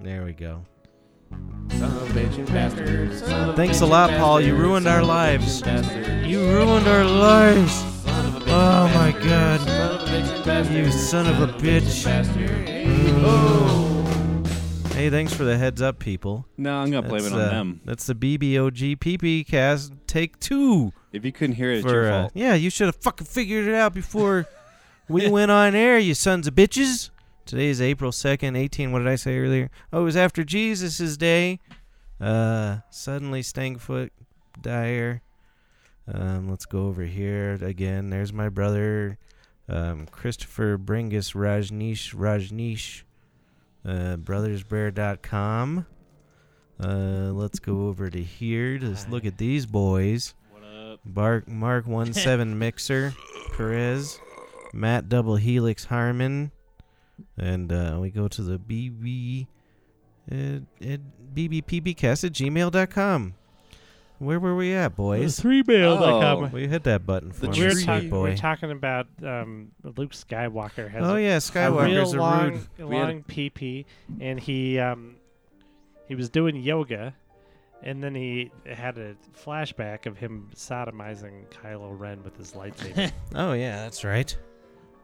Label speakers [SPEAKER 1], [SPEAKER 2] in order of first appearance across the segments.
[SPEAKER 1] There we go.
[SPEAKER 2] Son of a bitch and bastard. Son of a
[SPEAKER 1] Thanks
[SPEAKER 2] bitch
[SPEAKER 1] a lot,
[SPEAKER 2] and
[SPEAKER 1] Paul. You
[SPEAKER 2] bastard.
[SPEAKER 1] ruined
[SPEAKER 2] Son
[SPEAKER 1] our
[SPEAKER 2] of a bitch
[SPEAKER 1] lives.
[SPEAKER 2] and bastard.
[SPEAKER 1] You ruined our lives.
[SPEAKER 2] Son of a bitch
[SPEAKER 1] Oh
[SPEAKER 2] and bastard.
[SPEAKER 1] my God.
[SPEAKER 2] Son of a bitch and bastard.
[SPEAKER 1] You son of a bitch. Mm.
[SPEAKER 2] Bastard. Oh.
[SPEAKER 1] Hey, thanks for the heads up, people.
[SPEAKER 3] No, I'm gonna blame it
[SPEAKER 1] That's,
[SPEAKER 3] on
[SPEAKER 1] uh,
[SPEAKER 3] them.
[SPEAKER 1] That's the BBOG PP cast take two.
[SPEAKER 3] If you couldn't hear it, it's
[SPEAKER 1] for,
[SPEAKER 3] your
[SPEAKER 1] uh,
[SPEAKER 3] fault.
[SPEAKER 1] yeah, you should have fucking figured it out before we went on air, you sons of bitches. Today is April 2nd, 18. What did I say earlier? Oh, it was after Jesus' day. Uh, suddenly, Stangfoot, Dyer. Um, let's go over here again. There's my brother, um, Christopher Bringus Rajneesh Rajneesh, uh, brothersbear.com. Uh, let's go over to here. Just look at these boys. Mark Mark One Seven Mixer Perez, Matt Double Helix Harmon, and uh, we go to the BB uh, at bbpbcast at gmail.com. Where were we at, boys?
[SPEAKER 4] three mail
[SPEAKER 3] Oh.
[SPEAKER 1] We hit that button for
[SPEAKER 3] The
[SPEAKER 1] me,
[SPEAKER 4] We're,
[SPEAKER 3] tree.
[SPEAKER 4] talk-
[SPEAKER 1] sweet boy.
[SPEAKER 4] we're talking about um, Luke Skywalker has
[SPEAKER 1] oh
[SPEAKER 4] a,
[SPEAKER 1] yeah,
[SPEAKER 4] a real
[SPEAKER 1] Skywalker's a,
[SPEAKER 4] long,
[SPEAKER 1] rude.
[SPEAKER 3] We had a-
[SPEAKER 4] long PP, and he um, he was doing yoga, and then he had a flashback of him sodomizing Kylo Ren with his lightsaber.
[SPEAKER 1] Oh yeah, that's right.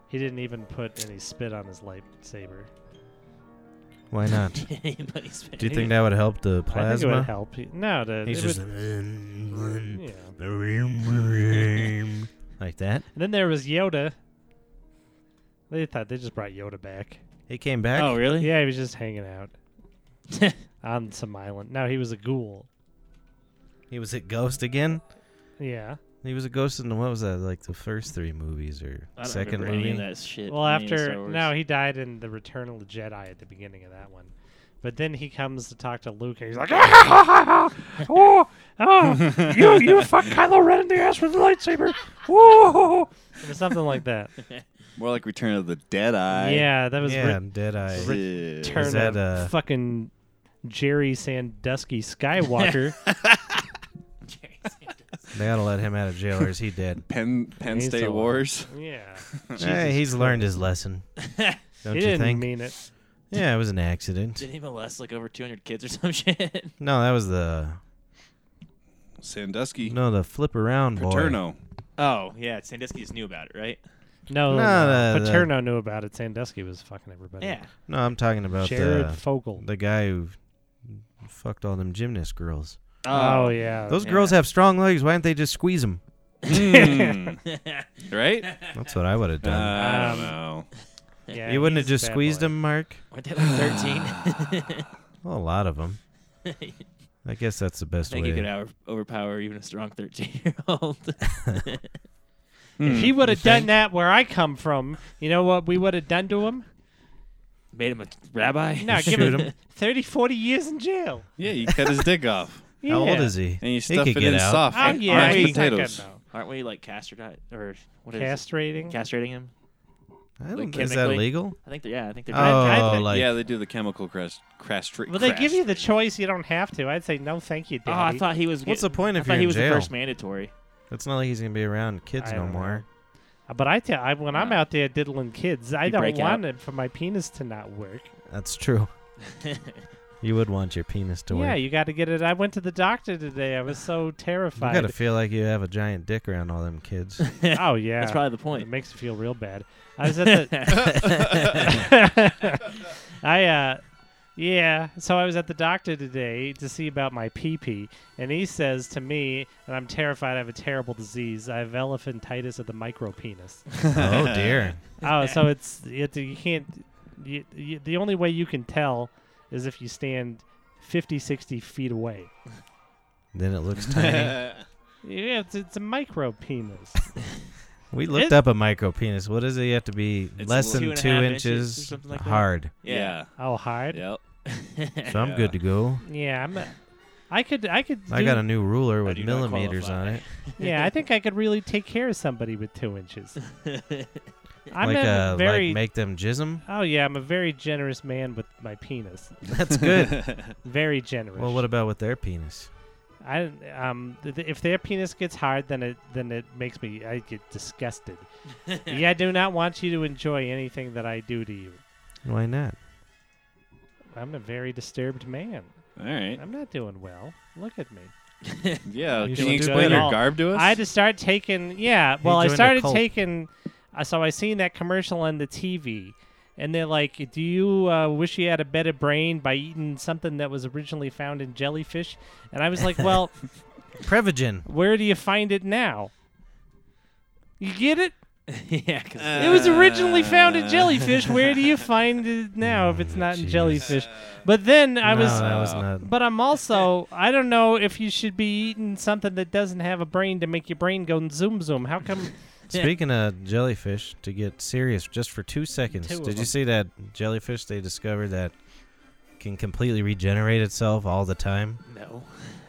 [SPEAKER 4] he didn't even put any spit on his lightsaber.
[SPEAKER 1] Why not?
[SPEAKER 5] Anybody's
[SPEAKER 1] Do you think that would help the
[SPEAKER 4] I think it would
[SPEAKER 1] plasma?
[SPEAKER 4] help. He- No, the,
[SPEAKER 1] He's
[SPEAKER 4] it
[SPEAKER 1] just
[SPEAKER 4] would- yeah.
[SPEAKER 1] like that.
[SPEAKER 4] And then there was Yoda. They thought they just brought Yoda back.
[SPEAKER 1] He came back.
[SPEAKER 5] Oh, really?
[SPEAKER 4] Yeah, he was just hanging out on some island. No, he was a ghoul.
[SPEAKER 1] He was a ghost again.
[SPEAKER 4] Yeah.
[SPEAKER 1] He was a ghost in the what was that like the first three movies or
[SPEAKER 5] I don't
[SPEAKER 1] second
[SPEAKER 5] remember any
[SPEAKER 1] movie?
[SPEAKER 5] of that shit.
[SPEAKER 4] Well,
[SPEAKER 5] any of the Star
[SPEAKER 4] after
[SPEAKER 5] Wars.
[SPEAKER 4] no, he died in the Return of the Jedi at the beginning of that one. But then he comes to talk to Luke, and he's like, "Ah, "Oh, oh, you you fuck Kylo Ren in the ass with a lightsaber, Woo! or something like that."
[SPEAKER 3] More like Return of the Dead Eye.
[SPEAKER 4] yeah, that was
[SPEAKER 1] yeah,
[SPEAKER 4] re-
[SPEAKER 1] Dead Eye.
[SPEAKER 4] Re- Return
[SPEAKER 1] that,
[SPEAKER 4] of
[SPEAKER 1] uh,
[SPEAKER 4] fucking Jerry Sandusky Skywalker.
[SPEAKER 1] They gotta let him out of jail or is he dead?
[SPEAKER 3] Penn Penn
[SPEAKER 4] He's
[SPEAKER 3] State
[SPEAKER 4] alive.
[SPEAKER 3] Wars.
[SPEAKER 4] yeah,
[SPEAKER 1] hey, he's learned his lesson. Don't
[SPEAKER 4] he
[SPEAKER 1] you
[SPEAKER 4] didn't
[SPEAKER 1] think?
[SPEAKER 4] mean it.
[SPEAKER 1] yeah, it was an accident.
[SPEAKER 5] Did he molest like over 200 kids or some shit?
[SPEAKER 1] No, that was the
[SPEAKER 3] Sandusky.
[SPEAKER 1] no the flip around boy.
[SPEAKER 3] Paterno.
[SPEAKER 5] Oh, yeah. Sandusky just knew about it, right?
[SPEAKER 4] No,
[SPEAKER 1] No,
[SPEAKER 4] no,
[SPEAKER 1] the- the-
[SPEAKER 4] Paterno knew about it. Sandusky was fucking everybody.
[SPEAKER 5] Yeah.
[SPEAKER 1] No, I'm talking about
[SPEAKER 4] Jared
[SPEAKER 1] the
[SPEAKER 4] Fogle.
[SPEAKER 1] the guy who fucked all them gymnast girls.
[SPEAKER 4] Oh, yeah,
[SPEAKER 1] Those
[SPEAKER 5] yeah.
[SPEAKER 1] girls have strong legs. Why didn't they just squeeze them?
[SPEAKER 3] Mm. right?
[SPEAKER 1] That's what I would have
[SPEAKER 3] Uh,
[SPEAKER 1] done.
[SPEAKER 3] I don't
[SPEAKER 4] Um,
[SPEAKER 3] know.
[SPEAKER 4] yeah
[SPEAKER 1] you wouldn't have
[SPEAKER 4] he's a
[SPEAKER 1] just
[SPEAKER 4] bad
[SPEAKER 1] squeezed
[SPEAKER 4] boy.
[SPEAKER 1] them, Mark?
[SPEAKER 5] Weren't they like 13?
[SPEAKER 1] Well, a lot of them.
[SPEAKER 5] I
[SPEAKER 1] I guess that's the best
[SPEAKER 5] think
[SPEAKER 1] way.
[SPEAKER 5] you could over- overpower even a strong 13 year old.
[SPEAKER 3] Hmm.
[SPEAKER 4] If
[SPEAKER 1] Hmm.
[SPEAKER 4] he would have done that where I come from, you know what we would have done to him?
[SPEAKER 5] Made him a rabbi?
[SPEAKER 4] No, give
[SPEAKER 1] Shoot
[SPEAKER 4] him,
[SPEAKER 1] him.
[SPEAKER 4] 30, 40 years in jail.
[SPEAKER 3] Yeah, you cut his dick off
[SPEAKER 4] Yeah.
[SPEAKER 1] How old is he?
[SPEAKER 3] and you
[SPEAKER 1] he
[SPEAKER 3] stuff
[SPEAKER 1] could
[SPEAKER 3] it
[SPEAKER 1] get
[SPEAKER 3] in
[SPEAKER 1] out.
[SPEAKER 3] soft
[SPEAKER 4] Oh, yeah,
[SPEAKER 3] mashed
[SPEAKER 4] he's not good,
[SPEAKER 3] potatoes.
[SPEAKER 4] though.
[SPEAKER 5] Aren't we like castrati or what is
[SPEAKER 4] Castrating?
[SPEAKER 5] it? Castrating him?
[SPEAKER 1] I don't,
[SPEAKER 5] Like,
[SPEAKER 1] is that
[SPEAKER 5] chemically?
[SPEAKER 1] legal?
[SPEAKER 5] I think they're, yeah, I think they're.
[SPEAKER 4] I-
[SPEAKER 1] oh,
[SPEAKER 4] I think-
[SPEAKER 1] like
[SPEAKER 3] yeah, they do the chemical crash crash tree.
[SPEAKER 4] well, they give you the choice. You don't have to. I'd say no, thank you,
[SPEAKER 5] Oh,
[SPEAKER 4] Daddy.
[SPEAKER 5] I thought he was.
[SPEAKER 1] What's
[SPEAKER 5] get-
[SPEAKER 1] the point
[SPEAKER 5] I
[SPEAKER 1] if
[SPEAKER 5] thought
[SPEAKER 1] you're
[SPEAKER 5] he
[SPEAKER 1] in
[SPEAKER 5] was
[SPEAKER 1] jail?
[SPEAKER 5] the first mandatory.
[SPEAKER 1] it's not like he's gonna be around kids
[SPEAKER 4] I
[SPEAKER 1] no
[SPEAKER 4] don't Uh,
[SPEAKER 1] more.
[SPEAKER 4] but I tell I, when I'm out there diddling kids, I
[SPEAKER 5] You
[SPEAKER 4] don't
[SPEAKER 5] break out.
[SPEAKER 4] want it for my penis to not work.
[SPEAKER 1] That's true. you would want your penis to
[SPEAKER 4] Yeah,
[SPEAKER 1] work.
[SPEAKER 4] you got to get it. I went to the doctor today. I was so
[SPEAKER 1] you
[SPEAKER 4] terrified.
[SPEAKER 1] gotta feel like you have a giant dick around all them kids.
[SPEAKER 4] oh yeah,
[SPEAKER 5] That's probably the
[SPEAKER 4] It
[SPEAKER 5] point.
[SPEAKER 4] makes me feel real bad. I was at the. I uh, yeah. So I was at the doctor today to see about my pee pee, and he says to me, and I'm terrified. I have a terrible disease. I have elephantitis of the micropenis.
[SPEAKER 1] oh dear.
[SPEAKER 4] oh, so it's it, you can't. You, you, the only way you can tell is if you stand 50, 60 feet away.
[SPEAKER 1] Then it looks tiny.
[SPEAKER 4] Yeah, it's, it's a micro penis.
[SPEAKER 1] We looked
[SPEAKER 4] It-
[SPEAKER 1] up a micro penis. What does it have to be?
[SPEAKER 3] It's
[SPEAKER 1] Less
[SPEAKER 3] two
[SPEAKER 1] than
[SPEAKER 5] and a
[SPEAKER 1] two
[SPEAKER 5] half
[SPEAKER 1] inches,
[SPEAKER 5] inches or something like that?
[SPEAKER 1] hard.
[SPEAKER 3] yeah.
[SPEAKER 4] Oh, hard.
[SPEAKER 3] Yep.
[SPEAKER 1] So I'm good to go.
[SPEAKER 4] Yeah, I'm. A, I could. I could.
[SPEAKER 1] I
[SPEAKER 4] do-
[SPEAKER 1] got a new ruler with
[SPEAKER 5] do not
[SPEAKER 1] millimeters on
[SPEAKER 5] qualify.
[SPEAKER 1] it,
[SPEAKER 4] Yeah, I think I could really take care of somebody with two inches. I'm
[SPEAKER 1] like
[SPEAKER 4] a
[SPEAKER 1] uh,
[SPEAKER 4] very.
[SPEAKER 1] like make them jism.
[SPEAKER 4] oh yeah, I'm a very generous man with my penis.
[SPEAKER 1] That's good.
[SPEAKER 4] Very generous.
[SPEAKER 1] well, what about with their penis?
[SPEAKER 4] I um, th- th- if their penis gets hard, then it then it makes me I get disgusted. yeah, I do not want you to enjoy anything that I do to you.
[SPEAKER 1] Why not?
[SPEAKER 4] I'm a very disturbed man.
[SPEAKER 3] All right.
[SPEAKER 4] I'm not doing well. Look at me.
[SPEAKER 3] Yeah.
[SPEAKER 4] You
[SPEAKER 3] Can you
[SPEAKER 4] should do
[SPEAKER 3] explain
[SPEAKER 4] it
[SPEAKER 3] your
[SPEAKER 4] all.
[SPEAKER 3] garb to us?
[SPEAKER 4] I had to start taking. Yeah, well, I
[SPEAKER 1] joined a
[SPEAKER 4] started
[SPEAKER 1] cult.
[SPEAKER 4] taking. Uh, so I seen that commercial on the TV, and they're like, "Do you uh, wish you had a better brain by eating something that was originally found in jellyfish?" And I was like, "Well,
[SPEAKER 1] Prevagen.
[SPEAKER 4] where do you find it now? You get it?
[SPEAKER 5] yeah, 'cause
[SPEAKER 3] Uh,
[SPEAKER 4] It was originally found in
[SPEAKER 3] Uh.
[SPEAKER 4] jellyfish. Where do you find it now if it's not in
[SPEAKER 1] Mm, Jeez.
[SPEAKER 4] jellyfish?" But then I was.
[SPEAKER 1] No, that was not.
[SPEAKER 4] But I'm also I don't know if you should be eating something that doesn't have a brain to make your brain go zoom zoom. How come
[SPEAKER 1] Speaking of jellyfish, to get serious just for two seconds,
[SPEAKER 4] Two of
[SPEAKER 1] did you
[SPEAKER 4] them.
[SPEAKER 1] see that jellyfish they discovered that can completely regenerate itself all the time?
[SPEAKER 5] no.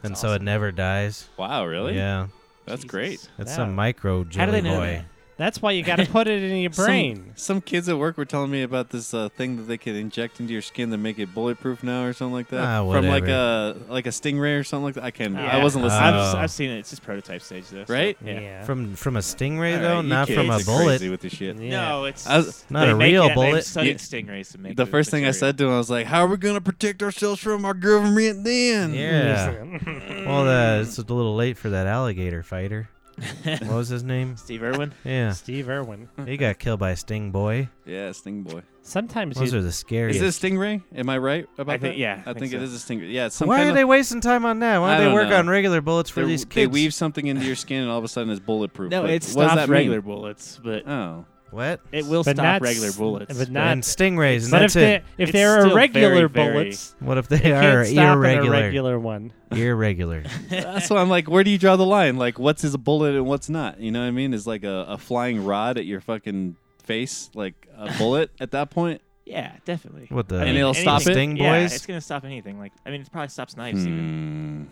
[SPEAKER 1] and
[SPEAKER 5] That's
[SPEAKER 1] so it
[SPEAKER 5] awesome.
[SPEAKER 1] never dies.
[SPEAKER 3] Wow. Really?
[SPEAKER 1] Yeah.
[SPEAKER 3] That's
[SPEAKER 5] Jesus.
[SPEAKER 3] great.
[SPEAKER 1] That's
[SPEAKER 4] Wow.
[SPEAKER 1] a micro jelly
[SPEAKER 5] How do they know
[SPEAKER 1] boy.
[SPEAKER 4] That's why you got to put it in your
[SPEAKER 3] Some-
[SPEAKER 4] brain.
[SPEAKER 3] Some, kids at work were telling me about this uh, thing that they could inject into your skin to make it bulletproof now or something like that.
[SPEAKER 1] Ah,
[SPEAKER 3] From like
[SPEAKER 1] whatever.
[SPEAKER 3] a like a stingray or something like that. I can. not
[SPEAKER 5] Yeah.
[SPEAKER 3] I wasn't listening.
[SPEAKER 5] I've,
[SPEAKER 1] Oh.
[SPEAKER 5] I've seen it. It's just prototype stage, though. so-
[SPEAKER 3] Right?
[SPEAKER 5] Yeah.
[SPEAKER 1] From from a stingray
[SPEAKER 3] All
[SPEAKER 1] though,
[SPEAKER 3] right, you
[SPEAKER 1] not
[SPEAKER 3] kids
[SPEAKER 1] from a
[SPEAKER 3] are
[SPEAKER 1] bullet.
[SPEAKER 3] Crazy with this shit.
[SPEAKER 4] Yeah.
[SPEAKER 5] No, it's
[SPEAKER 3] I was-
[SPEAKER 1] Not
[SPEAKER 5] they
[SPEAKER 1] a
[SPEAKER 5] make
[SPEAKER 1] real
[SPEAKER 5] it, they've
[SPEAKER 1] bullet.
[SPEAKER 5] studied
[SPEAKER 3] Yeah.
[SPEAKER 5] stingrays to make
[SPEAKER 3] The first thing I
[SPEAKER 5] material.
[SPEAKER 3] said to him, I was like, "How are we gonna protect ourselves from our government then?"
[SPEAKER 1] Yeah. well, uh, it's a little late for that alligator fighter. what was his name?
[SPEAKER 5] Steve Irwin.
[SPEAKER 1] Yeah,
[SPEAKER 4] Steve Irwin.
[SPEAKER 1] he got killed by a sting boy.
[SPEAKER 3] Yeah, sting boy.
[SPEAKER 4] Sometimes
[SPEAKER 1] Those
[SPEAKER 4] you,
[SPEAKER 1] are the
[SPEAKER 3] Is
[SPEAKER 1] scariest.
[SPEAKER 3] it a stingray? Am I right about
[SPEAKER 5] I think-
[SPEAKER 3] that?
[SPEAKER 5] yeah,
[SPEAKER 3] I
[SPEAKER 5] I
[SPEAKER 3] think
[SPEAKER 5] think
[SPEAKER 3] it
[SPEAKER 5] so.
[SPEAKER 3] is a stingray. Yeah, it's some
[SPEAKER 1] Why
[SPEAKER 3] kind
[SPEAKER 1] are
[SPEAKER 3] of,
[SPEAKER 1] they wasting time on that? Why don't
[SPEAKER 3] I
[SPEAKER 1] they
[SPEAKER 3] don't
[SPEAKER 1] work
[SPEAKER 3] know.
[SPEAKER 1] on regular bullets for
[SPEAKER 3] they're-
[SPEAKER 1] these
[SPEAKER 3] they
[SPEAKER 1] kids?
[SPEAKER 3] weave something into your skin and all of a sudden it's bulletproof.
[SPEAKER 5] No,
[SPEAKER 3] but
[SPEAKER 5] it
[SPEAKER 3] what does that
[SPEAKER 5] stops
[SPEAKER 3] mean?
[SPEAKER 5] regular bullets, but
[SPEAKER 3] Oh,
[SPEAKER 1] what?
[SPEAKER 5] it will
[SPEAKER 4] But
[SPEAKER 5] stop
[SPEAKER 4] not s-
[SPEAKER 5] regular bullets.
[SPEAKER 4] but
[SPEAKER 1] and
[SPEAKER 4] not.
[SPEAKER 1] stingrays, and
[SPEAKER 4] But
[SPEAKER 1] that's
[SPEAKER 4] if they
[SPEAKER 1] it.
[SPEAKER 4] if
[SPEAKER 5] It's
[SPEAKER 4] they're
[SPEAKER 5] still
[SPEAKER 4] irregular
[SPEAKER 5] very, very-
[SPEAKER 4] bullets,
[SPEAKER 1] What if
[SPEAKER 4] they
[SPEAKER 1] they
[SPEAKER 4] can't
[SPEAKER 1] are
[SPEAKER 4] stop at a
[SPEAKER 1] irregular?
[SPEAKER 4] regular one.
[SPEAKER 1] Irregular.
[SPEAKER 3] that's why I'm like, where do you draw the line? Like, what's is a bullet and what's not? You know what I mean? Is like a, a flying rod at your fucking face, like a bullet at that point?
[SPEAKER 5] yeah, definitely.
[SPEAKER 1] What the?
[SPEAKER 5] I mean,
[SPEAKER 3] And it'll stop it?
[SPEAKER 1] Sting
[SPEAKER 5] Yeah,
[SPEAKER 1] boys.
[SPEAKER 5] it's gonna stop anything. Like I mean, it probably stops knives even.
[SPEAKER 3] Hmm.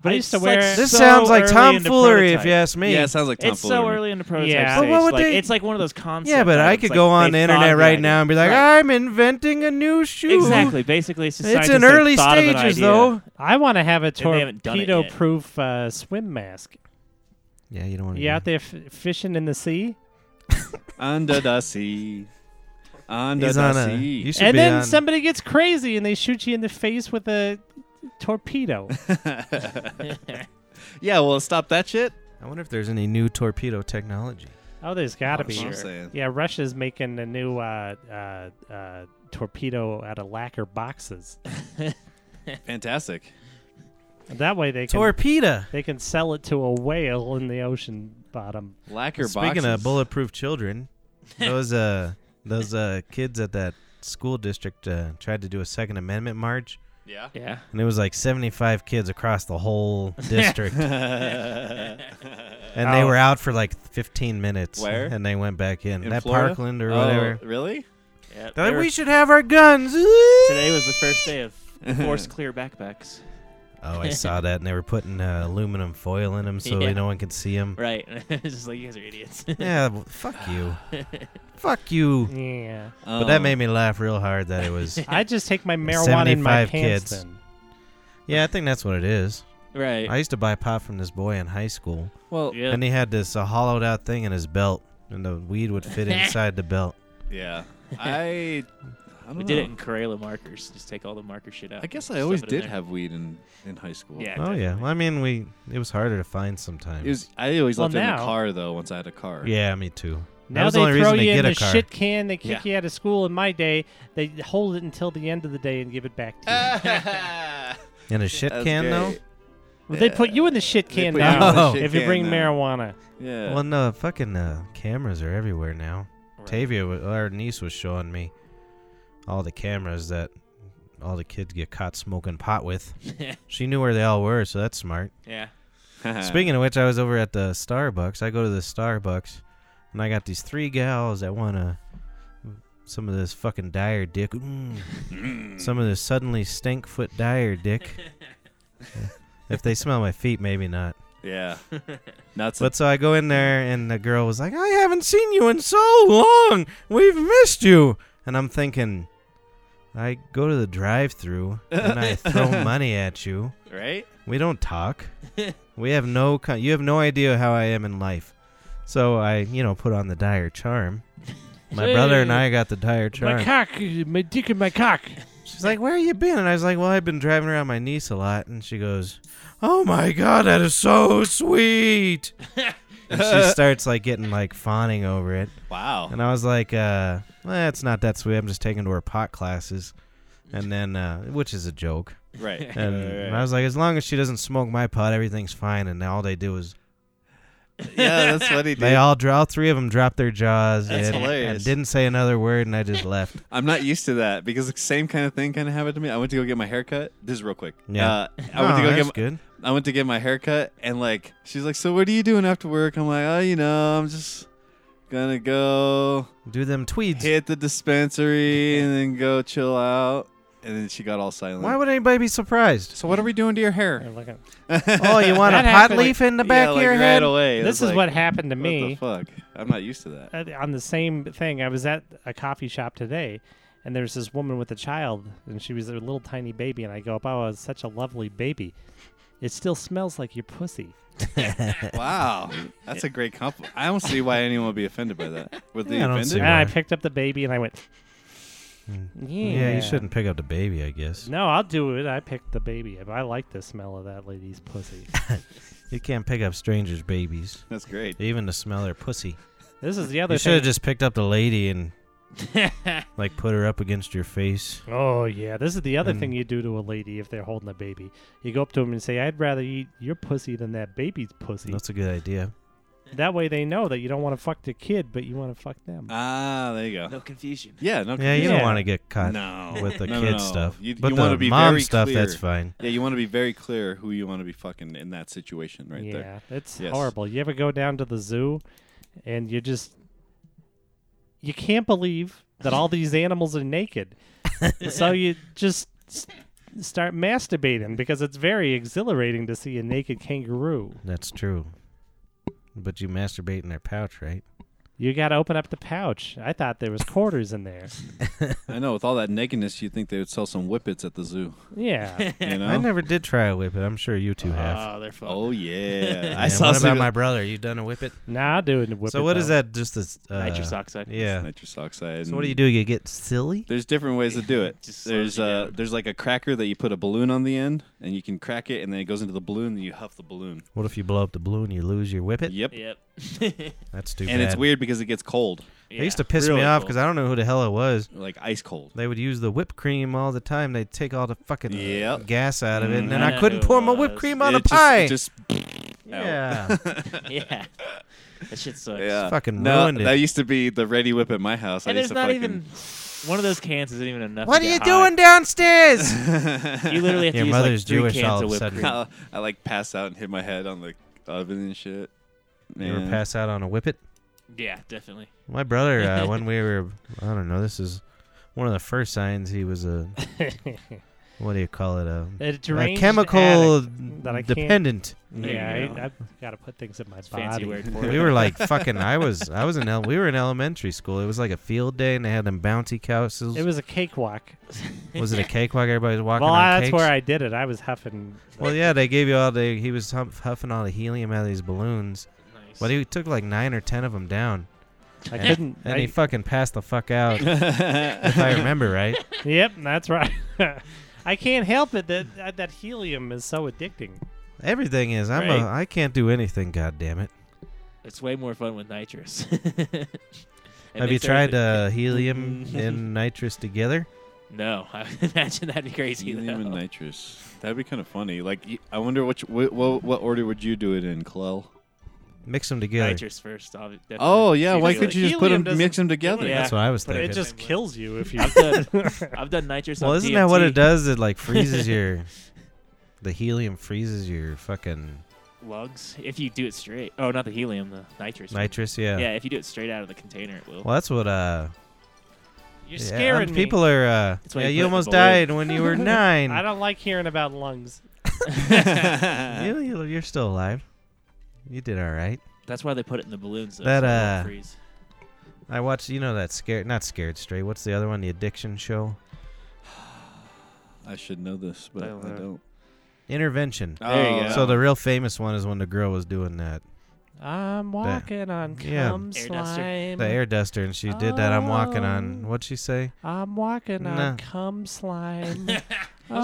[SPEAKER 5] But
[SPEAKER 4] I used
[SPEAKER 5] it's
[SPEAKER 4] to wear-
[SPEAKER 5] like
[SPEAKER 1] this
[SPEAKER 5] so
[SPEAKER 1] sounds like
[SPEAKER 5] early in the
[SPEAKER 1] tomfoolery, if
[SPEAKER 5] prototype.
[SPEAKER 1] you ask me.
[SPEAKER 3] Yeah, it sounds like
[SPEAKER 5] It's so
[SPEAKER 3] tomfoolery.
[SPEAKER 5] early in the prototype
[SPEAKER 4] Yeah.
[SPEAKER 5] stage.
[SPEAKER 4] But
[SPEAKER 1] what would
[SPEAKER 5] like,
[SPEAKER 1] they-
[SPEAKER 5] it's like one of those concepts.
[SPEAKER 1] Yeah, but I could go on the internet right now and be like, I'm inventing a new shoe.
[SPEAKER 5] Exactly. Basically, it's just
[SPEAKER 1] It's in
[SPEAKER 5] scientists, like,
[SPEAKER 1] early
[SPEAKER 5] thought of an
[SPEAKER 1] stages,
[SPEAKER 5] idea.
[SPEAKER 1] though.
[SPEAKER 4] I want to have a
[SPEAKER 5] And they haven't done it yet.
[SPEAKER 4] torpedo-proof uh, swim mask.
[SPEAKER 1] Yeah, you don't want to.
[SPEAKER 4] You out there f- fishing in the sea?
[SPEAKER 3] Under the sea. Under
[SPEAKER 1] He's
[SPEAKER 3] the
[SPEAKER 1] on a.
[SPEAKER 3] sea.
[SPEAKER 1] You should
[SPEAKER 4] and
[SPEAKER 1] be
[SPEAKER 4] then
[SPEAKER 1] on-
[SPEAKER 4] somebody gets crazy and they shoot you in the face with a torpedo.
[SPEAKER 3] yeah, well, stop that shit.
[SPEAKER 1] I wonder if there's any new torpedo technology.
[SPEAKER 4] oh, there's got to
[SPEAKER 3] That's
[SPEAKER 4] be.
[SPEAKER 3] what I'm saying.
[SPEAKER 4] Yeah, Russia's making a new uh, uh, uh, torpedo out of lacquer boxes.
[SPEAKER 3] Fantastic.
[SPEAKER 4] That way they can
[SPEAKER 1] Torpedo.
[SPEAKER 4] they can sell it to a whale in the ocean bottom.
[SPEAKER 3] Lacquer
[SPEAKER 1] Speaking
[SPEAKER 3] boxes.
[SPEAKER 1] of bulletproof children, those uh those uh kids at that school district uh, tried to do a Second Amendment march,
[SPEAKER 3] Yeah.
[SPEAKER 5] Yeah.
[SPEAKER 1] and it was like 75 kids across the whole district, and they
[SPEAKER 4] Oh.
[SPEAKER 1] were out for like 15 minutes.
[SPEAKER 3] Where?
[SPEAKER 1] And they went back in,
[SPEAKER 3] In
[SPEAKER 1] that
[SPEAKER 3] Florida?
[SPEAKER 1] Parkland or
[SPEAKER 3] Oh,
[SPEAKER 1] whatever.
[SPEAKER 3] really?
[SPEAKER 5] yeah
[SPEAKER 1] They're like,
[SPEAKER 5] they were-
[SPEAKER 1] we should have our guns.
[SPEAKER 5] Today was the first day of forced clear backpacks.
[SPEAKER 1] Oh, I saw that, and they were putting uh, aluminum foil in them so
[SPEAKER 5] Yeah.
[SPEAKER 1] no one could see them.
[SPEAKER 5] Right. it's just like you guys are idiots.
[SPEAKER 1] Yeah, well, fuck you, fuck you.
[SPEAKER 4] Yeah,
[SPEAKER 1] But that
[SPEAKER 4] Um,
[SPEAKER 1] made me laugh real hard that it was.
[SPEAKER 4] I just take my marijuana in my
[SPEAKER 1] 75
[SPEAKER 4] pants.
[SPEAKER 1] kids.
[SPEAKER 4] Then
[SPEAKER 1] yeah, I think that's what it is.
[SPEAKER 5] right.
[SPEAKER 1] I used to buy pot from this boy in high school,
[SPEAKER 3] Well,
[SPEAKER 5] yeah.
[SPEAKER 1] and he had this uh, hollowed out thing in his belt, and the weed would fit inside the belt.
[SPEAKER 3] Um, yeah. I. I don't
[SPEAKER 5] we did
[SPEAKER 3] know.
[SPEAKER 5] it in Crayola markers. Just take all the marker shit out.
[SPEAKER 3] I guess
[SPEAKER 5] and
[SPEAKER 3] I always
[SPEAKER 5] stuff it in
[SPEAKER 3] did
[SPEAKER 5] there.
[SPEAKER 3] have weed in, in high school.
[SPEAKER 5] Yeah.
[SPEAKER 1] Oh yeah, well, I mean we it was harder to find sometimes.
[SPEAKER 3] It was, I always
[SPEAKER 4] Well,
[SPEAKER 3] left it in the
[SPEAKER 4] now-
[SPEAKER 3] car, though, once I had a car.
[SPEAKER 1] yeah, me too. that
[SPEAKER 4] now
[SPEAKER 1] was the only
[SPEAKER 4] they throw
[SPEAKER 1] reason to
[SPEAKER 4] you in
[SPEAKER 1] get
[SPEAKER 4] the
[SPEAKER 1] a car.
[SPEAKER 4] shit can. They kick
[SPEAKER 3] Yeah.
[SPEAKER 4] you out of school. In my day, they hold it until the end of the day and give it back to you.
[SPEAKER 3] Ah.
[SPEAKER 1] In a shit
[SPEAKER 3] That's
[SPEAKER 1] can though.
[SPEAKER 3] great.
[SPEAKER 4] Well, they put
[SPEAKER 3] Yeah.
[SPEAKER 4] you in the shit
[SPEAKER 3] They
[SPEAKER 4] can
[SPEAKER 3] put you in the
[SPEAKER 4] now
[SPEAKER 3] shit
[SPEAKER 4] if you
[SPEAKER 3] can now.
[SPEAKER 4] bring marijuana.
[SPEAKER 3] Yeah.
[SPEAKER 1] Well, no, fucking uh, cameras are everywhere now.
[SPEAKER 5] Right.
[SPEAKER 1] Tavia, wa- our niece, was showing me all the cameras that all the kids get caught smoking pot with. she knew where they all were, so that's smart.
[SPEAKER 5] Yeah.
[SPEAKER 3] Uh,
[SPEAKER 1] Speaking of which, I was over at the Starbucks. I go to the Starbucks, and I got these three gals that want to some of this fucking dire dick, mm, some of this suddenly stink foot dire dick. if they smell my feet, maybe not.
[SPEAKER 3] yeah. Nuts.
[SPEAKER 1] But so I go in there, and the girl was like, "I haven't seen you in so long. We've missed you." And I'm thinking, I go to the drive-through and I throw money at you.
[SPEAKER 3] right?
[SPEAKER 1] We don't talk. We have no. Con- you have no idea how I am in life. So I, you know, put on the dire charm. My brother and I got the dire charm.
[SPEAKER 4] cock, my dick in my cock.
[SPEAKER 1] She's like, "Where you been?" And I was like, "Well, I've been driving around my niece a lot." And she goes, "Oh my god, that is so sweet." and she starts like getting like fawning over it.
[SPEAKER 3] Wow.
[SPEAKER 1] And I was like, uh, well, it's not that sweet. I'm just taking to her pot classes. And then, uh, which is a joke.
[SPEAKER 3] Right.
[SPEAKER 1] And, and I was like, as long as she doesn't smoke my pot, everything's fine. And all they do is
[SPEAKER 3] yeah, that's funny, dude.
[SPEAKER 1] they all draw. All three of them dropped their jaws
[SPEAKER 3] That's
[SPEAKER 1] and,
[SPEAKER 3] hilarious.
[SPEAKER 1] and didn't say another word, and I just left.
[SPEAKER 3] I'm not used to that because the same kind of thing kind of happened to me. I went to go get my hair cut. This is real quick.
[SPEAKER 1] Yeah.
[SPEAKER 3] Uh, I went
[SPEAKER 1] Oh,
[SPEAKER 3] to go get
[SPEAKER 1] that's
[SPEAKER 3] my,
[SPEAKER 1] good.
[SPEAKER 3] I went to get my hair cut and like she's like, "So what are you doing after work?" I'm like, "Oh, you know, I'm just gonna go
[SPEAKER 1] Do them tweeds.
[SPEAKER 3] hit the dispensary and then go chill out." And then she got all silent.
[SPEAKER 1] Why would anybody be surprised?
[SPEAKER 3] so what are we doing to your
[SPEAKER 4] Or
[SPEAKER 3] hair?
[SPEAKER 4] like a-
[SPEAKER 1] Oh, you want a pot
[SPEAKER 4] That happened, like-
[SPEAKER 1] leaf in the back
[SPEAKER 3] yeah,
[SPEAKER 1] of
[SPEAKER 3] like
[SPEAKER 1] your
[SPEAKER 3] right
[SPEAKER 1] head?
[SPEAKER 3] away. It
[SPEAKER 4] this
[SPEAKER 3] was
[SPEAKER 4] is
[SPEAKER 3] like,
[SPEAKER 4] what happened to
[SPEAKER 3] what the
[SPEAKER 4] me.
[SPEAKER 3] fuck? I'm not used to that.
[SPEAKER 4] uh, on the same thing. I was at a coffee shop today, and there was this woman with a child, and she was a little tiny baby. And I go up, "Oh, it's such a lovely baby." It still smells like your pussy.
[SPEAKER 3] Wow, that's a great compliment. I don't see why anyone would be offended by that. Would they
[SPEAKER 1] Yeah, I don't
[SPEAKER 3] offended?
[SPEAKER 1] see
[SPEAKER 4] And
[SPEAKER 1] why.
[SPEAKER 4] I picked up the baby, and I went, "Yeah,
[SPEAKER 1] Hmm. Yeah, you shouldn't pick up the baby, I guess.
[SPEAKER 4] No, I'll do it. I picked the baby up. I like the smell of that lady's pussy.
[SPEAKER 1] You can't pick up strangers' babies,
[SPEAKER 3] That's great.
[SPEAKER 1] even to smell their pussy.
[SPEAKER 4] this is the other
[SPEAKER 1] You should have
[SPEAKER 4] thing.
[SPEAKER 1] just picked up the lady and like put her up against your face.
[SPEAKER 4] oh yeah, this is the other
[SPEAKER 1] And-
[SPEAKER 4] thing you do to a lady if they're holding a baby. You go up to them and say, "I'd rather eat your pussy than that baby's pussy."
[SPEAKER 1] That's a good idea.
[SPEAKER 4] That way they know that you don't want to fuck the kid, but you want to fuck them.
[SPEAKER 3] Ah, there you go.
[SPEAKER 5] No confusion.
[SPEAKER 3] Yeah, no.
[SPEAKER 1] Yeah, you
[SPEAKER 4] Yeah.
[SPEAKER 1] don't want to get caught
[SPEAKER 3] no
[SPEAKER 1] with the
[SPEAKER 3] No, no,
[SPEAKER 1] kid
[SPEAKER 3] no.
[SPEAKER 1] stuff.
[SPEAKER 3] You,
[SPEAKER 1] but
[SPEAKER 3] you want
[SPEAKER 1] the
[SPEAKER 3] to be
[SPEAKER 1] mom
[SPEAKER 3] very
[SPEAKER 1] stuff,
[SPEAKER 3] clear.
[SPEAKER 1] that's fine.
[SPEAKER 3] Yeah, you want to be very clear who you want to be fucking in that situation right
[SPEAKER 4] yeah,
[SPEAKER 3] there.
[SPEAKER 4] it's
[SPEAKER 3] Yes.
[SPEAKER 4] horrible. You ever go down to the zoo and you just you can't believe that all these animals are naked. so you just s- start masturbating because it's very exhilarating to see a naked kangaroo.
[SPEAKER 1] That's true. But you masturbate in their pouch, right?
[SPEAKER 4] You got to open up the pouch. I thought there was quarters in there.
[SPEAKER 3] I know. With all that nakedness, you'd think they would sell some whippets at the zoo.
[SPEAKER 4] Yeah.
[SPEAKER 3] You know?
[SPEAKER 1] I never did try a whip it. I'm sure you two have.
[SPEAKER 5] Oh, they're fun.
[SPEAKER 3] Oh yeah,
[SPEAKER 1] And what about my brother? You done a whip it?
[SPEAKER 4] now doing whip
[SPEAKER 1] so
[SPEAKER 4] it
[SPEAKER 1] what is
[SPEAKER 4] though.
[SPEAKER 1] that? Just this? Uh,
[SPEAKER 5] Nitrous oxide.
[SPEAKER 1] Yeah.
[SPEAKER 3] nitrous oxide.
[SPEAKER 1] So what do
[SPEAKER 3] and-
[SPEAKER 1] you do? You get silly?
[SPEAKER 3] There's different ways to do it.
[SPEAKER 5] Just slows
[SPEAKER 3] there's
[SPEAKER 5] you
[SPEAKER 3] uh,
[SPEAKER 5] down.
[SPEAKER 3] there's like a cracker that you put a balloon on the end, and you can crack it, and then it goes into the balloon, and you huff the balloon.
[SPEAKER 1] What if you blow up the balloon? You lose your whip it?
[SPEAKER 3] Yep.
[SPEAKER 5] Yep.
[SPEAKER 1] That's too
[SPEAKER 3] And
[SPEAKER 1] bad.
[SPEAKER 3] it's weird because it gets cold,
[SPEAKER 1] They used to piss me off because I don't know who the hell it was.
[SPEAKER 3] like ice cold.
[SPEAKER 1] They would use the whipped cream all the time. They'd take all the fucking
[SPEAKER 3] Yep.
[SPEAKER 1] gas out of it, and then I,
[SPEAKER 5] I know
[SPEAKER 1] couldn't
[SPEAKER 5] who it
[SPEAKER 1] pour my whipped
[SPEAKER 5] was.
[SPEAKER 1] cream on
[SPEAKER 3] It
[SPEAKER 1] a pie.
[SPEAKER 3] Just, just
[SPEAKER 1] yeah,
[SPEAKER 5] yeah. That shit sucks.
[SPEAKER 3] yeah.
[SPEAKER 1] fucking
[SPEAKER 3] No,
[SPEAKER 1] ruined it.
[SPEAKER 3] that used to be the ready whip at my house. I
[SPEAKER 5] And
[SPEAKER 3] used
[SPEAKER 5] there's
[SPEAKER 3] to
[SPEAKER 5] not
[SPEAKER 3] fucking,
[SPEAKER 5] even one of those cans isn't even enough.
[SPEAKER 1] what
[SPEAKER 5] to
[SPEAKER 1] are you
[SPEAKER 5] get high.
[SPEAKER 1] doing downstairs?
[SPEAKER 5] You literally have to
[SPEAKER 1] Your
[SPEAKER 5] use
[SPEAKER 1] mother's
[SPEAKER 5] like three
[SPEAKER 1] Jewish
[SPEAKER 5] cans
[SPEAKER 1] all of a
[SPEAKER 5] of whipped
[SPEAKER 1] sudden.
[SPEAKER 5] cream.
[SPEAKER 3] I, I, like pass out and hit my head on the oven and shit.
[SPEAKER 1] You ever
[SPEAKER 3] Man.
[SPEAKER 1] pass out on a whippet?
[SPEAKER 5] Yeah, definitely.
[SPEAKER 1] My brother, uh, when we were, I don't know, this is one of the first signs he was a, what do you call it, a,
[SPEAKER 4] A
[SPEAKER 1] a
[SPEAKER 4] deranged
[SPEAKER 1] chemical
[SPEAKER 4] addict that I can't-
[SPEAKER 1] dependent.
[SPEAKER 5] There you
[SPEAKER 4] Yeah,
[SPEAKER 5] go.
[SPEAKER 4] I, I've got to put things in my
[SPEAKER 5] It's a
[SPEAKER 4] body.
[SPEAKER 5] fancy word for it.
[SPEAKER 1] We were like fucking. I was. I was in. El- we were in elementary school. It was like a field day, and they had them bouncy castles.
[SPEAKER 4] It was a cakewalk.
[SPEAKER 1] Was it a cakewalk? Everybody was walking
[SPEAKER 4] Well,
[SPEAKER 1] on
[SPEAKER 4] that's
[SPEAKER 1] cakes?
[SPEAKER 4] where I did it. I was huffing.
[SPEAKER 1] Well, yeah, they gave you all the. He was huff, huffing all the helium out of these balloons,
[SPEAKER 5] Nice.
[SPEAKER 1] but he took like nine or ten of them down,
[SPEAKER 4] I couldn't.
[SPEAKER 1] and
[SPEAKER 4] I-
[SPEAKER 1] he fucking passed the fuck out. if I remember right,
[SPEAKER 4] yep, that's right. I can't help it that that- that helium is so addicting.
[SPEAKER 1] everything is. I'm. a-
[SPEAKER 5] Right.
[SPEAKER 1] I can't do anything. God damn it.
[SPEAKER 5] It's way more fun with nitrous.
[SPEAKER 1] Have you tried uh, helium and nitrous together?
[SPEAKER 5] No, I imagine that'd be crazy.
[SPEAKER 3] Helium and
[SPEAKER 5] though.
[SPEAKER 3] nitrous. That'd be kind of funny. Like, y- I wonder which what, what, what order would you do it in, Clell?
[SPEAKER 1] Mix them together.
[SPEAKER 5] Nitrous first. obvi- definitely.
[SPEAKER 3] Oh yeah, why
[SPEAKER 5] Usually,
[SPEAKER 3] could you just put
[SPEAKER 4] helium
[SPEAKER 3] them, mix them together?
[SPEAKER 5] Yeah.
[SPEAKER 1] That's what I was
[SPEAKER 5] But
[SPEAKER 1] thinking.
[SPEAKER 4] It just kills you if you.
[SPEAKER 5] I've done, I've done nitrous.
[SPEAKER 1] Well,
[SPEAKER 5] on
[SPEAKER 1] isn't that what it
[SPEAKER 5] DMT.
[SPEAKER 1] does? It like freezes your, the helium freezes your fucking
[SPEAKER 5] Lungs, if you do it straight. Oh, not the helium, the nitrous.
[SPEAKER 1] nitrous. Yeah.
[SPEAKER 5] Yeah. if you do it straight out of the container, it will.
[SPEAKER 1] Well, that's what uh.
[SPEAKER 4] You're
[SPEAKER 1] yeah,
[SPEAKER 4] scaring
[SPEAKER 1] um,
[SPEAKER 4] me.
[SPEAKER 1] People are. Uh,
[SPEAKER 5] That's why
[SPEAKER 1] yeah, you
[SPEAKER 5] you put it in the
[SPEAKER 1] almost
[SPEAKER 5] balloon.
[SPEAKER 1] died when you were nine.
[SPEAKER 4] I don't like hearing about lungs.
[SPEAKER 1] you, you, you're still alive. You did all right.
[SPEAKER 5] That's why they put it in the balloons. Though,
[SPEAKER 1] That,
[SPEAKER 5] so it won't
[SPEAKER 1] uh,
[SPEAKER 5] freeze.
[SPEAKER 1] I watched. You know that scared, not scared straight. What's the other one? The addiction show.
[SPEAKER 3] I should know this, but I
[SPEAKER 5] I don't
[SPEAKER 3] don't.
[SPEAKER 5] know.
[SPEAKER 1] Intervention.
[SPEAKER 5] There you
[SPEAKER 3] Oh.
[SPEAKER 5] go.
[SPEAKER 1] So the real famous one is when the girl was doing that.
[SPEAKER 4] I'm walking on
[SPEAKER 1] yeah.
[SPEAKER 4] cum
[SPEAKER 5] Air duster.
[SPEAKER 4] slime.
[SPEAKER 1] The air duster, and she did that. I'm walking on.
[SPEAKER 4] Oh.
[SPEAKER 1] What'd she say?
[SPEAKER 4] I'm walking
[SPEAKER 1] Nah.
[SPEAKER 4] on cum slime.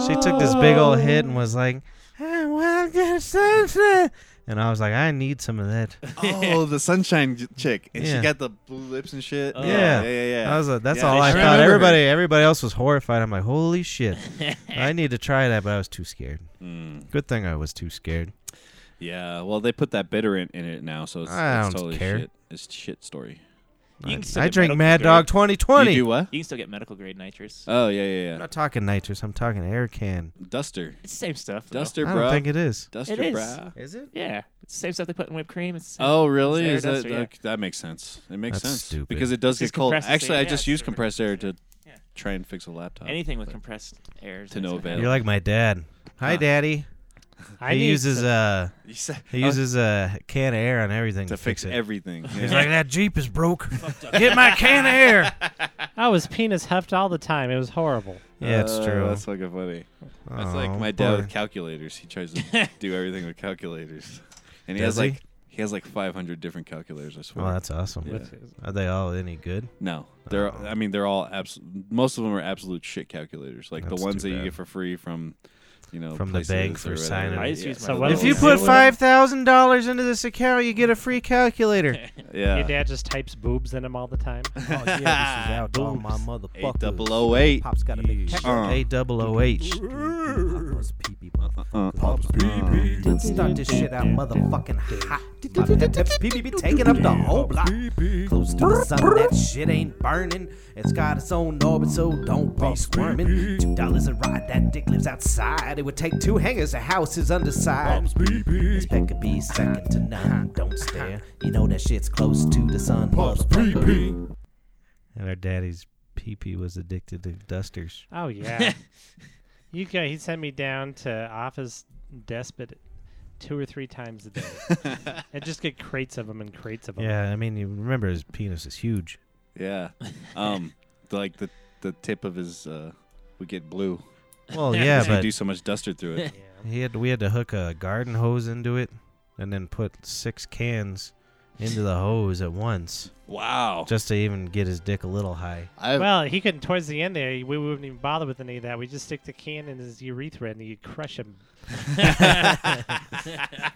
[SPEAKER 1] She took this big old hit
[SPEAKER 4] Oh.
[SPEAKER 1] and was like, I want to sunset. And I was like, I need some of that.
[SPEAKER 3] oh, the sunshine j- chick, and
[SPEAKER 1] Yeah.
[SPEAKER 3] she got the blue lips and shit.
[SPEAKER 5] Oh.
[SPEAKER 1] Yeah.
[SPEAKER 3] yeah, yeah. yeah.
[SPEAKER 1] I was like, that's
[SPEAKER 3] Yeah,
[SPEAKER 1] all
[SPEAKER 5] they
[SPEAKER 1] I
[SPEAKER 5] should
[SPEAKER 1] thought.
[SPEAKER 5] remember.
[SPEAKER 1] Everybody, everybody else was horrified. I'm like, holy shit! I need to try that, but I was too scared.
[SPEAKER 3] Mm,
[SPEAKER 1] Good thing I was too scared.
[SPEAKER 3] yeah. Well, they put that bitter in, in it now, so it's,
[SPEAKER 1] I
[SPEAKER 3] it's
[SPEAKER 1] don't
[SPEAKER 3] totally
[SPEAKER 1] care.
[SPEAKER 3] shit. It's shit story.
[SPEAKER 5] You can still
[SPEAKER 1] I
[SPEAKER 5] get
[SPEAKER 1] drink
[SPEAKER 5] medical
[SPEAKER 1] Mad
[SPEAKER 5] grade.
[SPEAKER 1] Dog
[SPEAKER 3] You
[SPEAKER 1] 2020.
[SPEAKER 3] do what?
[SPEAKER 5] You can still get medical grade nitrous.
[SPEAKER 3] Oh yeah, yeah,
[SPEAKER 1] I'm
[SPEAKER 3] yeah.
[SPEAKER 1] not talking nitrous. I'm talking air can.
[SPEAKER 3] Duster,
[SPEAKER 5] It's the same stuff. though.
[SPEAKER 3] duster,
[SPEAKER 1] I
[SPEAKER 3] bro.
[SPEAKER 1] don't think it is.
[SPEAKER 3] duster,
[SPEAKER 5] It is.
[SPEAKER 3] bruh.
[SPEAKER 1] Is it?
[SPEAKER 5] Yeah, it's the same stuff they put in whipped cream. It's
[SPEAKER 3] Oh really?
[SPEAKER 5] air
[SPEAKER 3] Is that,
[SPEAKER 5] duster, yeah.
[SPEAKER 3] okay, that makes sense? It makes
[SPEAKER 1] That's
[SPEAKER 3] sense
[SPEAKER 1] stupid.
[SPEAKER 3] because it does
[SPEAKER 5] Just
[SPEAKER 3] get cold.
[SPEAKER 5] compress the
[SPEAKER 3] Actually,
[SPEAKER 5] air.
[SPEAKER 3] I
[SPEAKER 5] Yeah,
[SPEAKER 3] just
[SPEAKER 5] it's
[SPEAKER 3] use
[SPEAKER 5] super
[SPEAKER 3] compressed air to
[SPEAKER 5] Yeah.
[SPEAKER 3] try and fix a laptop.
[SPEAKER 5] anything with
[SPEAKER 3] But-
[SPEAKER 5] compressed air. is
[SPEAKER 3] To
[SPEAKER 5] nice
[SPEAKER 3] no
[SPEAKER 5] have.
[SPEAKER 3] avail.
[SPEAKER 1] You're like my dad. Hi,
[SPEAKER 3] Huh.
[SPEAKER 1] Daddy.
[SPEAKER 4] I
[SPEAKER 1] He
[SPEAKER 4] need
[SPEAKER 1] uses
[SPEAKER 4] some-
[SPEAKER 1] uh
[SPEAKER 3] You said-
[SPEAKER 1] he
[SPEAKER 3] I was-
[SPEAKER 1] uses a can of air on everything
[SPEAKER 3] to fix
[SPEAKER 1] it.
[SPEAKER 3] everything.
[SPEAKER 1] He's
[SPEAKER 3] yeah.
[SPEAKER 1] like that Jeep is broke. Get my can of air.
[SPEAKER 4] I was penis huffed all the time. It was horrible.
[SPEAKER 1] Yeah, it's
[SPEAKER 3] Uh,
[SPEAKER 1] true.
[SPEAKER 3] That's fucking funny. That's like
[SPEAKER 1] Oh,
[SPEAKER 3] my dad
[SPEAKER 1] boy.
[SPEAKER 3] with calculators. He tries to do everything with calculators, and he
[SPEAKER 1] Does
[SPEAKER 3] has
[SPEAKER 1] he?
[SPEAKER 3] like he has like 500 different calculators. I swear.
[SPEAKER 1] Well, that's awesome.
[SPEAKER 3] Yeah.
[SPEAKER 1] Are they all any good?
[SPEAKER 3] no, they're
[SPEAKER 1] Oh.
[SPEAKER 3] I mean they're all abs- most of them are absolute shit calculators. Like
[SPEAKER 1] That's
[SPEAKER 3] the ones
[SPEAKER 1] too
[SPEAKER 3] that
[SPEAKER 1] bad.
[SPEAKER 3] you get for free from you know
[SPEAKER 1] From the bank
[SPEAKER 3] places or
[SPEAKER 1] for
[SPEAKER 3] whatever.
[SPEAKER 1] signing.
[SPEAKER 5] I used
[SPEAKER 3] Yeah.
[SPEAKER 5] to use my
[SPEAKER 4] So
[SPEAKER 5] little
[SPEAKER 4] what
[SPEAKER 1] If
[SPEAKER 4] Oh,
[SPEAKER 1] you
[SPEAKER 4] yeah.
[SPEAKER 1] put
[SPEAKER 4] Yeah.
[SPEAKER 1] five thousand dollars into this account, you get a free calculator.
[SPEAKER 4] Your
[SPEAKER 3] yeah.
[SPEAKER 4] dad just types boobs in them all the time.
[SPEAKER 1] oh yeah, this is out
[SPEAKER 4] all my
[SPEAKER 3] Eight double oh eight.
[SPEAKER 6] Pop's got a big tech.
[SPEAKER 3] Uh.
[SPEAKER 1] A double O H.
[SPEAKER 6] Pop's pee pee
[SPEAKER 3] Uh,
[SPEAKER 6] Pop's pee pee. Start this shit out motherfucking hot. My pep peps pee pee be taking up the whole block. Close to the sun, that shit ain't burning. It's got its own orbit, so don't be squirming. Two dollars a ride, that dick lives outside. It would take two hangers, a house is underside. This peck could be second to none. Don't stare. You know that shit's close to the sun. Pop's pee pee.
[SPEAKER 1] And our daddy's pee pee was addicted to dusters.
[SPEAKER 4] Oh yeah. you go. He sent me down to office despot two or three times a day. and just get crates of them and crates of them.
[SPEAKER 3] Oh.
[SPEAKER 1] Yeah, I mean, you remember his penis is huge.
[SPEAKER 3] yeah. Um, like the the tip of his uh, would get blue.
[SPEAKER 1] Well,
[SPEAKER 5] Yeah,
[SPEAKER 1] yeah,
[SPEAKER 3] 'cause you
[SPEAKER 1] but
[SPEAKER 3] do so much duster through it.
[SPEAKER 1] he had we had to hook a garden hose into it, and then put six cans into the hose at once
[SPEAKER 3] wow.
[SPEAKER 1] just to even get his dick a little high.
[SPEAKER 3] I've,
[SPEAKER 4] Well, he couldn't. Towards the end there, we wouldn't even bother with any of that. We just stick the can in his urethra and he'd crush him.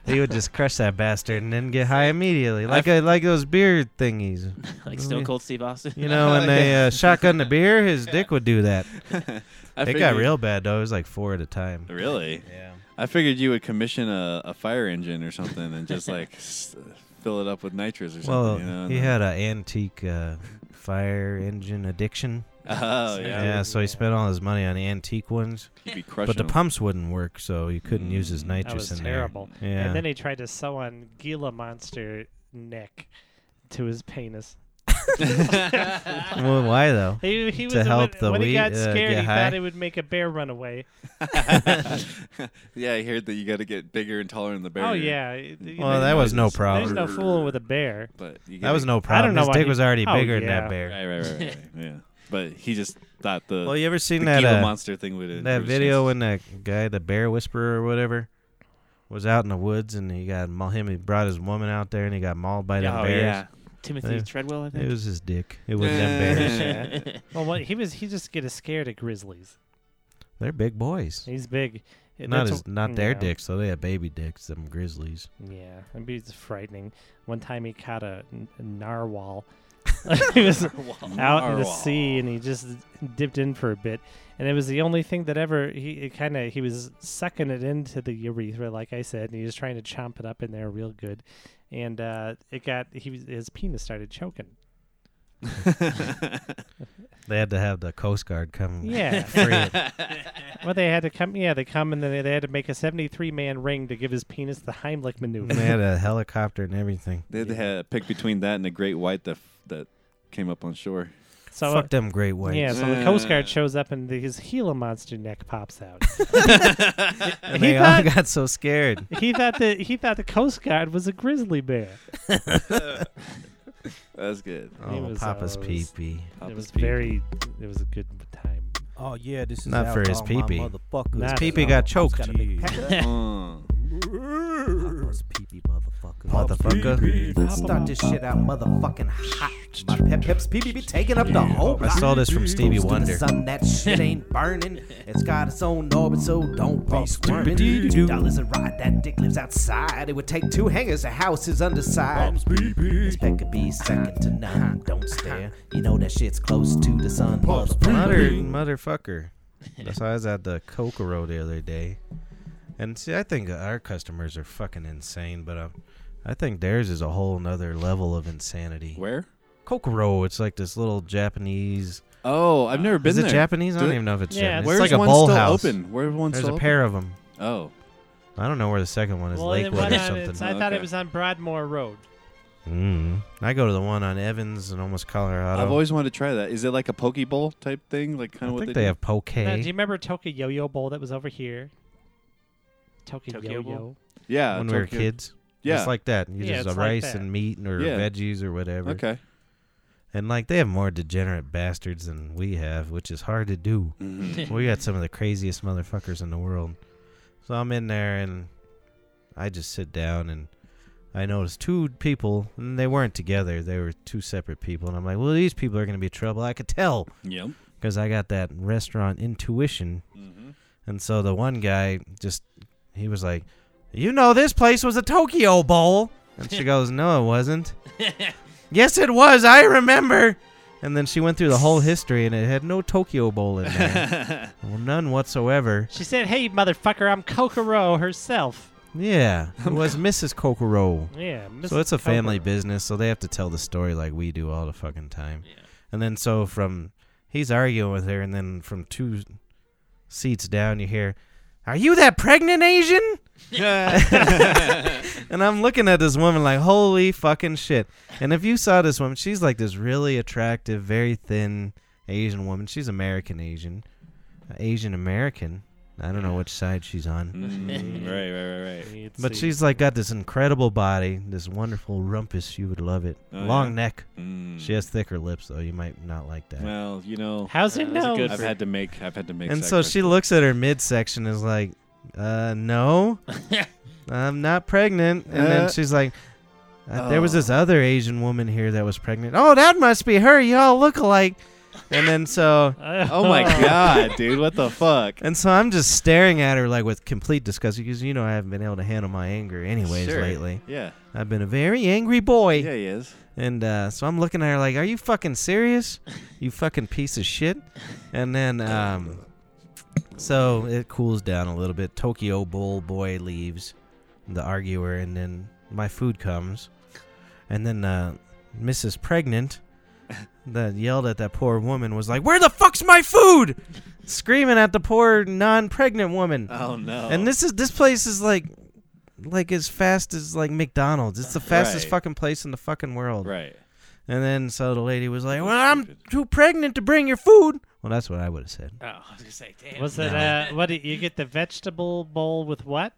[SPEAKER 1] He would just crush that bastard and then get high immediately, like a, like those beer thingies.
[SPEAKER 5] like Stone Cold Steve Austin.
[SPEAKER 1] You know, when they uh, shotgun the beer, his dick would do that.
[SPEAKER 3] I
[SPEAKER 1] It got
[SPEAKER 3] figured-
[SPEAKER 1] real bad though. It was like four at a time.
[SPEAKER 3] Really?
[SPEAKER 1] Yeah.
[SPEAKER 3] I figured you would commission a, a fire engine or something and just like s- fill it up with nitrous or something.
[SPEAKER 1] Well,
[SPEAKER 3] you know? and
[SPEAKER 1] he
[SPEAKER 3] then-
[SPEAKER 1] had an antique uh, fire engine addiction.
[SPEAKER 3] Oh
[SPEAKER 1] Yeah,
[SPEAKER 3] yeah.
[SPEAKER 1] so he spent all his money on antique ones,
[SPEAKER 3] He'd be crushing.
[SPEAKER 1] but the
[SPEAKER 3] them.
[SPEAKER 1] pumps wouldn't work, so you couldn't use his
[SPEAKER 3] Mm.
[SPEAKER 4] That
[SPEAKER 1] nitrous
[SPEAKER 4] was
[SPEAKER 1] in there.
[SPEAKER 4] terrible.
[SPEAKER 1] Yeah.
[SPEAKER 4] And then he tried to sew on Gila Monster neck to his penis.
[SPEAKER 1] well, why though?
[SPEAKER 4] He, he was
[SPEAKER 1] To help
[SPEAKER 4] when,
[SPEAKER 1] the
[SPEAKER 4] when he
[SPEAKER 1] weed,
[SPEAKER 4] got
[SPEAKER 1] uh,
[SPEAKER 4] scared,
[SPEAKER 1] get
[SPEAKER 4] he
[SPEAKER 1] high?
[SPEAKER 4] thought it would make a bear run away.
[SPEAKER 3] yeah, I heard that you got to get bigger and taller in the barrier.
[SPEAKER 4] Oh yeah. it- you
[SPEAKER 1] Well,
[SPEAKER 4] know,
[SPEAKER 1] that was no
[SPEAKER 3] There's no
[SPEAKER 4] There's
[SPEAKER 1] problem.
[SPEAKER 4] no fooling with a bear.
[SPEAKER 3] But you
[SPEAKER 1] that was
[SPEAKER 3] gotta-
[SPEAKER 1] no problem.
[SPEAKER 4] know
[SPEAKER 1] his
[SPEAKER 4] why
[SPEAKER 1] dick
[SPEAKER 4] he-
[SPEAKER 1] was already
[SPEAKER 4] Oh,
[SPEAKER 1] bigger than
[SPEAKER 4] yeah.
[SPEAKER 1] that bear.
[SPEAKER 3] Right, right, right, right, right. yeah. But he just thought the
[SPEAKER 1] Well, you ever
[SPEAKER 3] the
[SPEAKER 1] seen that
[SPEAKER 3] Gila
[SPEAKER 1] uh,
[SPEAKER 3] monster thing would.
[SPEAKER 1] that video when that guy, the bear whisperer or whatever, was out in the woods and he got maul- him. He brought his woman out there and he got mauled by them
[SPEAKER 5] oh
[SPEAKER 1] bears.
[SPEAKER 5] yeah, Timothy
[SPEAKER 1] Yeah.
[SPEAKER 5] Treadwell. I
[SPEAKER 1] It
[SPEAKER 5] think.
[SPEAKER 1] was his dick. It was them bears.
[SPEAKER 4] Well, what, he was he just get scared of grizzlies.
[SPEAKER 1] They're big boys.
[SPEAKER 4] He's big. Yeah,
[SPEAKER 1] not
[SPEAKER 4] that's
[SPEAKER 1] as
[SPEAKER 4] a-
[SPEAKER 1] not their
[SPEAKER 4] yeah.
[SPEAKER 1] dicks, though. They had baby dicks. Them grizzlies.
[SPEAKER 4] Yeah, it'd be just frightening. One time he caught a, n- a narwhal. he was out in the sea and he just dipped in for a bit, and it was the only thing that ever he kind of he was sucking it into the urethra, like I said, and he was trying to chomp it up in there real good, and uh, it got he was, his penis started choking.
[SPEAKER 1] They had to have the Coast Guard come.
[SPEAKER 4] Yeah.
[SPEAKER 1] free it.
[SPEAKER 4] Well, they had to come. Yeah, they come and then they, they had to make a seventy-three man ring to give his penis the Heimlich
[SPEAKER 1] And they
[SPEAKER 4] maneuver.
[SPEAKER 1] had a helicopter and everything.
[SPEAKER 3] they had to have a pick between that and a great white that f- that came up on shore.
[SPEAKER 4] so uh,
[SPEAKER 1] Fuck them great whites.
[SPEAKER 4] Yeah, so the Coast Guard shows up and the, his Gila monster neck pops out.
[SPEAKER 1] and
[SPEAKER 4] he
[SPEAKER 1] they
[SPEAKER 4] thought-
[SPEAKER 1] all got so scared.
[SPEAKER 4] he thought that he thought the Coast Guard was a grizzly bear.
[SPEAKER 3] That's good.
[SPEAKER 1] Oh,
[SPEAKER 4] was
[SPEAKER 1] Papa's
[SPEAKER 4] always-
[SPEAKER 1] pee pee.
[SPEAKER 4] it
[SPEAKER 3] Papa's
[SPEAKER 4] was
[SPEAKER 3] pee.
[SPEAKER 4] very. It was a good time.
[SPEAKER 6] Oh yeah, this is
[SPEAKER 1] Not
[SPEAKER 6] out
[SPEAKER 1] for his
[SPEAKER 6] all my
[SPEAKER 1] pee-pee.
[SPEAKER 6] motherfuckers.
[SPEAKER 4] Not-
[SPEAKER 1] Pee pee got choked.
[SPEAKER 6] Got a big pack of that.
[SPEAKER 3] Mm.
[SPEAKER 6] Hot Buzz Pee-Pee, motherfucker.
[SPEAKER 1] Motherfucker.
[SPEAKER 6] Let's start this shit out motherfucking hot. My pep peps PB be taking up the whole
[SPEAKER 1] I
[SPEAKER 6] block.
[SPEAKER 1] saw this from Stevie
[SPEAKER 6] Goes to the
[SPEAKER 1] Wonder.
[SPEAKER 6] sun, that shit ain't burning. It's got its own orbit, so don't be squirming. Two dollars a ride, that dick lives outside. It would take two hangers, a house is underside. This peck could be second to none. Don't stare. You know that shit's close to the sun.
[SPEAKER 1] Mother, motherfucker. That's why I was at the Kokoro the other day. And see, I think our customers are fucking insane, but um, I think theirs is a whole nother level of insanity.
[SPEAKER 3] Where?
[SPEAKER 1] Kokoro, it's like this little Japanese.
[SPEAKER 3] Oh, I've never been
[SPEAKER 1] is it
[SPEAKER 3] there.
[SPEAKER 1] Japanese? I
[SPEAKER 3] Do
[SPEAKER 1] don't
[SPEAKER 3] it-
[SPEAKER 1] even know if it's
[SPEAKER 4] Yeah,
[SPEAKER 1] Japanese.
[SPEAKER 3] Where's
[SPEAKER 1] it's like a
[SPEAKER 3] one
[SPEAKER 1] bowl
[SPEAKER 3] still
[SPEAKER 1] house.
[SPEAKER 3] open? Where's one
[SPEAKER 1] There's
[SPEAKER 3] still
[SPEAKER 1] a pair of them.
[SPEAKER 3] open? Oh,
[SPEAKER 1] I don't know where the second one is.
[SPEAKER 4] Well, it
[SPEAKER 1] Lakewood
[SPEAKER 4] went
[SPEAKER 1] or
[SPEAKER 4] on- it's-
[SPEAKER 1] something.
[SPEAKER 4] I thought it
[SPEAKER 3] Okay.
[SPEAKER 4] was on Broadmoor Road.
[SPEAKER 1] Mm. I go to the one on Evans in almost Colorado.
[SPEAKER 3] I've always wanted to try that. Is it like a poke bowl type thing? Like kind
[SPEAKER 1] I
[SPEAKER 3] of what
[SPEAKER 1] think they,
[SPEAKER 3] do?
[SPEAKER 1] have poke.
[SPEAKER 4] Now, do you remember Tokyo Yo-Yo Bowl that was over here? Tokyo,
[SPEAKER 5] Tokyo
[SPEAKER 4] Yo-Yo.
[SPEAKER 5] Bowl?
[SPEAKER 3] Yeah,
[SPEAKER 1] when we were
[SPEAKER 3] Tokyo-
[SPEAKER 1] kids.
[SPEAKER 3] Yeah.
[SPEAKER 1] It's like that. You
[SPEAKER 4] Yeah,
[SPEAKER 1] just
[SPEAKER 4] it's
[SPEAKER 1] uh,
[SPEAKER 4] like
[SPEAKER 1] rice
[SPEAKER 4] that.
[SPEAKER 1] and meat or
[SPEAKER 3] Yeah.
[SPEAKER 1] veggies or whatever.
[SPEAKER 3] okay.
[SPEAKER 1] And like they have more degenerate bastards than we have, which is hard to do.
[SPEAKER 3] Mm-hmm.
[SPEAKER 1] we got some of the craziest motherfuckers in the world. So I'm in there and I just sit down and I noticed two people and they weren't together. They were two separate people and I'm like, "Well, these people are going to be trouble." I could tell
[SPEAKER 3] Yep.
[SPEAKER 1] because I got that restaurant intuition.
[SPEAKER 3] Mhm.
[SPEAKER 1] And so the one guy just, he was like, You know, this place was a Tokyo Bowl. And she goes, No, it wasn't. yes, it was. I remember. And then she went through the whole history and it had no Tokyo Bowl in there. well, none whatsoever.
[SPEAKER 4] She said, "Hey, motherfucker, I'm Kokoro herself."
[SPEAKER 1] Yeah, it was Mrs. Kokoro.
[SPEAKER 4] Yeah.
[SPEAKER 1] So
[SPEAKER 4] Mrs.
[SPEAKER 1] it's a family
[SPEAKER 4] Kokoro.
[SPEAKER 1] business, so they have to tell the story like we do all the fucking time. And then so from he's arguing with her, and then from two seats down, you hear, "Are you that pregnant Asian?" and I'm looking at this woman like, "Holy fucking shit!" And if you saw this woman, she's like this really attractive, very thin Asian woman. She's American Asian, Uh, Asian American. I don't know which side she's on.
[SPEAKER 3] Mm, right, right, right, right.
[SPEAKER 4] Let's
[SPEAKER 1] But
[SPEAKER 4] see.
[SPEAKER 1] she's like got this incredible body, this wonderful rumpus. You would love it.
[SPEAKER 3] Oh,
[SPEAKER 1] Long
[SPEAKER 3] yeah.
[SPEAKER 1] neck.
[SPEAKER 3] Mm.
[SPEAKER 1] She has thicker lips, though. You might not like that.
[SPEAKER 3] Well, you know,
[SPEAKER 4] How's it
[SPEAKER 5] Uh, that's a
[SPEAKER 4] know?
[SPEAKER 5] good
[SPEAKER 3] I've
[SPEAKER 5] for-
[SPEAKER 3] had to make. I've had to make.
[SPEAKER 1] and so she looks at her midsection and is like, uh, no, I'm not pregnant. And
[SPEAKER 3] Uh,
[SPEAKER 1] then she's like, uh, there was
[SPEAKER 3] oh.
[SPEAKER 1] this other Asian woman here that was pregnant. Oh, that must be her. Y'all look alike. And then so,
[SPEAKER 3] Oh my god, dude! What the fuck?
[SPEAKER 1] and so I'm just staring at her like with complete disgust because you know I haven't been able to handle my anger anyways
[SPEAKER 3] Sure.
[SPEAKER 1] lately.
[SPEAKER 3] Yeah,
[SPEAKER 1] I've been a very angry boy.
[SPEAKER 3] yeah, he is.
[SPEAKER 1] And uh, so I'm looking at her like, "Are you fucking serious? You fucking piece of shit." And then, um, so it cools down a little bit. Tokyo Bowl boy leaves, the arguer, and then my food comes, and then uh, Mrs. Pregnant, that yelled at that poor woman, was like, "Where the fuck's my food?" Screaming at the poor non-pregnant woman.
[SPEAKER 3] Oh no.
[SPEAKER 1] And this is this place is like, like as fast as like McDonald's. It's the fastest
[SPEAKER 3] Right.
[SPEAKER 1] fucking place in the fucking world.
[SPEAKER 3] Right.
[SPEAKER 1] And then so the lady was like,
[SPEAKER 3] That's
[SPEAKER 1] "Well, I'm
[SPEAKER 3] stupid.
[SPEAKER 1] too pregnant to bring your food." Well, that's what I would have said.
[SPEAKER 5] Oh, I was gonna say, damn.
[SPEAKER 4] Was it uh, what? did- You get the vegetable bowl with what?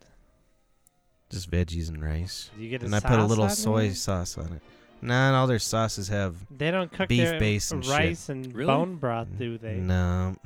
[SPEAKER 1] Just veggies and rice,
[SPEAKER 4] You get a
[SPEAKER 1] and I put a
[SPEAKER 4] sauce
[SPEAKER 1] little
[SPEAKER 4] on
[SPEAKER 1] soy
[SPEAKER 4] there?
[SPEAKER 1] sauce on it. Nah, and all their sauces have
[SPEAKER 4] They don't cook
[SPEAKER 1] beef
[SPEAKER 4] their
[SPEAKER 1] base and shit.
[SPEAKER 4] rice and
[SPEAKER 3] Really?
[SPEAKER 4] bone broth, do they?
[SPEAKER 1] no.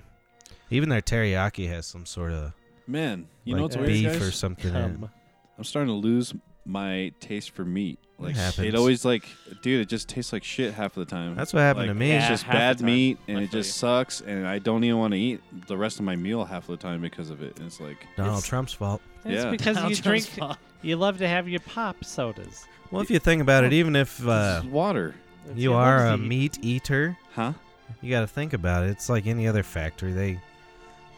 [SPEAKER 1] Even their teriyaki has some sort of
[SPEAKER 3] Man, you
[SPEAKER 1] like
[SPEAKER 3] know what's weird,
[SPEAKER 1] beef
[SPEAKER 3] guys?
[SPEAKER 1] or something. in it.
[SPEAKER 4] Um,
[SPEAKER 3] I'm starting to lose my taste for meat. Like
[SPEAKER 1] happens.
[SPEAKER 3] it always like, dude, it just tastes like shit half of the time.
[SPEAKER 1] That's what happened
[SPEAKER 3] like,
[SPEAKER 1] to me.
[SPEAKER 5] Yeah.
[SPEAKER 3] It's just
[SPEAKER 5] half the
[SPEAKER 3] bad
[SPEAKER 5] time.
[SPEAKER 3] meat, and
[SPEAKER 5] I
[SPEAKER 3] it
[SPEAKER 5] feel
[SPEAKER 3] just
[SPEAKER 5] you.
[SPEAKER 3] sucks, and I don't even want to eat the rest of my meal half of the time because of it. And it's like,
[SPEAKER 1] Donald
[SPEAKER 4] It's-
[SPEAKER 1] Trump's fault.
[SPEAKER 4] That's
[SPEAKER 3] Yeah.
[SPEAKER 4] because
[SPEAKER 5] Donald
[SPEAKER 4] you
[SPEAKER 5] Trump's
[SPEAKER 4] drink.
[SPEAKER 5] fault.
[SPEAKER 4] You love to have your pop sodas.
[SPEAKER 1] Well, if you think about it, even if
[SPEAKER 3] this
[SPEAKER 1] uh,
[SPEAKER 3] is water,
[SPEAKER 4] That's
[SPEAKER 1] you
[SPEAKER 4] your
[SPEAKER 1] are a
[SPEAKER 4] whimsy.
[SPEAKER 1] meat eater,
[SPEAKER 3] huh?
[SPEAKER 1] you got to think about it. It's like any other factory; they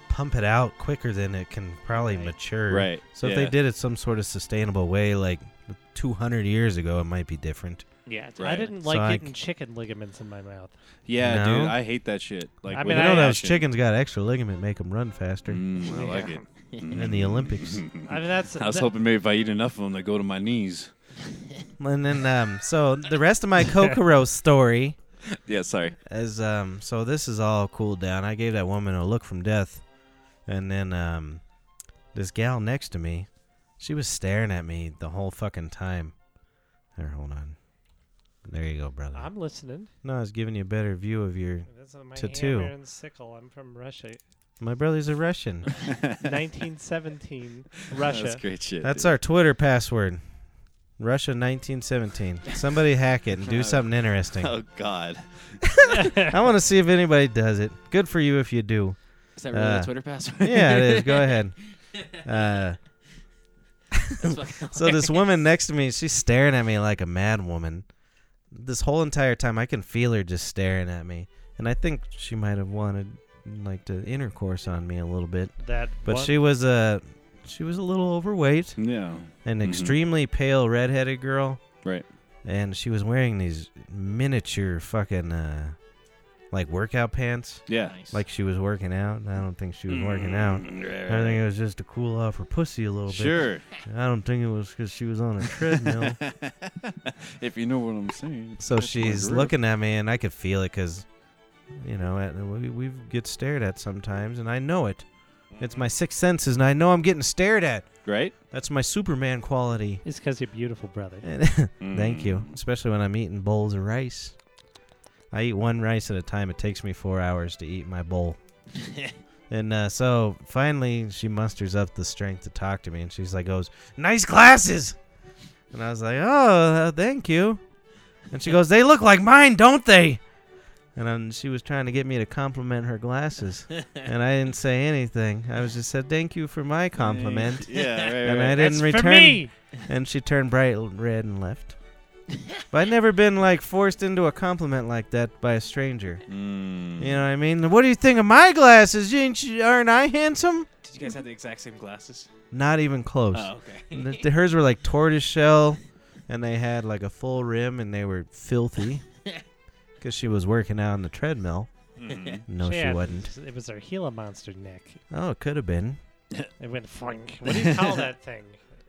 [SPEAKER 1] pump it out quicker than it can probably
[SPEAKER 4] Right.
[SPEAKER 1] mature.
[SPEAKER 3] Right.
[SPEAKER 1] So if
[SPEAKER 3] yeah.
[SPEAKER 1] they did it some sort of sustainable way, like 200 years ago, it might be different.
[SPEAKER 5] Yeah,
[SPEAKER 4] I
[SPEAKER 3] Right.
[SPEAKER 4] didn't
[SPEAKER 1] So
[SPEAKER 4] like
[SPEAKER 1] I
[SPEAKER 4] getting
[SPEAKER 1] c-
[SPEAKER 4] chicken ligaments in my mouth.
[SPEAKER 3] yeah,
[SPEAKER 1] No.
[SPEAKER 3] dude, I hate that shit. Like,
[SPEAKER 4] I
[SPEAKER 3] with
[SPEAKER 4] mean,
[SPEAKER 1] you
[SPEAKER 4] I
[SPEAKER 1] know those
[SPEAKER 4] actually-
[SPEAKER 1] chickens got extra ligament, make them run faster.
[SPEAKER 3] Mm, I
[SPEAKER 4] Yeah.
[SPEAKER 3] like it. Mm.
[SPEAKER 1] In the Olympics.
[SPEAKER 4] I mean, that's.
[SPEAKER 3] I was
[SPEAKER 4] that-
[SPEAKER 3] hoping maybe if I eat enough of them, they go to my knees.
[SPEAKER 1] And then, um, so the rest of my Kokoro story
[SPEAKER 3] Yeah, sorry.
[SPEAKER 1] is, um, so this is all cooled down. I gave that woman a look from death, and then, um, this gal next to me, she was staring at me the whole fucking time. There, hold on. There you go, brother.
[SPEAKER 4] I'm listening.
[SPEAKER 1] no, I was giving you a better view of your
[SPEAKER 4] That's my
[SPEAKER 1] Tattoo.
[SPEAKER 4] hammer and sickle. I'm from Russia.
[SPEAKER 1] My brother's a Russian.
[SPEAKER 4] 1917, Russia.
[SPEAKER 3] That's great shit.
[SPEAKER 1] That's our Twitter password. Russia 1917. Somebody hack it and do something interesting.
[SPEAKER 3] Oh God.
[SPEAKER 1] I want to see if anybody does it. Good for you if you do.
[SPEAKER 5] Is that really
[SPEAKER 1] Uh,
[SPEAKER 5] the Twitter password?
[SPEAKER 1] Yeah, it is. Go ahead. Uh,
[SPEAKER 5] That's fucking
[SPEAKER 1] so this woman next to me, she's staring at me like a mad woman. This whole entire time, I can feel her just staring at me, and I think she might have wanted like to intercourse on me a little bit.
[SPEAKER 4] That
[SPEAKER 1] But
[SPEAKER 4] one-
[SPEAKER 1] she was a she was a little overweight,
[SPEAKER 3] Yeah.
[SPEAKER 1] an
[SPEAKER 3] Mhm.
[SPEAKER 1] extremely pale redheaded girl.
[SPEAKER 3] Right.
[SPEAKER 1] And she was wearing these miniature fucking uh like workout pants.
[SPEAKER 3] Yeah.
[SPEAKER 5] nice.
[SPEAKER 1] Like she was working out. I don't think she was working out. I think it was just to cool off her pussy a little
[SPEAKER 3] Mm, Sure.
[SPEAKER 1] bit. I don't think it was because she was on a treadmill.
[SPEAKER 3] if you know what I'm saying.
[SPEAKER 1] So
[SPEAKER 3] That's my
[SPEAKER 1] she's
[SPEAKER 3] group.
[SPEAKER 1] looking at me, and I could feel it because, you know, at- we we get stared at sometimes, and I know it. It's my sixth senses, and I know I'm getting stared at.
[SPEAKER 3] Right.
[SPEAKER 1] That's my Superman quality.
[SPEAKER 4] It's because you're beautiful, brother.
[SPEAKER 1] And
[SPEAKER 3] Mm.
[SPEAKER 1] Thank
[SPEAKER 4] Mm.
[SPEAKER 1] you, especially when I'm eating bowls of rice. I eat one rice at a time. It takes me four hours to eat my bowl. and uh, so finally, she musters up the strength to talk to me, and she's like, "Goes nice glasses," and I was like, "Oh, uh, thank you." And she goes, "They look like mine, don't they?" And um, she was trying to get me to compliment her glasses, and I didn't say anything. I was just said, "Thank you for my compliment,"
[SPEAKER 3] Yeah. Right.
[SPEAKER 1] and
[SPEAKER 3] right.
[SPEAKER 1] I didn't
[SPEAKER 4] That's
[SPEAKER 1] return.
[SPEAKER 4] for me.
[SPEAKER 1] And she turned bright l- red and left. but I'd never been like forced into a compliment like that by a stranger.
[SPEAKER 3] Mm.
[SPEAKER 4] Mm-hmm.
[SPEAKER 1] You know what I mean? What do you think of my glasses? You ain't, you- aren't I handsome?
[SPEAKER 5] Did you guys have the exact same glasses?
[SPEAKER 1] Not even close.
[SPEAKER 5] Oh, okay.
[SPEAKER 1] The, the- hers were like tortoise shell, and they had like a full rim, and they were filthy. Because she was working out on the treadmill.
[SPEAKER 3] Mhm.
[SPEAKER 1] No, she
[SPEAKER 4] had-
[SPEAKER 1] wasn't.
[SPEAKER 4] It was her Gila monster neck.
[SPEAKER 1] Oh, it could have been.
[SPEAKER 4] It went flink. What do you call that thing?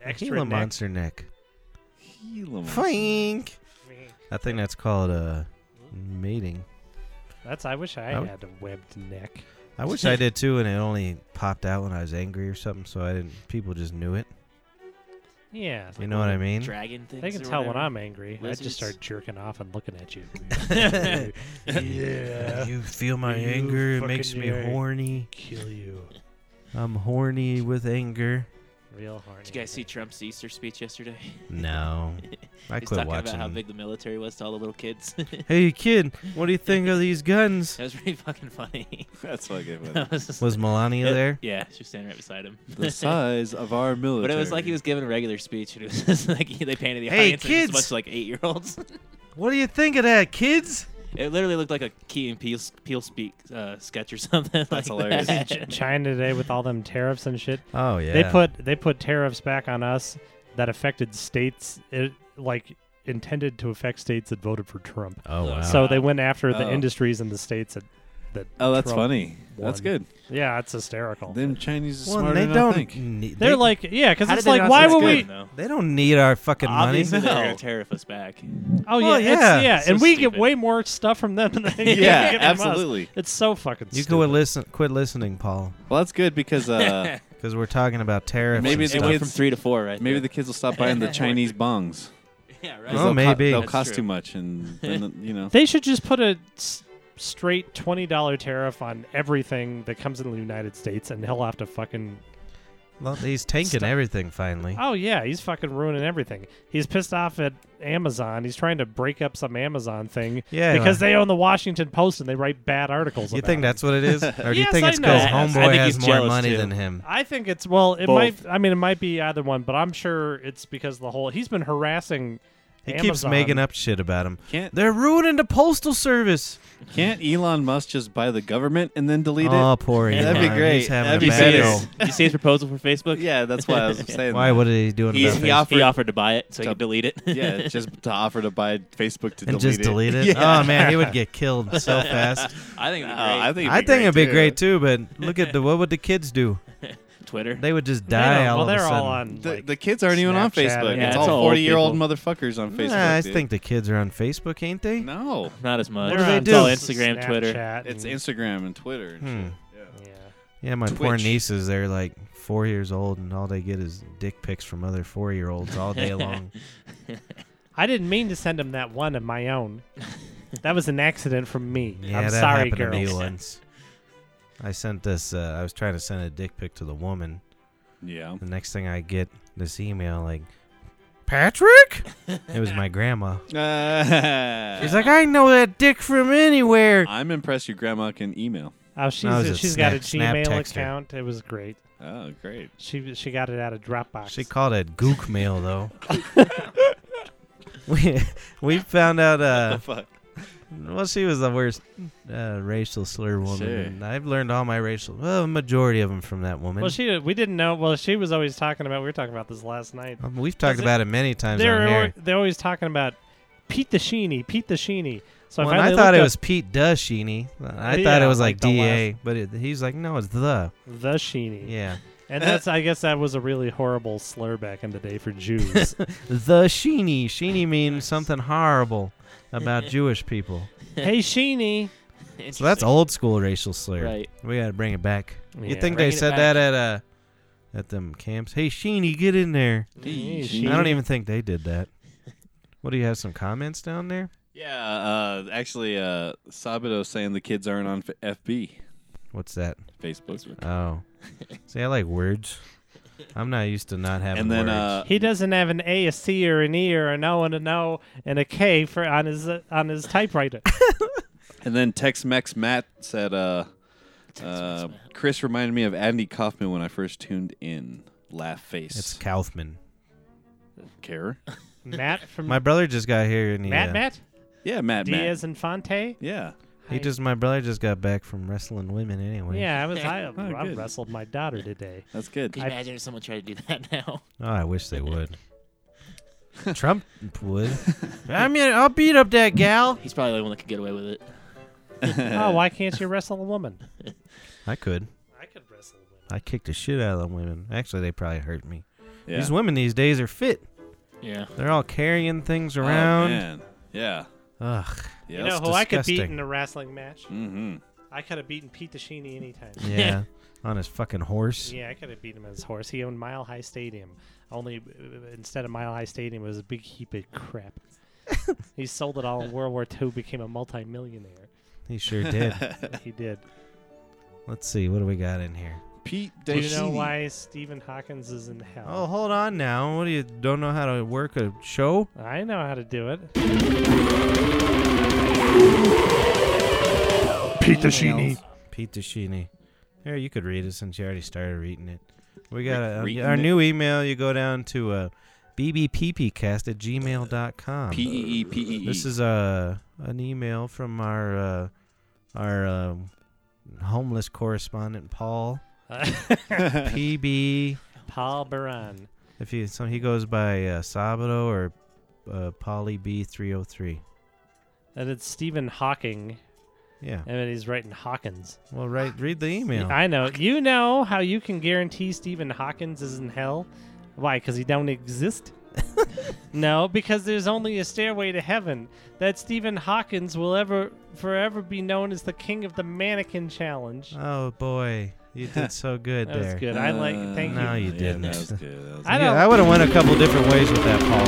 [SPEAKER 1] A
[SPEAKER 4] Extra
[SPEAKER 1] Gila
[SPEAKER 4] neck. Mm.
[SPEAKER 1] monster neck.
[SPEAKER 3] Helium.
[SPEAKER 1] Fink. I think that's called a mating.
[SPEAKER 4] That's. I wish I
[SPEAKER 1] Oh.
[SPEAKER 4] had a webbed neck.
[SPEAKER 1] I wish I did too, and it only popped out when I was angry or something, so I didn't. People just knew it.
[SPEAKER 4] Yeah.
[SPEAKER 1] You know what I mean?
[SPEAKER 5] Dragon things.
[SPEAKER 4] They can
[SPEAKER 5] or
[SPEAKER 4] tell when
[SPEAKER 5] whatever.
[SPEAKER 4] I'm angry. I
[SPEAKER 5] Lizards.
[SPEAKER 4] just start jerking off and looking at you.
[SPEAKER 1] You feel my
[SPEAKER 4] You
[SPEAKER 1] anger. It makes
[SPEAKER 4] fucking
[SPEAKER 1] me
[SPEAKER 4] nerd.
[SPEAKER 1] horny.
[SPEAKER 4] Kill you.
[SPEAKER 1] I'm horny with anger.
[SPEAKER 4] Real hard.
[SPEAKER 5] Did you guys see Trump's Easter speech yesterday?
[SPEAKER 1] No, I
[SPEAKER 5] He's
[SPEAKER 1] quit
[SPEAKER 5] talking about how
[SPEAKER 1] watching.
[SPEAKER 5] big the military was to all the little kids. that
[SPEAKER 1] Hey kid, what do you think of these guns?
[SPEAKER 5] was pretty fucking funny.
[SPEAKER 3] That's fucking funny.
[SPEAKER 5] That was just-
[SPEAKER 1] Was Melania there?
[SPEAKER 5] Yeah, she was standing right beside him.
[SPEAKER 3] the size of our military.
[SPEAKER 5] But it was like he was giving a regular speech, and it was just like they painted the
[SPEAKER 1] Hey,
[SPEAKER 5] audience like just a
[SPEAKER 1] kids!
[SPEAKER 5] bunch of like eight-year-olds.
[SPEAKER 1] What do you think of that, kids?
[SPEAKER 5] It literally looked like a Key and Peele, Peele speak uh, sketch or something. like
[SPEAKER 3] hilarious.
[SPEAKER 5] that.
[SPEAKER 4] Ch- China today with all them tariffs and shit.
[SPEAKER 1] Oh yeah.
[SPEAKER 4] They put they put tariffs back on us that affected states it, like intended to affect states that voted for Trump.
[SPEAKER 1] Oh wow.
[SPEAKER 4] So they went after the
[SPEAKER 3] Oh.
[SPEAKER 4] industries in the states that that.
[SPEAKER 3] Oh, that's
[SPEAKER 4] Trump-
[SPEAKER 3] funny. That's
[SPEAKER 4] won.
[SPEAKER 3] good.
[SPEAKER 4] Yeah, it's hysterical.
[SPEAKER 3] Them Chinese are
[SPEAKER 1] well,
[SPEAKER 3] smarter
[SPEAKER 1] they
[SPEAKER 3] than
[SPEAKER 1] don't.
[SPEAKER 3] I think.
[SPEAKER 1] need-
[SPEAKER 4] They're
[SPEAKER 1] they-
[SPEAKER 4] like, yeah, because
[SPEAKER 5] How
[SPEAKER 4] it's
[SPEAKER 5] did they
[SPEAKER 4] like,
[SPEAKER 5] not
[SPEAKER 4] why
[SPEAKER 5] say
[SPEAKER 4] would
[SPEAKER 5] it's
[SPEAKER 4] we?
[SPEAKER 5] good, though?
[SPEAKER 1] They don't need our fucking money.
[SPEAKER 5] Obviously, they're
[SPEAKER 3] No.
[SPEAKER 5] gonna tariff us back.
[SPEAKER 4] Oh yeah,
[SPEAKER 1] Well, yeah.
[SPEAKER 4] it's, yeah,
[SPEAKER 5] So
[SPEAKER 4] and we
[SPEAKER 5] stupid.
[SPEAKER 4] get way more stuff from them than they get
[SPEAKER 3] Yeah,
[SPEAKER 4] from us.
[SPEAKER 3] absolutely.
[SPEAKER 4] It's so fucking.
[SPEAKER 1] You
[SPEAKER 4] stupid.
[SPEAKER 1] could listen. Quit listening, Paul,
[SPEAKER 3] Well, that's good because uh,
[SPEAKER 1] because we're talking about tariffs.
[SPEAKER 3] Maybe
[SPEAKER 1] and
[SPEAKER 3] they
[SPEAKER 5] It
[SPEAKER 1] stuff.
[SPEAKER 5] went
[SPEAKER 3] kids-
[SPEAKER 5] from three to four, right?
[SPEAKER 3] maybe the
[SPEAKER 5] there.
[SPEAKER 3] kids will stop buying the Chinese bongs.
[SPEAKER 5] 'Cause yeah,
[SPEAKER 1] Oh,
[SPEAKER 3] 'Cause
[SPEAKER 5] right.
[SPEAKER 3] they'll co-
[SPEAKER 1] maybe.
[SPEAKER 3] they'll
[SPEAKER 5] That's
[SPEAKER 3] cost too
[SPEAKER 5] true.
[SPEAKER 3] much, and, then, you know.
[SPEAKER 4] They should just put a s- straight twenty dollar tariff on everything that comes into the United States, and he'll have to fucking.
[SPEAKER 1] Well, he's tanking
[SPEAKER 4] Stop.
[SPEAKER 1] everything finally.
[SPEAKER 4] Oh yeah, he's fucking ruining everything. He's pissed off at Amazon. He's trying to break up some Amazon thing
[SPEAKER 1] Yeah,
[SPEAKER 4] because they own the Washington Post and they write bad articles.
[SPEAKER 1] You
[SPEAKER 4] about
[SPEAKER 1] think
[SPEAKER 4] it.
[SPEAKER 1] that's what it is, or do you
[SPEAKER 4] Yes,
[SPEAKER 1] think
[SPEAKER 4] I
[SPEAKER 1] it's
[SPEAKER 4] know.
[SPEAKER 1] because
[SPEAKER 5] I- I
[SPEAKER 1] Homeboy
[SPEAKER 5] think
[SPEAKER 1] has
[SPEAKER 5] he's
[SPEAKER 1] more
[SPEAKER 5] jealous,
[SPEAKER 1] money
[SPEAKER 5] too.
[SPEAKER 1] than him?
[SPEAKER 4] I think it's well, it
[SPEAKER 5] Both.
[SPEAKER 4] might. I mean, it might be either one, but I'm sure it's because the whole he's been harassing.
[SPEAKER 1] He keeps making up shit about him.
[SPEAKER 3] Can't
[SPEAKER 1] They're ruining the postal service.
[SPEAKER 3] can't Elon Musk just buy the government and then delete
[SPEAKER 1] Oh,
[SPEAKER 3] it?
[SPEAKER 1] poor Elon.
[SPEAKER 3] That'd be great.
[SPEAKER 1] He's having
[SPEAKER 3] That'd
[SPEAKER 1] a
[SPEAKER 3] be
[SPEAKER 1] bad
[SPEAKER 3] better.
[SPEAKER 1] deal.
[SPEAKER 5] You see his proposal for Facebook?
[SPEAKER 3] Yeah, that's why I was saying.
[SPEAKER 1] Why?
[SPEAKER 3] that.
[SPEAKER 1] What are he doing
[SPEAKER 5] He,
[SPEAKER 1] about
[SPEAKER 5] he,
[SPEAKER 1] it?
[SPEAKER 5] offered,
[SPEAKER 3] Facebook.
[SPEAKER 5] he offered to buy it, so he
[SPEAKER 3] To-
[SPEAKER 5] could delete it.
[SPEAKER 3] yeah, just to offer to buy Facebook to
[SPEAKER 1] And
[SPEAKER 3] delete
[SPEAKER 1] just
[SPEAKER 3] it.
[SPEAKER 1] delete it?
[SPEAKER 3] Yeah.
[SPEAKER 1] Oh man, he would get killed so fast.
[SPEAKER 5] I think it'd be
[SPEAKER 3] Oh,
[SPEAKER 5] great.
[SPEAKER 3] I think it'd
[SPEAKER 1] I think it'd be
[SPEAKER 3] too.
[SPEAKER 1] great too, but look at the what would the kids do?
[SPEAKER 5] Twitter.
[SPEAKER 1] They would just
[SPEAKER 4] They
[SPEAKER 1] die
[SPEAKER 4] don't-
[SPEAKER 1] all of
[SPEAKER 4] well,
[SPEAKER 1] a
[SPEAKER 4] they're
[SPEAKER 1] sudden.
[SPEAKER 4] all on.
[SPEAKER 3] The,
[SPEAKER 4] like,
[SPEAKER 3] the kids aren't even on
[SPEAKER 4] Snapchat and-
[SPEAKER 3] Facebook.
[SPEAKER 5] Yeah,
[SPEAKER 3] it's
[SPEAKER 5] it's
[SPEAKER 3] all
[SPEAKER 5] all old
[SPEAKER 3] forty-year-old
[SPEAKER 5] people.
[SPEAKER 3] motherfuckers on Facebook.
[SPEAKER 1] Nah, I
[SPEAKER 3] dude.
[SPEAKER 1] think the kids are on Facebook, ain't they?
[SPEAKER 3] no,
[SPEAKER 5] Not as much.
[SPEAKER 4] they're
[SPEAKER 1] do they
[SPEAKER 4] on
[SPEAKER 1] do?
[SPEAKER 5] It's all
[SPEAKER 4] s-
[SPEAKER 5] Instagram, Twitter.
[SPEAKER 4] Snapchat
[SPEAKER 3] it's
[SPEAKER 4] and-
[SPEAKER 3] Instagram and Twitter. And
[SPEAKER 1] Hmm.
[SPEAKER 3] shit.
[SPEAKER 4] Yeah.
[SPEAKER 1] Yeah, my poor
[SPEAKER 3] Twitch.
[SPEAKER 1] nieces, they're like four years old, and all they get is dick pics from other four year olds all day long.
[SPEAKER 4] I didn't mean to send him that one of my own. that was an accident from me.
[SPEAKER 1] Yeah,
[SPEAKER 4] I'm
[SPEAKER 1] that
[SPEAKER 4] sorry,
[SPEAKER 1] happened to me
[SPEAKER 4] girls.
[SPEAKER 1] once. I sent this. Uh, I was trying to send a dick pic to the woman.
[SPEAKER 3] Yeah.
[SPEAKER 1] The next thing I get this email like, Patrick. it was my grandma. She's like, I know that dick from anywhere.
[SPEAKER 3] I'm impressed your grandma can email.
[SPEAKER 4] Oh, she's
[SPEAKER 1] No, it was a
[SPEAKER 4] she's got a
[SPEAKER 1] snap- snap
[SPEAKER 4] Gmail
[SPEAKER 1] texter.
[SPEAKER 4] account. It was great.
[SPEAKER 3] Oh, great.
[SPEAKER 4] She she got it out of Dropbox.
[SPEAKER 1] She called it gook mail though. we we found out. Uh,
[SPEAKER 3] fuck?
[SPEAKER 1] well, she was the worst uh, racial slur woman.
[SPEAKER 3] Sure.
[SPEAKER 1] And I've learned all my racial, well, majority of them from that woman.
[SPEAKER 4] well, she we didn't know. Well, she was always talking about. We were talking about this last night.
[SPEAKER 1] Um, we've talked
[SPEAKER 4] Is it-
[SPEAKER 1] about it many times on
[SPEAKER 4] They're
[SPEAKER 1] here.
[SPEAKER 4] alwa- they're always talking about Pete the Sheeny, Pete the Sheeny. So
[SPEAKER 1] Well, and I
[SPEAKER 4] finally
[SPEAKER 1] thought
[SPEAKER 4] looked
[SPEAKER 1] it
[SPEAKER 4] up
[SPEAKER 1] was Pete Dashini. I
[SPEAKER 4] Yeah,
[SPEAKER 1] thought it was
[SPEAKER 4] like
[SPEAKER 1] like,
[SPEAKER 4] the
[SPEAKER 1] DA, but it, he's like, no, it's the.
[SPEAKER 4] the Sheeny.
[SPEAKER 1] Yeah.
[SPEAKER 4] And that's I guess that was a really horrible slur back in the day for Jews.
[SPEAKER 1] The Sheeny. Sheeny means something horrible about Jewish people.
[SPEAKER 4] hey Sheeny.
[SPEAKER 1] So that's old school racial slur.
[SPEAKER 5] Right.
[SPEAKER 1] We got to bring it back. You
[SPEAKER 4] Yeah.
[SPEAKER 1] think
[SPEAKER 5] Bringing
[SPEAKER 1] they
[SPEAKER 5] it
[SPEAKER 1] said
[SPEAKER 5] back.
[SPEAKER 1] that at uh at them camps? Hey Sheeny, get in there.
[SPEAKER 4] Hey,
[SPEAKER 1] I don't
[SPEAKER 4] Sheeny.
[SPEAKER 1] even think they did that. What do you have some comments down there?
[SPEAKER 3] Yeah, uh, actually, uh, Sabado's saying the kids aren't on F- FB,
[SPEAKER 1] What's that?
[SPEAKER 3] Facebook.
[SPEAKER 1] Oh. See, I like words. I'm not used to not having
[SPEAKER 3] And then,
[SPEAKER 1] words.
[SPEAKER 3] uh,
[SPEAKER 4] He doesn't have an A, a C, or an E, or an O, and an O, and a K for on his uh, on his typewriter.
[SPEAKER 3] uh, and then Tex Mex Matt said, uh, uh, Chris reminded me of Andy Kaufman when I first tuned in. Laugh face.
[SPEAKER 1] it's Kaufman.
[SPEAKER 3] care.
[SPEAKER 4] Matt from
[SPEAKER 1] My brother just got here and he
[SPEAKER 4] Matt
[SPEAKER 1] uh,
[SPEAKER 4] Matt
[SPEAKER 3] Yeah, Matt.
[SPEAKER 4] Diaz
[SPEAKER 3] Matt.
[SPEAKER 4] Infante.
[SPEAKER 3] Yeah.
[SPEAKER 1] He just my brother just got back from wrestling women anyway.
[SPEAKER 4] Yeah, I was. I, I
[SPEAKER 3] good.
[SPEAKER 4] wrestled my daughter today.
[SPEAKER 3] That's good.
[SPEAKER 5] Could you imagine if someone tried to do that now?
[SPEAKER 1] Oh, I wish they would. Trump would. I mean, I'll beat up that gal.
[SPEAKER 5] He's probably the only one that could get away with it.
[SPEAKER 4] oh, why can't you wrestle a woman?
[SPEAKER 1] I could.
[SPEAKER 4] I could wrestle a woman.
[SPEAKER 1] I kicked the shit out of them women. Actually, they probably hurt me.
[SPEAKER 3] Yeah.
[SPEAKER 1] These women these days are fit.
[SPEAKER 5] Yeah.
[SPEAKER 1] They're all carrying things
[SPEAKER 3] Oh,
[SPEAKER 1] around.
[SPEAKER 3] man. Yeah.
[SPEAKER 1] Ugh.
[SPEAKER 3] Yeah.
[SPEAKER 4] You know who I could beat
[SPEAKER 1] disgusting.
[SPEAKER 4] in a wrestling match?
[SPEAKER 3] mm-hmm.
[SPEAKER 4] I could have beaten Pete Deshini anytime.
[SPEAKER 1] Yeah. On his fucking horse.
[SPEAKER 4] yeah, I could have beat him on his horse. He owned Mile High Stadium. Only uh, instead of Mile High Stadium, it was a big heap of crap. he sold it all in World War II, became a multimillionaire.
[SPEAKER 1] He sure did.
[SPEAKER 4] He did.
[SPEAKER 1] Let's see. What do we got in here?
[SPEAKER 3] Pete
[SPEAKER 4] Do you know
[SPEAKER 3] Dashini.
[SPEAKER 4] why Stephen Hawkins is in hell?
[SPEAKER 1] Oh, hold on now. What do you don't know how to work a show?
[SPEAKER 4] I know how to do it.
[SPEAKER 1] Pete Deshini. Here, you could read it since you already started reading it. We got
[SPEAKER 3] Re-
[SPEAKER 1] a,
[SPEAKER 3] reading
[SPEAKER 1] our
[SPEAKER 3] it?
[SPEAKER 1] new email. You go down to uh, bbppcast at gmail.com.
[SPEAKER 3] P E E P E E.
[SPEAKER 1] This is uh, an email from our uh, our um, homeless correspondent, Paul. PB.
[SPEAKER 4] Paul Baran.
[SPEAKER 1] If he, so he goes by uh, Sabado or uh, Polly B303.
[SPEAKER 4] And it's Stephen Hawking,
[SPEAKER 1] Yeah.
[SPEAKER 4] and then he's writing Hawkins.
[SPEAKER 1] Well, right. read the email.
[SPEAKER 4] I know. You know how you can guarantee Stephen Hawkins is in hell? Why? Because he don't exist? no, because there's only a stairway to heaven. That Stephen Hawkins will ever, forever be known as the king of the mannequin challenge.
[SPEAKER 1] Oh, boy. You did so good
[SPEAKER 4] that
[SPEAKER 1] there.
[SPEAKER 4] was good. I like. Thank
[SPEAKER 1] no,
[SPEAKER 4] you.
[SPEAKER 1] you
[SPEAKER 3] yeah,
[SPEAKER 1] didn't.
[SPEAKER 3] That was good. That was
[SPEAKER 4] I
[SPEAKER 1] Yeah,
[SPEAKER 4] don't.
[SPEAKER 1] I would have went a couple different ways with that, Paul.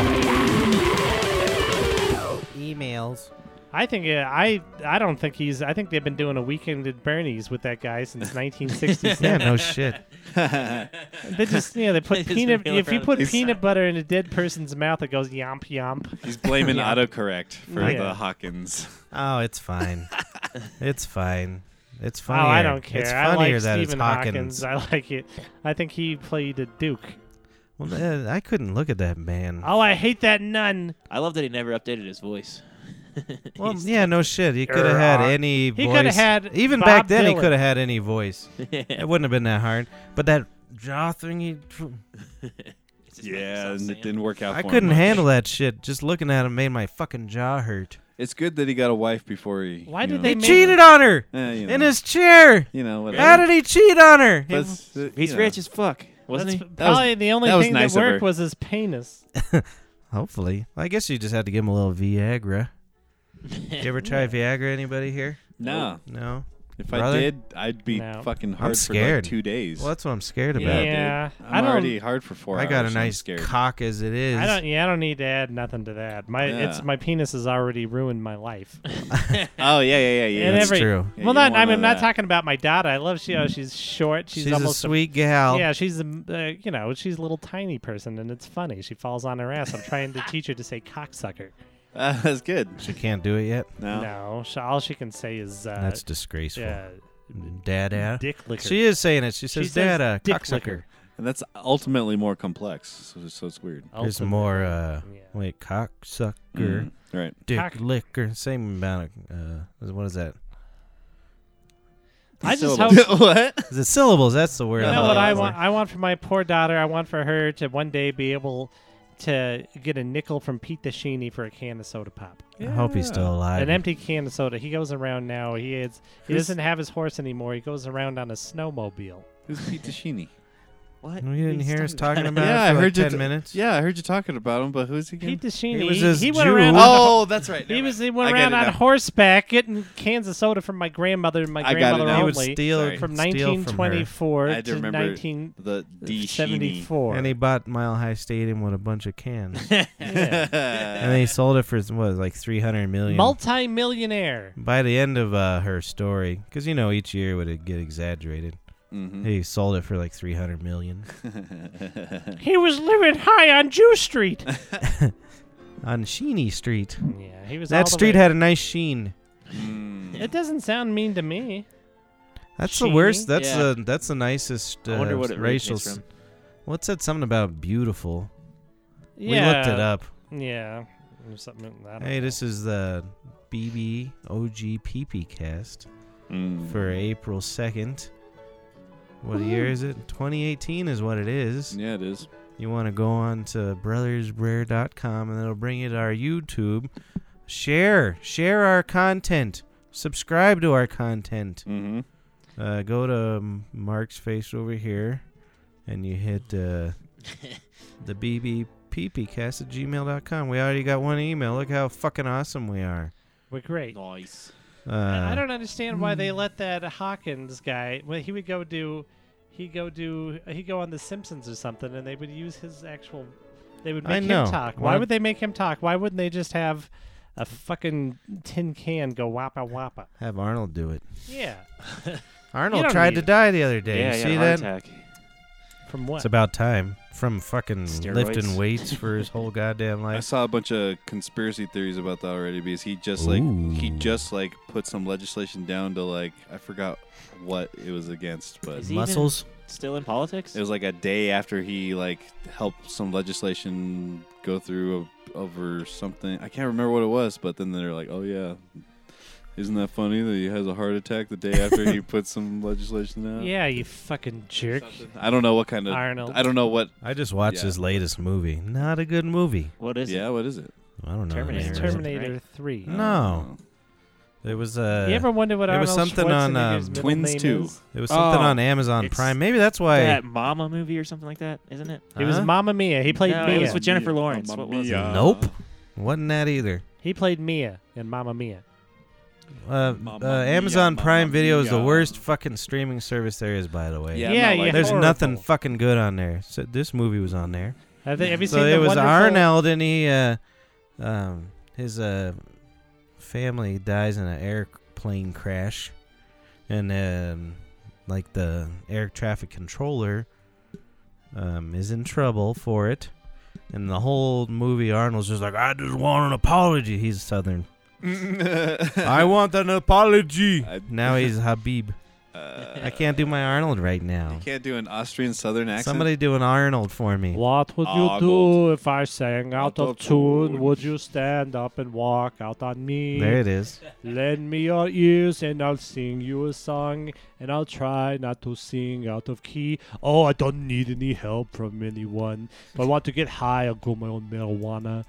[SPEAKER 6] Emails.
[SPEAKER 4] I think uh, I. I don't think he's. I think they've been doing a weekend at Bernie's with that guy since 1967.
[SPEAKER 1] Yeah, no shit.
[SPEAKER 4] They just, you know, they put
[SPEAKER 5] They just
[SPEAKER 4] peanut.
[SPEAKER 5] wheel it
[SPEAKER 4] If you
[SPEAKER 5] around.
[SPEAKER 4] put
[SPEAKER 3] It's-
[SPEAKER 4] peanut butter in a dead person's mouth, it goes yomp yomp.
[SPEAKER 3] He's blaming autocorrect for
[SPEAKER 4] Yeah.
[SPEAKER 3] the Hawkins.
[SPEAKER 1] Oh, it's fine. it's fine. It's
[SPEAKER 4] Oh,
[SPEAKER 1] funnier.
[SPEAKER 4] I don't care.
[SPEAKER 1] It's
[SPEAKER 4] I
[SPEAKER 1] funnier
[SPEAKER 4] like
[SPEAKER 1] that
[SPEAKER 4] Stephen uh,
[SPEAKER 1] it's Hawkins.
[SPEAKER 4] Hawkins. I like it. I think he played a Duke.
[SPEAKER 1] Well, uh, I couldn't look at that man.
[SPEAKER 4] Oh, I hate that nun.
[SPEAKER 5] I love that he never updated his voice.
[SPEAKER 1] well,
[SPEAKER 5] He's-
[SPEAKER 1] yeah, no shit. He could have had
[SPEAKER 4] Err.
[SPEAKER 1] any voice.
[SPEAKER 4] He coulda had
[SPEAKER 1] even
[SPEAKER 4] Bob
[SPEAKER 1] back then. He
[SPEAKER 4] Dylan.
[SPEAKER 1] could have had any voice.
[SPEAKER 5] Yeah.
[SPEAKER 1] It wouldn't have been that hard. But that jaw thing, he,
[SPEAKER 5] It's just like
[SPEAKER 3] yeah,
[SPEAKER 5] himself
[SPEAKER 3] and it
[SPEAKER 5] saying,
[SPEAKER 3] didn't work out.
[SPEAKER 1] I
[SPEAKER 3] for him
[SPEAKER 1] couldn't
[SPEAKER 3] much.
[SPEAKER 1] handle that shit. Just looking at him made my fucking jaw hurt.
[SPEAKER 3] It's good that he got a wife before he.
[SPEAKER 4] Why
[SPEAKER 3] you
[SPEAKER 4] did
[SPEAKER 3] know,
[SPEAKER 4] they
[SPEAKER 1] He
[SPEAKER 4] Maybe-
[SPEAKER 1] cheated on her
[SPEAKER 3] Eh, you know,
[SPEAKER 1] in his chair.
[SPEAKER 3] You know whatever.
[SPEAKER 1] How did he cheat on her? He-
[SPEAKER 3] Let's- uh,
[SPEAKER 5] He's
[SPEAKER 3] you know.
[SPEAKER 5] rich as fuck, wasn't
[SPEAKER 4] That's
[SPEAKER 5] he?
[SPEAKER 4] probably the only
[SPEAKER 3] that was
[SPEAKER 4] thing
[SPEAKER 3] nice
[SPEAKER 4] that
[SPEAKER 3] of her.
[SPEAKER 4] worked was his penis.
[SPEAKER 1] Hopefully, I guess you just had to give him a little Viagra. you ever try Viagra? Anybody here?
[SPEAKER 3] No.
[SPEAKER 1] No.
[SPEAKER 3] If
[SPEAKER 1] Brother?
[SPEAKER 3] I did, I'd be
[SPEAKER 4] No.
[SPEAKER 3] fucking hard for like
[SPEAKER 1] scared.
[SPEAKER 3] two days.
[SPEAKER 1] Well, that's what I'm scared
[SPEAKER 3] Yeah,
[SPEAKER 1] about.
[SPEAKER 3] dude.
[SPEAKER 4] Yeah,
[SPEAKER 3] I'm
[SPEAKER 4] I don't-
[SPEAKER 3] already hard for four
[SPEAKER 1] I got a
[SPEAKER 3] hours, so I'm
[SPEAKER 1] nice
[SPEAKER 3] scared.
[SPEAKER 1] cock as it is.
[SPEAKER 4] I don't. Yeah, I don't need to add nothing to that. My it's
[SPEAKER 3] Yeah.
[SPEAKER 4] my penis has already ruined my life.
[SPEAKER 3] Oh yeah, yeah, yeah, yeah.
[SPEAKER 4] And
[SPEAKER 1] That's
[SPEAKER 4] every-
[SPEAKER 1] true. Mm.
[SPEAKER 3] Yeah, you
[SPEAKER 4] well, not.
[SPEAKER 3] don't
[SPEAKER 4] I
[SPEAKER 3] want
[SPEAKER 4] mean, I'm
[SPEAKER 3] none of
[SPEAKER 4] not
[SPEAKER 3] that.
[SPEAKER 4] talking about my daughter. I love she. Oh, she's short. She's,
[SPEAKER 1] She's a
[SPEAKER 4] almost
[SPEAKER 1] sweet gal.
[SPEAKER 4] yeah, she's a m- uh, you know she's a little tiny person, and it's funny. She falls on her ass. I'm trying to teach her to say cocksucker.
[SPEAKER 3] Uh, that's good.
[SPEAKER 1] She can't do it yet.
[SPEAKER 3] No.
[SPEAKER 4] No, she, all she can say is uh,
[SPEAKER 1] That's disgraceful.
[SPEAKER 4] yeah,
[SPEAKER 1] Dada.
[SPEAKER 4] dick licker.
[SPEAKER 1] She is saying it. She
[SPEAKER 4] She
[SPEAKER 1] says,
[SPEAKER 4] says
[SPEAKER 1] Dada,
[SPEAKER 4] dick
[SPEAKER 1] cocksucker.
[SPEAKER 4] licker.
[SPEAKER 3] And that's ultimately more complex. So, so it's weird.
[SPEAKER 1] There's
[SPEAKER 4] Ultimately.
[SPEAKER 1] more, uh,
[SPEAKER 4] Yeah.
[SPEAKER 1] wait, cocksucker,
[SPEAKER 3] Mm. Right.
[SPEAKER 1] dick
[SPEAKER 4] Cock-
[SPEAKER 1] licker. Same amount of, uh, what is that?
[SPEAKER 4] I just hope.
[SPEAKER 3] Syllables. what?
[SPEAKER 1] Is it syllables? That's the word.
[SPEAKER 4] You
[SPEAKER 1] I'm
[SPEAKER 4] know
[SPEAKER 3] Uh,
[SPEAKER 4] what I
[SPEAKER 1] looking
[SPEAKER 4] want?
[SPEAKER 1] for.
[SPEAKER 4] I want for my poor daughter. I want for her to one day be able to get a nickel from Pete Dashini for a can of soda pop.
[SPEAKER 1] I hope he's still alive.
[SPEAKER 4] An empty can of soda. He goes around now. He is. He
[SPEAKER 3] Who's-
[SPEAKER 4] doesn't have his horse anymore. He goes around on a snowmobile.
[SPEAKER 3] Who's Pete Tashini?
[SPEAKER 5] What?
[SPEAKER 1] We didn't
[SPEAKER 5] He's
[SPEAKER 1] hear us talking about
[SPEAKER 3] Yeah,
[SPEAKER 1] it
[SPEAKER 3] I
[SPEAKER 1] for
[SPEAKER 3] heard you
[SPEAKER 1] like 10
[SPEAKER 3] t-
[SPEAKER 1] minutes.
[SPEAKER 3] Yeah, I heard you talking about him, but who's he?
[SPEAKER 4] Pete
[SPEAKER 3] Again?
[SPEAKER 4] Dashini.
[SPEAKER 1] He was
[SPEAKER 4] He,
[SPEAKER 1] this
[SPEAKER 4] he went
[SPEAKER 1] Jew.
[SPEAKER 4] around. on
[SPEAKER 3] Oh, that's right.
[SPEAKER 4] the- he
[SPEAKER 3] Never
[SPEAKER 4] was. He
[SPEAKER 3] I get
[SPEAKER 4] went around
[SPEAKER 3] it
[SPEAKER 4] on
[SPEAKER 3] now.
[SPEAKER 4] horseback, getting cans of soda from my grandmother and my
[SPEAKER 3] I got it
[SPEAKER 4] grandmother
[SPEAKER 3] now.
[SPEAKER 1] He would
[SPEAKER 4] only.
[SPEAKER 1] steal
[SPEAKER 3] Sorry.
[SPEAKER 4] From
[SPEAKER 1] steal her.
[SPEAKER 4] 1924
[SPEAKER 3] I had to
[SPEAKER 4] to
[SPEAKER 3] remember
[SPEAKER 4] 1974.
[SPEAKER 3] The D.
[SPEAKER 1] And he bought Mile High Stadium with a bunch of cans.
[SPEAKER 4] Yeah.
[SPEAKER 1] and then he sold it for, what, like 300 million?
[SPEAKER 4] Multi-millionaire.
[SPEAKER 1] By the end of uh, her story, because, you know, each year would it get exaggerated.
[SPEAKER 3] hmm
[SPEAKER 1] He sold it for like 300 million
[SPEAKER 4] He was living high on Jew Street.
[SPEAKER 1] on Sheeny Street.
[SPEAKER 4] yeah, he was. all
[SPEAKER 1] That
[SPEAKER 4] the
[SPEAKER 1] street
[SPEAKER 4] way-
[SPEAKER 1] had a nice sheen.
[SPEAKER 3] Mm-hmm.
[SPEAKER 4] It doesn't sound mean to me.
[SPEAKER 1] That's
[SPEAKER 4] Sheeny?
[SPEAKER 1] the worst. That's
[SPEAKER 5] Yeah.
[SPEAKER 1] the that's the nicest uh,
[SPEAKER 5] I wonder what it
[SPEAKER 1] racial.
[SPEAKER 5] originates from.
[SPEAKER 1] What's that something about beautiful?
[SPEAKER 4] Yeah.
[SPEAKER 1] We looked it up.
[SPEAKER 4] Yeah. There's Something, I don't
[SPEAKER 1] Hey,
[SPEAKER 4] know.
[SPEAKER 1] this is the BB OGPP cast for April 2nd. What year is it? 2018 is what it is.
[SPEAKER 3] Yeah, it is.
[SPEAKER 1] You want to go on to brothersbrer.com and it'll bring you to our YouTube. Share, share our content. Subscribe to our content.
[SPEAKER 3] Mm-hmm.
[SPEAKER 1] Uh, go to um, Mark's face over here and you hit uh, the BBPPcast at gmail.com. We already got one email. Look how fucking awesome we are.
[SPEAKER 4] We're great.
[SPEAKER 5] Nice.
[SPEAKER 1] Uh, hmm.
[SPEAKER 4] I I don't understand why they let that Hawkins guy. Well, he would go do, he would go do, he would go on The Simpsons or something, and they would use his actual. They would
[SPEAKER 1] I
[SPEAKER 4] make him
[SPEAKER 1] know.
[SPEAKER 4] talk. Why
[SPEAKER 1] Why-
[SPEAKER 4] would they make him talk? Why wouldn't they just have a fucking tin can go wappa wappa?
[SPEAKER 1] have Arnold do it.
[SPEAKER 4] Yeah.
[SPEAKER 1] Arnold
[SPEAKER 4] don't
[SPEAKER 1] tried
[SPEAKER 4] need
[SPEAKER 1] to
[SPEAKER 4] it.
[SPEAKER 1] die the other day.
[SPEAKER 5] yeah,
[SPEAKER 1] you
[SPEAKER 5] yeah,
[SPEAKER 1] see that?
[SPEAKER 5] heart attack.
[SPEAKER 4] From what?
[SPEAKER 1] It's about time. From fucking lifting
[SPEAKER 5] Steroids.
[SPEAKER 1] weights for his whole goddamn
[SPEAKER 3] I
[SPEAKER 1] life.
[SPEAKER 3] saw a bunch of conspiracy theories about that already because he just like he
[SPEAKER 1] Ooh.
[SPEAKER 3] just like put some legislation down to like I forgot what it was against, but
[SPEAKER 5] Is he even
[SPEAKER 1] Muscles.
[SPEAKER 5] still in politics?
[SPEAKER 3] It was like a day after he like helped some legislation go through o- over something. I can't remember what it was, but then they're like, "Oh yeah, isn't that funny that he has a heart attack the day after he put some legislation out?"
[SPEAKER 4] Yeah, you fucking jerk.
[SPEAKER 3] I don't know what kind of.
[SPEAKER 4] Arnold.
[SPEAKER 3] I don't know what.
[SPEAKER 1] I just watched
[SPEAKER 3] Yeah.
[SPEAKER 1] his latest movie. Not a good movie.
[SPEAKER 5] what is
[SPEAKER 3] yeah,
[SPEAKER 5] it?
[SPEAKER 3] what is it?
[SPEAKER 1] I don't know. the
[SPEAKER 5] Terminator.
[SPEAKER 1] name
[SPEAKER 4] It's
[SPEAKER 1] of it.
[SPEAKER 5] Terminator.
[SPEAKER 4] Terminator 3.
[SPEAKER 1] No. It was uh
[SPEAKER 4] you ever wonder what
[SPEAKER 1] it
[SPEAKER 4] Arnold
[SPEAKER 1] Uh, was something on,
[SPEAKER 4] Schwarzenegger's
[SPEAKER 1] um,
[SPEAKER 4] middle
[SPEAKER 3] Twins
[SPEAKER 4] name
[SPEAKER 3] 2.
[SPEAKER 4] is?
[SPEAKER 1] it was something
[SPEAKER 5] Oh,
[SPEAKER 1] on Amazon
[SPEAKER 5] it's
[SPEAKER 1] Prime. Maybe that's why
[SPEAKER 5] That Mama movie or something like that, isn't it?
[SPEAKER 4] It was
[SPEAKER 1] Huh?
[SPEAKER 4] Mamma Mia. He played
[SPEAKER 5] no,
[SPEAKER 4] Mia.
[SPEAKER 5] Uh, it was with Jennifer Lawrence.
[SPEAKER 3] Mamma
[SPEAKER 5] What was it?
[SPEAKER 3] Mia.
[SPEAKER 1] Nope. Wasn't that either.
[SPEAKER 4] He played Mia in Mamma Mia.
[SPEAKER 1] Uh,
[SPEAKER 3] Mamma
[SPEAKER 1] uh, Amazon
[SPEAKER 3] mia,
[SPEAKER 1] Prime
[SPEAKER 3] mamma
[SPEAKER 1] Video is the
[SPEAKER 3] mia.
[SPEAKER 1] worst fucking streaming service there is, by the way.
[SPEAKER 3] Yeah, I'm
[SPEAKER 4] yeah,
[SPEAKER 3] not
[SPEAKER 4] you
[SPEAKER 3] like-
[SPEAKER 1] There's
[SPEAKER 4] horrible.
[SPEAKER 1] nothing fucking good on there. So this movie was on there.
[SPEAKER 4] Have, they, have you
[SPEAKER 1] so
[SPEAKER 4] seen
[SPEAKER 1] it
[SPEAKER 4] the
[SPEAKER 1] was
[SPEAKER 4] wonderful-
[SPEAKER 1] Arnold and he uh um his uh family dies in an airplane crash and um like the air traffic controller um is in trouble for it. And the whole movie Arnold's just like I just want an apology. He's southern. I want an apology.
[SPEAKER 3] I-
[SPEAKER 1] now he's Habib.
[SPEAKER 3] Uh,
[SPEAKER 1] I can't do my Arnold right now.
[SPEAKER 3] You can't do an Austrian Southern accent.
[SPEAKER 1] Somebody do an Arnold for me.
[SPEAKER 4] What would
[SPEAKER 1] Ah,
[SPEAKER 4] you do
[SPEAKER 3] Arnold.
[SPEAKER 4] if I sang
[SPEAKER 3] Out
[SPEAKER 4] out of
[SPEAKER 3] of
[SPEAKER 4] tune?
[SPEAKER 3] tune.
[SPEAKER 4] Would you stand up and walk out on me?
[SPEAKER 1] There it is.
[SPEAKER 4] Lend me your ears and I'll sing you a song. And I'll try not to sing out of key. Oh, I don't need any help from anyone. If I want to get high, I'll grow my own marijuana.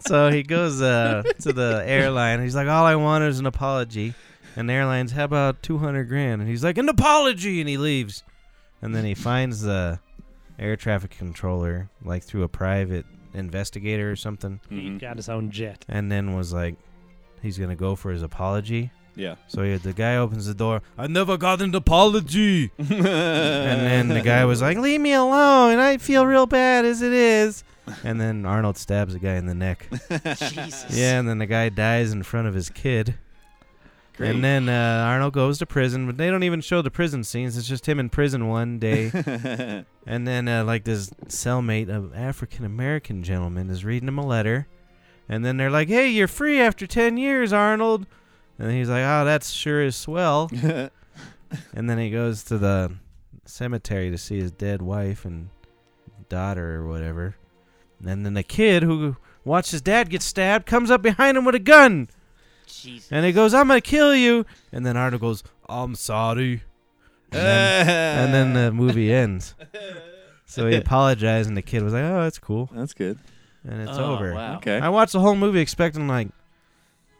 [SPEAKER 1] so he goes uh, to the airline. He's like, "All I want is an apology." And the airline's, "How about two hundred grand?" And he's like, "An apology!" And he leaves. And then he finds the air traffic controller, like through a private investigator or something,
[SPEAKER 3] Mhm.
[SPEAKER 4] He got his own jet.
[SPEAKER 1] and then was like, "He's gonna go for his apology."
[SPEAKER 3] Yeah.
[SPEAKER 1] So yeah, the guy opens the door. I never got an apology. and then the guy was like, "Leave me alone! I feel real bad as it is." And then Arnold stabs the guy in the neck.
[SPEAKER 5] Jesus.
[SPEAKER 1] Yeah, and then the guy dies in front of his kid.
[SPEAKER 3] Great.
[SPEAKER 1] And then uh, Arnold goes to prison, but they don't even show the prison scenes. It's just him in prison one day. and then, uh, like, this cellmate, an African American gentleman, is reading him a letter. And then they're like, hey, you're free after 10 years, Arnold. And he's like, oh, that's sure is swell. and then he goes to the cemetery to see his dead wife and daughter or whatever. And then the kid who watched his dad get stabbed comes up behind him with a gun.
[SPEAKER 5] Jesus.
[SPEAKER 1] And he goes, I'm going to kill you. And then Arnold goes, I'm sorry. And then, and then uh, the movie ends. So he apologized, and the kid was like, oh, that's cool.
[SPEAKER 3] That's good.
[SPEAKER 1] And it's
[SPEAKER 5] Oh,
[SPEAKER 1] over.
[SPEAKER 5] Wow.
[SPEAKER 3] Okay.
[SPEAKER 1] I watched the whole movie expecting, like,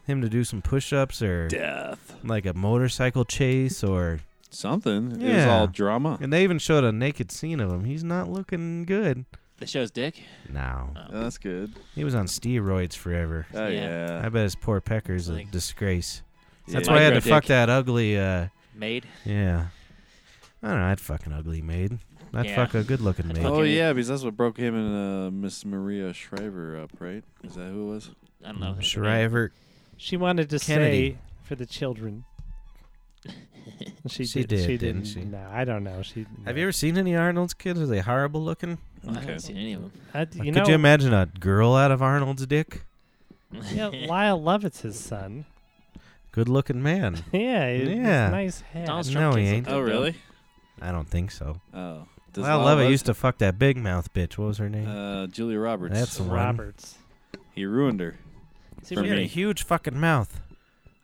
[SPEAKER 1] him to do some push ups or,
[SPEAKER 3] Death.
[SPEAKER 1] like, a motorcycle chase or.
[SPEAKER 3] Something. It was
[SPEAKER 1] Yeah.
[SPEAKER 3] all drama.
[SPEAKER 1] And they even showed a naked scene of him. He's not looking good.
[SPEAKER 5] The show's dick.
[SPEAKER 1] No.
[SPEAKER 5] Oh.
[SPEAKER 3] Oh, that's good.
[SPEAKER 1] He was on steroids forever.
[SPEAKER 3] Oh,
[SPEAKER 5] Yeah.
[SPEAKER 1] I
[SPEAKER 3] yeah.
[SPEAKER 1] bet his poor pecker's a
[SPEAKER 5] Uh, Like-
[SPEAKER 1] disgrace. That's
[SPEAKER 5] Yeah.
[SPEAKER 1] why I had to
[SPEAKER 5] Micro
[SPEAKER 1] fuck
[SPEAKER 5] dick.
[SPEAKER 1] that ugly, uh,
[SPEAKER 5] Made.
[SPEAKER 1] Yeah. I don't know. I'd fuck an ugly maid. I'd
[SPEAKER 5] Yeah.
[SPEAKER 1] fuck a good looking maid.
[SPEAKER 3] Oh
[SPEAKER 5] fucking-
[SPEAKER 3] yeah, because that's what broke him and uh, Miss Maria Shriver up, right? Is that who it was?
[SPEAKER 5] I don't know. if that's the name.
[SPEAKER 1] Shriver.
[SPEAKER 4] She wanted to
[SPEAKER 1] Kennedy.
[SPEAKER 4] say for the children. She,
[SPEAKER 1] She
[SPEAKER 4] did.
[SPEAKER 1] did,
[SPEAKER 4] She
[SPEAKER 1] didn't
[SPEAKER 4] didn't.
[SPEAKER 1] she?
[SPEAKER 4] No, I don't know. She.
[SPEAKER 1] Have you ever seen any Arnold's kids? Are they horrible looking?
[SPEAKER 5] Well, I haven't seen any of them.
[SPEAKER 4] I, you
[SPEAKER 1] Could
[SPEAKER 4] know,
[SPEAKER 1] you imagine a girl out of Arnold's dick?
[SPEAKER 4] yeah, Lyle Lovett's his son.
[SPEAKER 1] Good looking man.
[SPEAKER 4] Yeah, he- he's
[SPEAKER 1] Yeah.
[SPEAKER 4] Nice head.
[SPEAKER 5] Donald
[SPEAKER 1] No,
[SPEAKER 5] Trump
[SPEAKER 1] he
[SPEAKER 5] is a
[SPEAKER 1] ain't.
[SPEAKER 5] good
[SPEAKER 3] Oh, really?
[SPEAKER 1] I don't think so.
[SPEAKER 3] Oh, Does
[SPEAKER 1] Well, I
[SPEAKER 3] Lyle
[SPEAKER 1] love it.
[SPEAKER 3] Lovett-
[SPEAKER 1] Used to fuck that big mouth bitch. What was her name?
[SPEAKER 3] Uh, Julia Roberts.
[SPEAKER 1] That's- one.
[SPEAKER 4] Roberts.
[SPEAKER 3] he ruined her.
[SPEAKER 4] See,
[SPEAKER 3] For
[SPEAKER 1] she
[SPEAKER 4] we-
[SPEAKER 1] had a
[SPEAKER 3] me.
[SPEAKER 1] huge fucking mouth.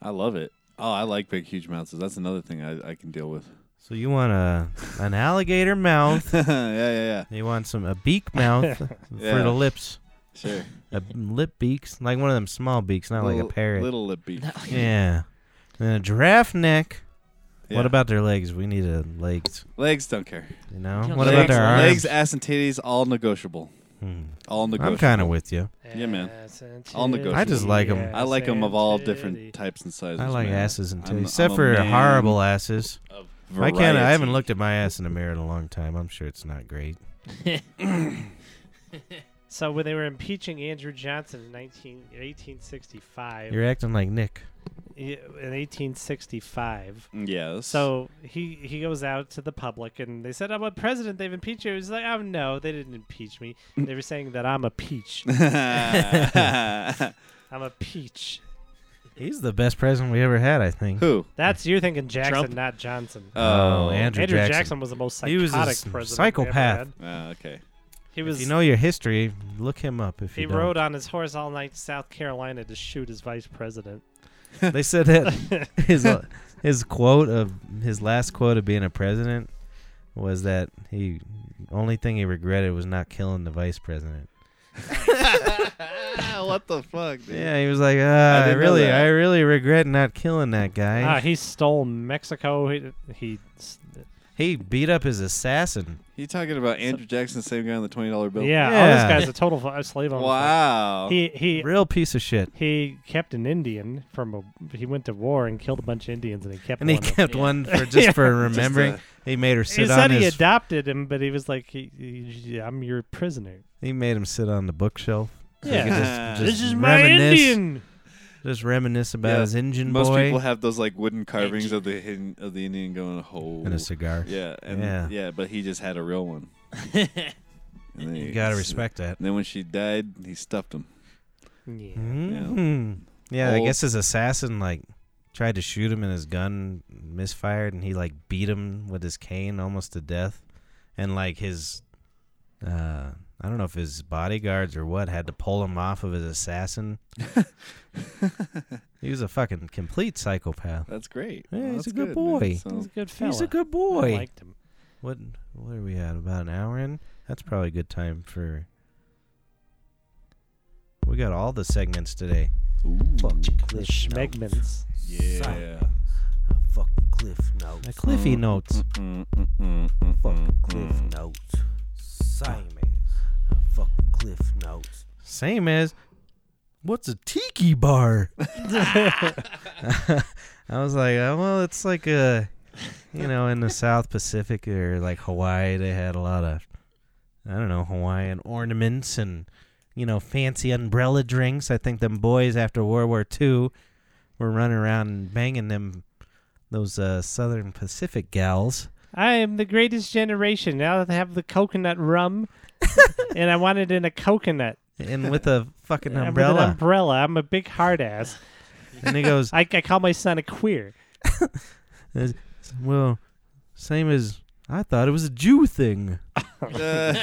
[SPEAKER 3] I love it. Oh, I like big, huge mouths. That's another thing I, I can deal with.
[SPEAKER 1] So you want a an alligator mouth?
[SPEAKER 3] yeah, yeah, yeah.
[SPEAKER 1] You want some a beak mouth for
[SPEAKER 3] Yeah.
[SPEAKER 1] the lips?
[SPEAKER 3] Sure.
[SPEAKER 1] A lip beaks, like one of them small beaks, not like
[SPEAKER 3] little,
[SPEAKER 1] a parrot.
[SPEAKER 3] Little lip beak.
[SPEAKER 1] Yeah. And a giraffe neck.
[SPEAKER 3] Yeah.
[SPEAKER 1] What about their legs? We need a legs.
[SPEAKER 3] legs? Don't care.
[SPEAKER 1] You know.
[SPEAKER 5] You don't
[SPEAKER 1] what
[SPEAKER 5] need
[SPEAKER 1] about
[SPEAKER 3] legs,
[SPEAKER 1] their arms?
[SPEAKER 3] legs, ass, and titties? All negotiable.
[SPEAKER 1] Hmm.
[SPEAKER 3] All negotiable.
[SPEAKER 1] I'm kind of with you.
[SPEAKER 3] Yeah, man.
[SPEAKER 4] Ass and
[SPEAKER 3] All negotiable.
[SPEAKER 1] I just like 'em.
[SPEAKER 4] titty,
[SPEAKER 3] I like
[SPEAKER 4] ass
[SPEAKER 3] them of all
[SPEAKER 4] and titty.
[SPEAKER 3] different types and sizes.
[SPEAKER 1] I like
[SPEAKER 3] man.
[SPEAKER 1] asses and titties,
[SPEAKER 3] I'm- I'm
[SPEAKER 1] except
[SPEAKER 3] a
[SPEAKER 1] for
[SPEAKER 3] man.
[SPEAKER 1] horrible asses. I can't. I haven't
[SPEAKER 3] Variety.
[SPEAKER 1] looked at my ass in a mirror in a long time. I'm sure it's not great.
[SPEAKER 4] So when they were impeaching Andrew Johnson in 19, 1865,
[SPEAKER 1] You're acting like Nick.
[SPEAKER 4] yeah, in 1865,
[SPEAKER 3] Yes.
[SPEAKER 4] So he he goes out to the public and they said, "I'm a president. They've impeached you." He's like, "Oh no, they didn't impeach me.
[SPEAKER 1] Mm.
[SPEAKER 4] They were saying that I'm a peach. I'm a peach."
[SPEAKER 1] He's the best president we ever had. I think.
[SPEAKER 3] Who?
[SPEAKER 4] That's you thinking Jackson,
[SPEAKER 5] Trump?
[SPEAKER 4] not Johnson.
[SPEAKER 1] Oh,
[SPEAKER 3] and
[SPEAKER 1] Andrew,
[SPEAKER 4] Andrew Jackson.
[SPEAKER 1] Jackson.
[SPEAKER 4] was the most
[SPEAKER 1] He
[SPEAKER 4] psychotic
[SPEAKER 1] was a s-
[SPEAKER 4] president. we
[SPEAKER 1] psychopath.
[SPEAKER 4] ever had.
[SPEAKER 3] Ah, okay.
[SPEAKER 4] He
[SPEAKER 1] If
[SPEAKER 4] was.
[SPEAKER 1] you know your history, look him up. If
[SPEAKER 4] he
[SPEAKER 1] you don't.
[SPEAKER 4] rode on his horse all night to South Carolina to shoot his vice president.
[SPEAKER 1] they said that his uh, his quote of his last quote of being a president was that he only thing he regretted was not killing the vice president.
[SPEAKER 3] what the fuck, dude?
[SPEAKER 1] Yeah, he was like, ah, I,
[SPEAKER 3] didn't know
[SPEAKER 1] really,
[SPEAKER 3] that."
[SPEAKER 1] I really regret not killing that guy.
[SPEAKER 4] Ah, he stole Mexico. He, he s-
[SPEAKER 1] he beat up his assassin.
[SPEAKER 3] You talking about Andrew Jackson, the same guy on the twenty dollar bill?
[SPEAKER 4] yeah, Oh,
[SPEAKER 1] Yeah.
[SPEAKER 4] this guy's a total fu- slave owner.
[SPEAKER 3] Wow.
[SPEAKER 4] He he
[SPEAKER 1] Real piece of shit.
[SPEAKER 4] He kept an Indian from a. He went to war and killed a bunch of Indians, and he kept.
[SPEAKER 1] And he
[SPEAKER 4] one of them.
[SPEAKER 1] kept one for just for remembering.
[SPEAKER 3] Just
[SPEAKER 1] he made her
[SPEAKER 4] He
[SPEAKER 1] sit
[SPEAKER 4] said
[SPEAKER 1] on
[SPEAKER 4] he
[SPEAKER 1] his.
[SPEAKER 4] adopted him, but he was like, he, he- "I'm your prisoner."
[SPEAKER 1] he made him sit on the bookshelf. so he
[SPEAKER 4] Yeah.
[SPEAKER 1] could just-
[SPEAKER 3] This
[SPEAKER 1] just reminisce- Just reminisce about
[SPEAKER 3] Yeah.
[SPEAKER 1] his
[SPEAKER 3] a-
[SPEAKER 1] engine
[SPEAKER 3] most
[SPEAKER 1] boy
[SPEAKER 3] people have those like wooden carvings of the hidden, of the Indian going whole.
[SPEAKER 1] and a cigar.
[SPEAKER 3] yeah, and
[SPEAKER 1] Yeah.
[SPEAKER 3] yeah. but he just had a real one. And then
[SPEAKER 1] You
[SPEAKER 3] he-
[SPEAKER 1] gotta respect that.
[SPEAKER 3] And then when she died, he stuffed him.
[SPEAKER 4] Yeah.
[SPEAKER 1] hmm Yeah, I
[SPEAKER 3] Old-
[SPEAKER 1] guess his assassin like tried to shoot him and his gun misfired, and he like beat him with his cane almost to death, and like his, uh, I don't know if his bodyguards or what had to pull him off of his assassin. he was a fucking complete psychopath.
[SPEAKER 3] That's great.
[SPEAKER 1] Yeah, he's
[SPEAKER 3] That's
[SPEAKER 1] a good
[SPEAKER 3] man.
[SPEAKER 1] boy.
[SPEAKER 4] He was
[SPEAKER 3] So-
[SPEAKER 4] a good fella.
[SPEAKER 1] Hmm? He's a good
[SPEAKER 4] I
[SPEAKER 1] boy.
[SPEAKER 4] liked him.
[SPEAKER 1] What what are we at? About an hour in? That's probably a good time for. We got all the segments today.
[SPEAKER 3] Ooh,
[SPEAKER 4] The Schmegmans.
[SPEAKER 3] yeah.
[SPEAKER 6] Fucking cliff notes.
[SPEAKER 1] The Cliffy notes.
[SPEAKER 3] Mm, mm, mm, mm,
[SPEAKER 6] Fucking
[SPEAKER 3] mm,
[SPEAKER 6] cliff
[SPEAKER 3] mm.
[SPEAKER 6] notes. Same as. Fucking cliff notes.
[SPEAKER 1] Same as What's a tiki bar? I was like, oh, well, it's like a, you know, in the South Pacific or like Hawaii, they had a lot of, I don't know, Hawaiian ornaments and, you know, fancy umbrella drinks. I think them boys after World War II were running around and banging them, those uh, Southern Pacific gals.
[SPEAKER 4] I am the greatest generation. Now that I have the coconut rum, and I want it in a coconut.
[SPEAKER 1] And with a fucking
[SPEAKER 4] I'm with an
[SPEAKER 1] umbrella.
[SPEAKER 4] umbrella. I'm a big hard ass.
[SPEAKER 1] And he goes,
[SPEAKER 4] I, I call my son a queer.
[SPEAKER 1] well, same as I thought it was a Jew thing.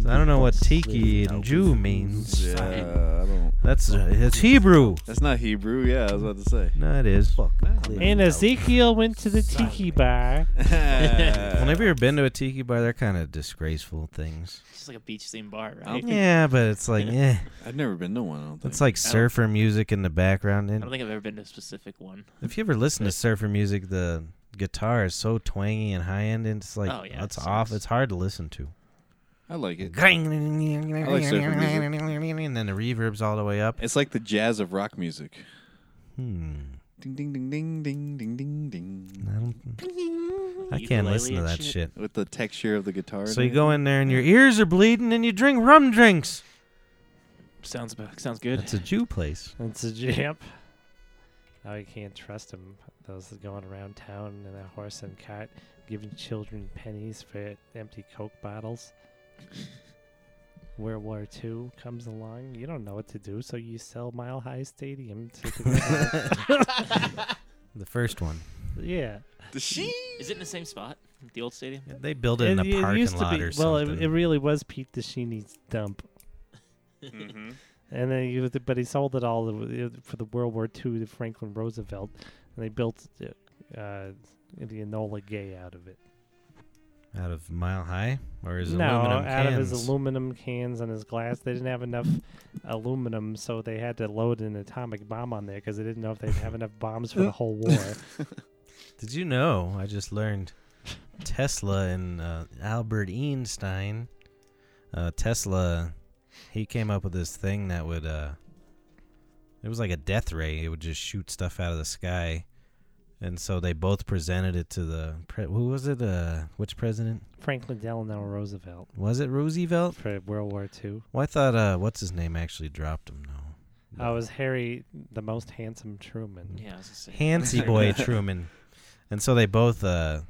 [SPEAKER 1] So I don't know what tiki and Jew means.
[SPEAKER 3] yeah, I don't.
[SPEAKER 1] That's uh, it's Hebrew.
[SPEAKER 3] That's not Hebrew. Yeah, I was about to say.
[SPEAKER 1] No, it is.
[SPEAKER 4] And Ezekiel went to the tiki bar.
[SPEAKER 1] Whenever you've been to a tiki bar, they're kind of disgraceful things.
[SPEAKER 5] It's just like a beach themed bar, right?
[SPEAKER 3] I don't
[SPEAKER 1] Yeah, but it's like, eh,
[SPEAKER 3] I've never been to one. I don't think.
[SPEAKER 1] it's like surfer music in the background.
[SPEAKER 5] I don't
[SPEAKER 1] And
[SPEAKER 5] think I've ever been to a specific one.
[SPEAKER 1] if you ever listen to surfer music, the guitar is so twangy and high end, and it's like,
[SPEAKER 5] Oh, yeah,
[SPEAKER 1] it's
[SPEAKER 5] it
[SPEAKER 1] off.
[SPEAKER 5] sucks.
[SPEAKER 1] It's hard to listen to.
[SPEAKER 3] I like it. like surfer music.
[SPEAKER 1] And then the reverb's all the way up.
[SPEAKER 3] It's like the jazz of rock music.
[SPEAKER 1] Hmm.
[SPEAKER 3] Ding ding ding ding ding ding ding ding.
[SPEAKER 1] I, don't, I can't listen to
[SPEAKER 5] Ukulele and
[SPEAKER 1] that
[SPEAKER 5] shit.
[SPEAKER 1] shit.
[SPEAKER 3] With the texture of the guitar.
[SPEAKER 1] So you go in there and your ears are bleeding and you drink rum drinks.
[SPEAKER 5] Sounds about, sounds good.
[SPEAKER 1] That's a Jew place.
[SPEAKER 4] That's a jump. Now you can't trust them. Those that going around town in a horse and cart, giving children pennies for empty Coke bottles. World War II comes along. You don't know what to do, so you sell Mile High Stadium to the
[SPEAKER 1] The first one.
[SPEAKER 4] yeah.
[SPEAKER 3] The she.
[SPEAKER 5] Is it in the same spot? The old stadium?
[SPEAKER 1] They built it in a
[SPEAKER 4] it
[SPEAKER 1] parking
[SPEAKER 4] used to
[SPEAKER 1] lot
[SPEAKER 4] be-
[SPEAKER 1] or
[SPEAKER 4] well,
[SPEAKER 1] something.
[SPEAKER 4] It, it really was Pete Deshini's dump.
[SPEAKER 3] Mm-hmm.
[SPEAKER 4] And then he, was- but he sold it all to- for the World War II to Franklin Roosevelt, and they built uh, the Enola Gay out of it.
[SPEAKER 1] out of Mile High? Or is it
[SPEAKER 4] no,
[SPEAKER 1] aluminum
[SPEAKER 4] out
[SPEAKER 1] cans?
[SPEAKER 4] of his aluminum cans and his glass. They didn't have enough aluminum, so they had to load an atomic bomb on there because they didn't know if they'd have enough bombs for the whole war.
[SPEAKER 1] Did you know? I just learned Tesla and uh, Albert Einstein. Uh, Tesla, he came up with this thing that would. Uh, it was like a death ray. It would just shoot stuff out of the sky, and so they both presented it to the. Pre- who was it? Uh, which president
[SPEAKER 4] Franklin Delano Roosevelt
[SPEAKER 1] was it? Roosevelt.
[SPEAKER 4] for World War II.
[SPEAKER 1] Well, I thought uh, what's his name actually dropped him. No,
[SPEAKER 4] I was Harry, the most handsome Truman.
[SPEAKER 5] Yeah, I was gonna say.
[SPEAKER 1] Handsy boy Truman, and so they both uh,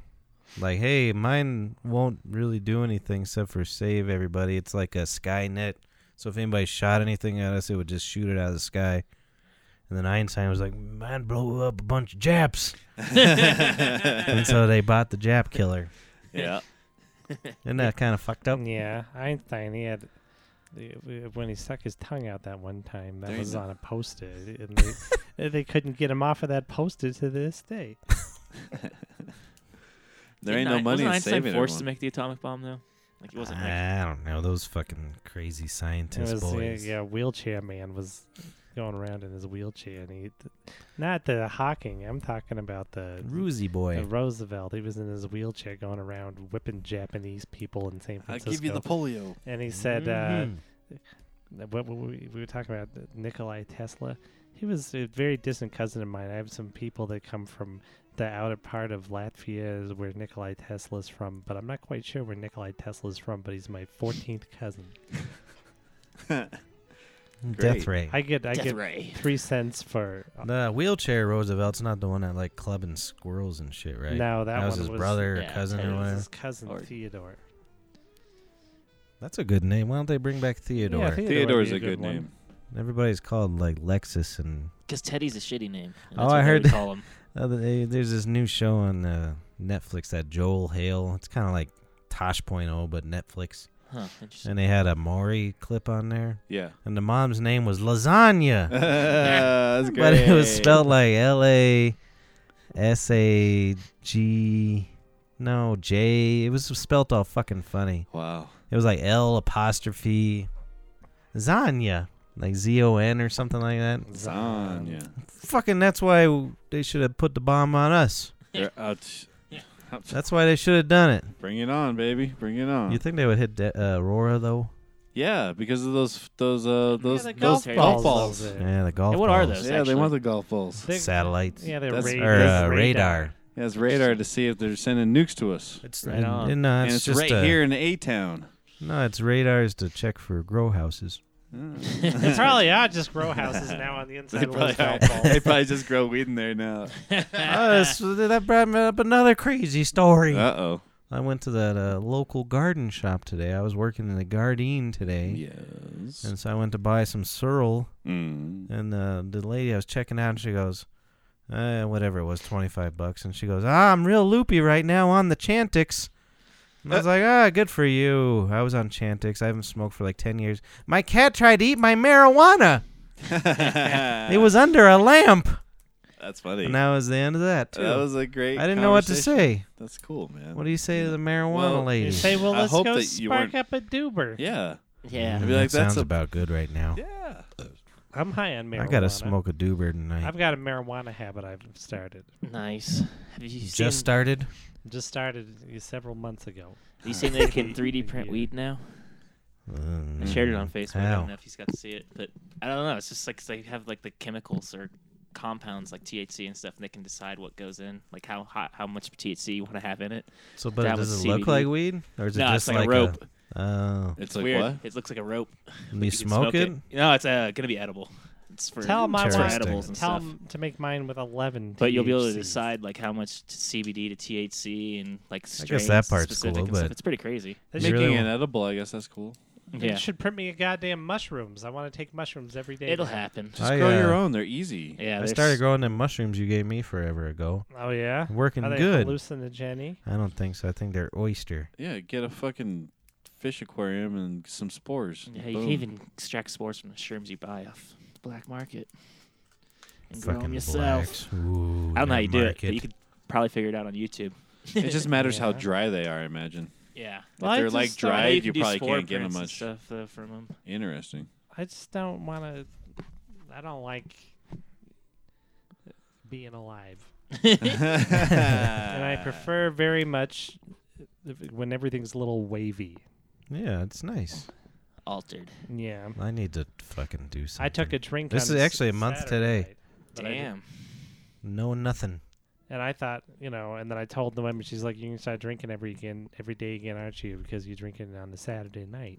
[SPEAKER 1] like, hey, mine won't really do anything except for save everybody. It's like a Skynet. So if anybody shot anything at us, it would just shoot it out of the sky. And then Einstein was like, mine blow up a bunch of Japs, and so they bought the Jap killer.
[SPEAKER 3] Yeah.
[SPEAKER 1] Isn't that kind of fucked up?
[SPEAKER 4] Yeah, Einstein. He had when he stuck his tongue out that one time. That
[SPEAKER 3] There you
[SPEAKER 4] was
[SPEAKER 3] go.
[SPEAKER 4] on a poster, and they they couldn't get him off of that poster to this day.
[SPEAKER 3] There ain't
[SPEAKER 5] Didn't
[SPEAKER 3] no
[SPEAKER 5] Ein-
[SPEAKER 3] money
[SPEAKER 5] wasn't
[SPEAKER 3] in
[SPEAKER 5] Einstein
[SPEAKER 3] saving
[SPEAKER 5] forced
[SPEAKER 3] everyone.
[SPEAKER 5] to make the atomic bomb though. Like he wasn't. actually-
[SPEAKER 1] I don't know. Those fucking crazy
[SPEAKER 4] It
[SPEAKER 1] scientist
[SPEAKER 4] was, uh,
[SPEAKER 1] boys.
[SPEAKER 4] Yeah, wheelchair man was going around in his wheelchair, and he, not the Hawking. I'm talking about the,
[SPEAKER 1] Roosy
[SPEAKER 4] the
[SPEAKER 1] boy.
[SPEAKER 4] Roosevelt. He was in his wheelchair going around whipping Japanese people in San
[SPEAKER 3] I'll
[SPEAKER 4] Francisco.
[SPEAKER 3] give you the Mm-hmm. polio.
[SPEAKER 4] and he said,
[SPEAKER 1] Mhm.
[SPEAKER 4] uh, what, what we, we were talking about uh, Nikolai Tesla. He was a very distant cousin of mine. I have some people that come from the outer part of Latvia, is where Nikolai Tesla's from, but I'm not quite sure where Nikolai Tesla's from. But he's my 14th cousin.
[SPEAKER 1] Death Ray.
[SPEAKER 4] I get I
[SPEAKER 5] Death
[SPEAKER 4] get
[SPEAKER 5] Ray.
[SPEAKER 4] three cents for
[SPEAKER 1] The wheelchair Roosevelt's not the one that like clubbing squirrels and shit, right?
[SPEAKER 4] No, that,
[SPEAKER 1] that, was
[SPEAKER 4] one
[SPEAKER 1] his
[SPEAKER 4] was
[SPEAKER 1] brother or
[SPEAKER 5] yeah,
[SPEAKER 1] cousin or
[SPEAKER 4] It
[SPEAKER 5] Teddy
[SPEAKER 4] was
[SPEAKER 1] whatever.
[SPEAKER 4] his cousin
[SPEAKER 5] Or-
[SPEAKER 4] Theodore.
[SPEAKER 1] That's a good name. Why don't they bring back Theodore?
[SPEAKER 4] Yeah, Theodore
[SPEAKER 3] Theodore
[SPEAKER 4] would
[SPEAKER 3] is
[SPEAKER 4] be
[SPEAKER 3] a good
[SPEAKER 4] one.
[SPEAKER 3] name.
[SPEAKER 1] Everybody's called like Lexus, and
[SPEAKER 5] Because Teddy's a shitty name. and
[SPEAKER 1] Oh,
[SPEAKER 5] that's
[SPEAKER 1] I
[SPEAKER 5] what they
[SPEAKER 1] heard
[SPEAKER 5] would Call him.
[SPEAKER 1] uh, they, there's this new show on uh, Netflix that Joel Hale. It's kind of like Tosh.0, but Netflix.
[SPEAKER 5] Huh, interesting.
[SPEAKER 1] And they had a Maury clip on there,
[SPEAKER 3] Yeah.
[SPEAKER 1] and the mom's name was Lasagna,
[SPEAKER 3] That's great.
[SPEAKER 1] but it was spelled like L A S A G. No, J. It was spelled all fucking funny.
[SPEAKER 3] Wow.
[SPEAKER 1] It was like L apostrophe Zanya, like Z O N or something like that.
[SPEAKER 3] Zanya.
[SPEAKER 1] Fucking, that's why they should have put the bomb on us.
[SPEAKER 3] They're out.
[SPEAKER 1] That's why they should have done it.
[SPEAKER 3] Bring it on, baby. Bring it on.
[SPEAKER 1] You think they would hit De- uh, Aurora though?
[SPEAKER 3] Yeah, because of those those uh those
[SPEAKER 5] the
[SPEAKER 3] those
[SPEAKER 5] golf
[SPEAKER 3] golf,
[SPEAKER 5] balls.
[SPEAKER 3] balls.
[SPEAKER 4] those, uh,
[SPEAKER 1] Yeah, the golf.
[SPEAKER 5] Hey, what are
[SPEAKER 1] balls.
[SPEAKER 5] those?
[SPEAKER 3] Yeah, they
[SPEAKER 5] actually.
[SPEAKER 3] want the golf balls.
[SPEAKER 4] they-
[SPEAKER 1] Satellites.
[SPEAKER 4] Yeah, they're
[SPEAKER 3] That's-
[SPEAKER 4] ra-
[SPEAKER 1] or
[SPEAKER 4] that's
[SPEAKER 1] uh, radar.
[SPEAKER 3] Yeah, it's radar to see if they're sending nukes to us.
[SPEAKER 1] It's
[SPEAKER 5] Right on.
[SPEAKER 1] and, uh,
[SPEAKER 3] and
[SPEAKER 1] it's,
[SPEAKER 3] it's
[SPEAKER 1] just
[SPEAKER 3] right
[SPEAKER 1] uh,
[SPEAKER 3] here in A town.
[SPEAKER 1] No, it's radars to check for grow houses.
[SPEAKER 4] It's probably odd just grow houses now on the inside
[SPEAKER 3] Oh, They
[SPEAKER 4] of those
[SPEAKER 3] probably,
[SPEAKER 4] golf
[SPEAKER 3] they
[SPEAKER 4] balls.
[SPEAKER 3] probably just grow weed in there now.
[SPEAKER 1] oh, so that brought me up another crazy story.
[SPEAKER 3] Uh oh.
[SPEAKER 1] I went to that uh, local garden shop today. I was working in the garden today.
[SPEAKER 3] Yes.
[SPEAKER 1] And so I went to buy some sorrel,
[SPEAKER 3] Mm.
[SPEAKER 1] and uh, the lady I was checking out, and she goes, eh, whatever it was, 25 bucks. And she goes, ah, I'm real loopy right now on the Chantix. And I
[SPEAKER 3] Uh.
[SPEAKER 1] was like, ah, good for you. I was on Chantix. I haven't smoked for like 10 years. My cat tried to eat my marijuana. It
[SPEAKER 3] Uh.
[SPEAKER 1] was under a lamp.
[SPEAKER 3] That's funny.
[SPEAKER 1] And that was the end of that, too.
[SPEAKER 3] that was a great.
[SPEAKER 1] I didn't know what to
[SPEAKER 3] conversation.
[SPEAKER 1] say.
[SPEAKER 3] That's cool, man.
[SPEAKER 1] What do you say to the marijuana
[SPEAKER 3] Well,
[SPEAKER 1] lady?
[SPEAKER 4] You say, well,
[SPEAKER 3] I
[SPEAKER 4] let's
[SPEAKER 3] hope
[SPEAKER 4] go
[SPEAKER 3] that you weren't-
[SPEAKER 4] spark up a doober.
[SPEAKER 3] yeah.
[SPEAKER 5] yeah.
[SPEAKER 3] I'd be like,
[SPEAKER 1] Mm, that
[SPEAKER 3] that's
[SPEAKER 1] sounds
[SPEAKER 3] a-
[SPEAKER 1] about good right now.
[SPEAKER 3] Yeah.
[SPEAKER 4] I'm high on marijuana.
[SPEAKER 1] I gotta smoke a doober tonight.
[SPEAKER 4] I've got a marijuana habit I've started.
[SPEAKER 5] Nice. Have you seen,
[SPEAKER 1] Just started.
[SPEAKER 4] Just started uh, several months ago.
[SPEAKER 5] you seen they can 3D print weed now? I shared it on
[SPEAKER 1] Mm,
[SPEAKER 5] Facebook.
[SPEAKER 1] Mm-hmm.
[SPEAKER 5] I
[SPEAKER 1] How?
[SPEAKER 5] don't know if he's got to see it, but I don't know. It's just like they have like the chemicals or compounds like THC and stuff, and they can decide what goes in, like how hot, how much THC you want to have in it.
[SPEAKER 1] So, but
[SPEAKER 5] uh, That
[SPEAKER 1] does
[SPEAKER 5] was
[SPEAKER 1] it look
[SPEAKER 5] CBD.
[SPEAKER 1] like weed, or is it
[SPEAKER 5] no,
[SPEAKER 1] just
[SPEAKER 5] it's like, a rope.
[SPEAKER 1] oh,
[SPEAKER 3] It's,
[SPEAKER 5] It's
[SPEAKER 3] like
[SPEAKER 5] weird.
[SPEAKER 3] what?
[SPEAKER 5] It looks like a rope.
[SPEAKER 1] and you
[SPEAKER 5] can
[SPEAKER 1] smoke it?
[SPEAKER 5] No, it's uh, gonna be edible. It's for
[SPEAKER 4] Tell 'em I
[SPEAKER 5] it's for
[SPEAKER 1] want-
[SPEAKER 5] edibles and
[SPEAKER 4] Tell
[SPEAKER 5] stuff.
[SPEAKER 4] 'em to make mine with 11.
[SPEAKER 5] But you'll be able to
[SPEAKER 4] THCs.
[SPEAKER 5] decide like how much to CBD to THC and like
[SPEAKER 1] that
[SPEAKER 5] strains
[SPEAKER 1] part's
[SPEAKER 5] specific
[SPEAKER 1] cool,
[SPEAKER 5] and stuff.
[SPEAKER 1] but-
[SPEAKER 5] It's pretty crazy.
[SPEAKER 4] They
[SPEAKER 1] Make
[SPEAKER 4] should,
[SPEAKER 1] really
[SPEAKER 3] Making
[SPEAKER 1] want-
[SPEAKER 3] an edible, I guess that's cool.
[SPEAKER 4] they
[SPEAKER 5] Yeah,
[SPEAKER 4] should print me a goddamn mushrooms. I want to take mushrooms every day.
[SPEAKER 5] it'll
[SPEAKER 4] now.
[SPEAKER 5] happen.
[SPEAKER 3] Just
[SPEAKER 1] I,
[SPEAKER 3] grow your
[SPEAKER 1] uh,
[SPEAKER 3] own. They're easy.
[SPEAKER 5] Yeah,
[SPEAKER 1] I
[SPEAKER 5] there's-
[SPEAKER 1] started growing them mushrooms you gave me forever ago.
[SPEAKER 4] Oh, yeah?
[SPEAKER 1] Working
[SPEAKER 4] Are they
[SPEAKER 1] good.
[SPEAKER 4] hallucinogenic?
[SPEAKER 1] I don't think so. I think they're oyster.
[SPEAKER 3] Yeah, get a fucking fish aquarium and some spores.
[SPEAKER 5] Yeah, you
[SPEAKER 3] Boom.
[SPEAKER 5] can even extract spores from the shrooms you buy off the black market and grow
[SPEAKER 1] Fucking
[SPEAKER 5] them yourself.
[SPEAKER 1] blacks. Ooh,
[SPEAKER 5] I don't know how
[SPEAKER 1] their
[SPEAKER 5] you do it, but
[SPEAKER 1] market.
[SPEAKER 5] you could probably figure it out on YouTube.
[SPEAKER 3] It just matters how
[SPEAKER 4] Yeah.
[SPEAKER 3] dry they are, I imagine.
[SPEAKER 5] Yeah.
[SPEAKER 3] If they're like dried, you, probably can't get them
[SPEAKER 5] them
[SPEAKER 3] much.
[SPEAKER 5] stuff though, from them.
[SPEAKER 3] Interesting.
[SPEAKER 4] I just don't want to. I don't like being alive, and I
[SPEAKER 1] Ah.
[SPEAKER 4] prefer very much if- when everything's a little wavy.
[SPEAKER 1] yeah, it's nice.
[SPEAKER 5] Altered.
[SPEAKER 4] Yeah,
[SPEAKER 1] I need to fucking do something.
[SPEAKER 4] I took a drink.
[SPEAKER 1] This
[SPEAKER 4] on
[SPEAKER 1] is
[SPEAKER 4] s-
[SPEAKER 1] actually a month
[SPEAKER 4] Saturday
[SPEAKER 1] today.
[SPEAKER 4] night, but I did-
[SPEAKER 5] Damn.
[SPEAKER 1] no nothing.
[SPEAKER 4] and I thought, you know, and then I told the woman, she's like, "You can start drinking every again, every day again, aren't you? Because you're drinking on the Saturday night."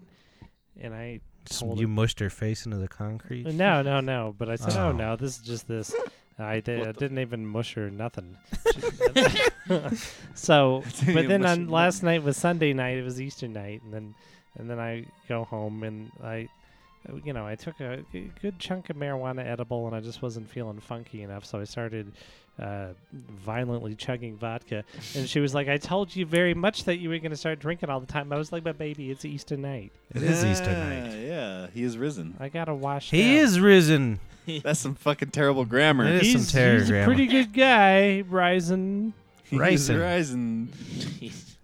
[SPEAKER 4] And I
[SPEAKER 1] S-
[SPEAKER 4] told
[SPEAKER 1] You
[SPEAKER 4] her,
[SPEAKER 1] mushed her face into the concrete.
[SPEAKER 4] Uh, no, no, no. But I said,
[SPEAKER 1] Oh.
[SPEAKER 4] "Oh, no, this is just this." I, did,
[SPEAKER 3] What
[SPEAKER 4] I
[SPEAKER 3] the-
[SPEAKER 4] didn't even mush her nothing. so, but
[SPEAKER 3] you
[SPEAKER 4] then
[SPEAKER 3] must
[SPEAKER 4] on
[SPEAKER 3] have
[SPEAKER 4] last night was Sunday night. It was Easter night, and then and then I go home and I, uh, you know, I took a, a good chunk of marijuana edible, and I just wasn't feeling funky enough, so I started uh, violently chugging vodka. And she was like, "I told you very much that you were going to start drinking all the time." I was like, "But baby, it's Easter night.
[SPEAKER 1] It is Easter night.
[SPEAKER 3] Yeah, he is risen.
[SPEAKER 4] I gotta wash."
[SPEAKER 1] He
[SPEAKER 4] down."
[SPEAKER 1] is risen.
[SPEAKER 3] That's some fucking terrible grammar.
[SPEAKER 1] It is some
[SPEAKER 4] He's,
[SPEAKER 1] terror
[SPEAKER 4] he's a
[SPEAKER 1] grammar.
[SPEAKER 4] pretty good guy, Ryzen.
[SPEAKER 3] He's
[SPEAKER 1] Risen.
[SPEAKER 3] rising.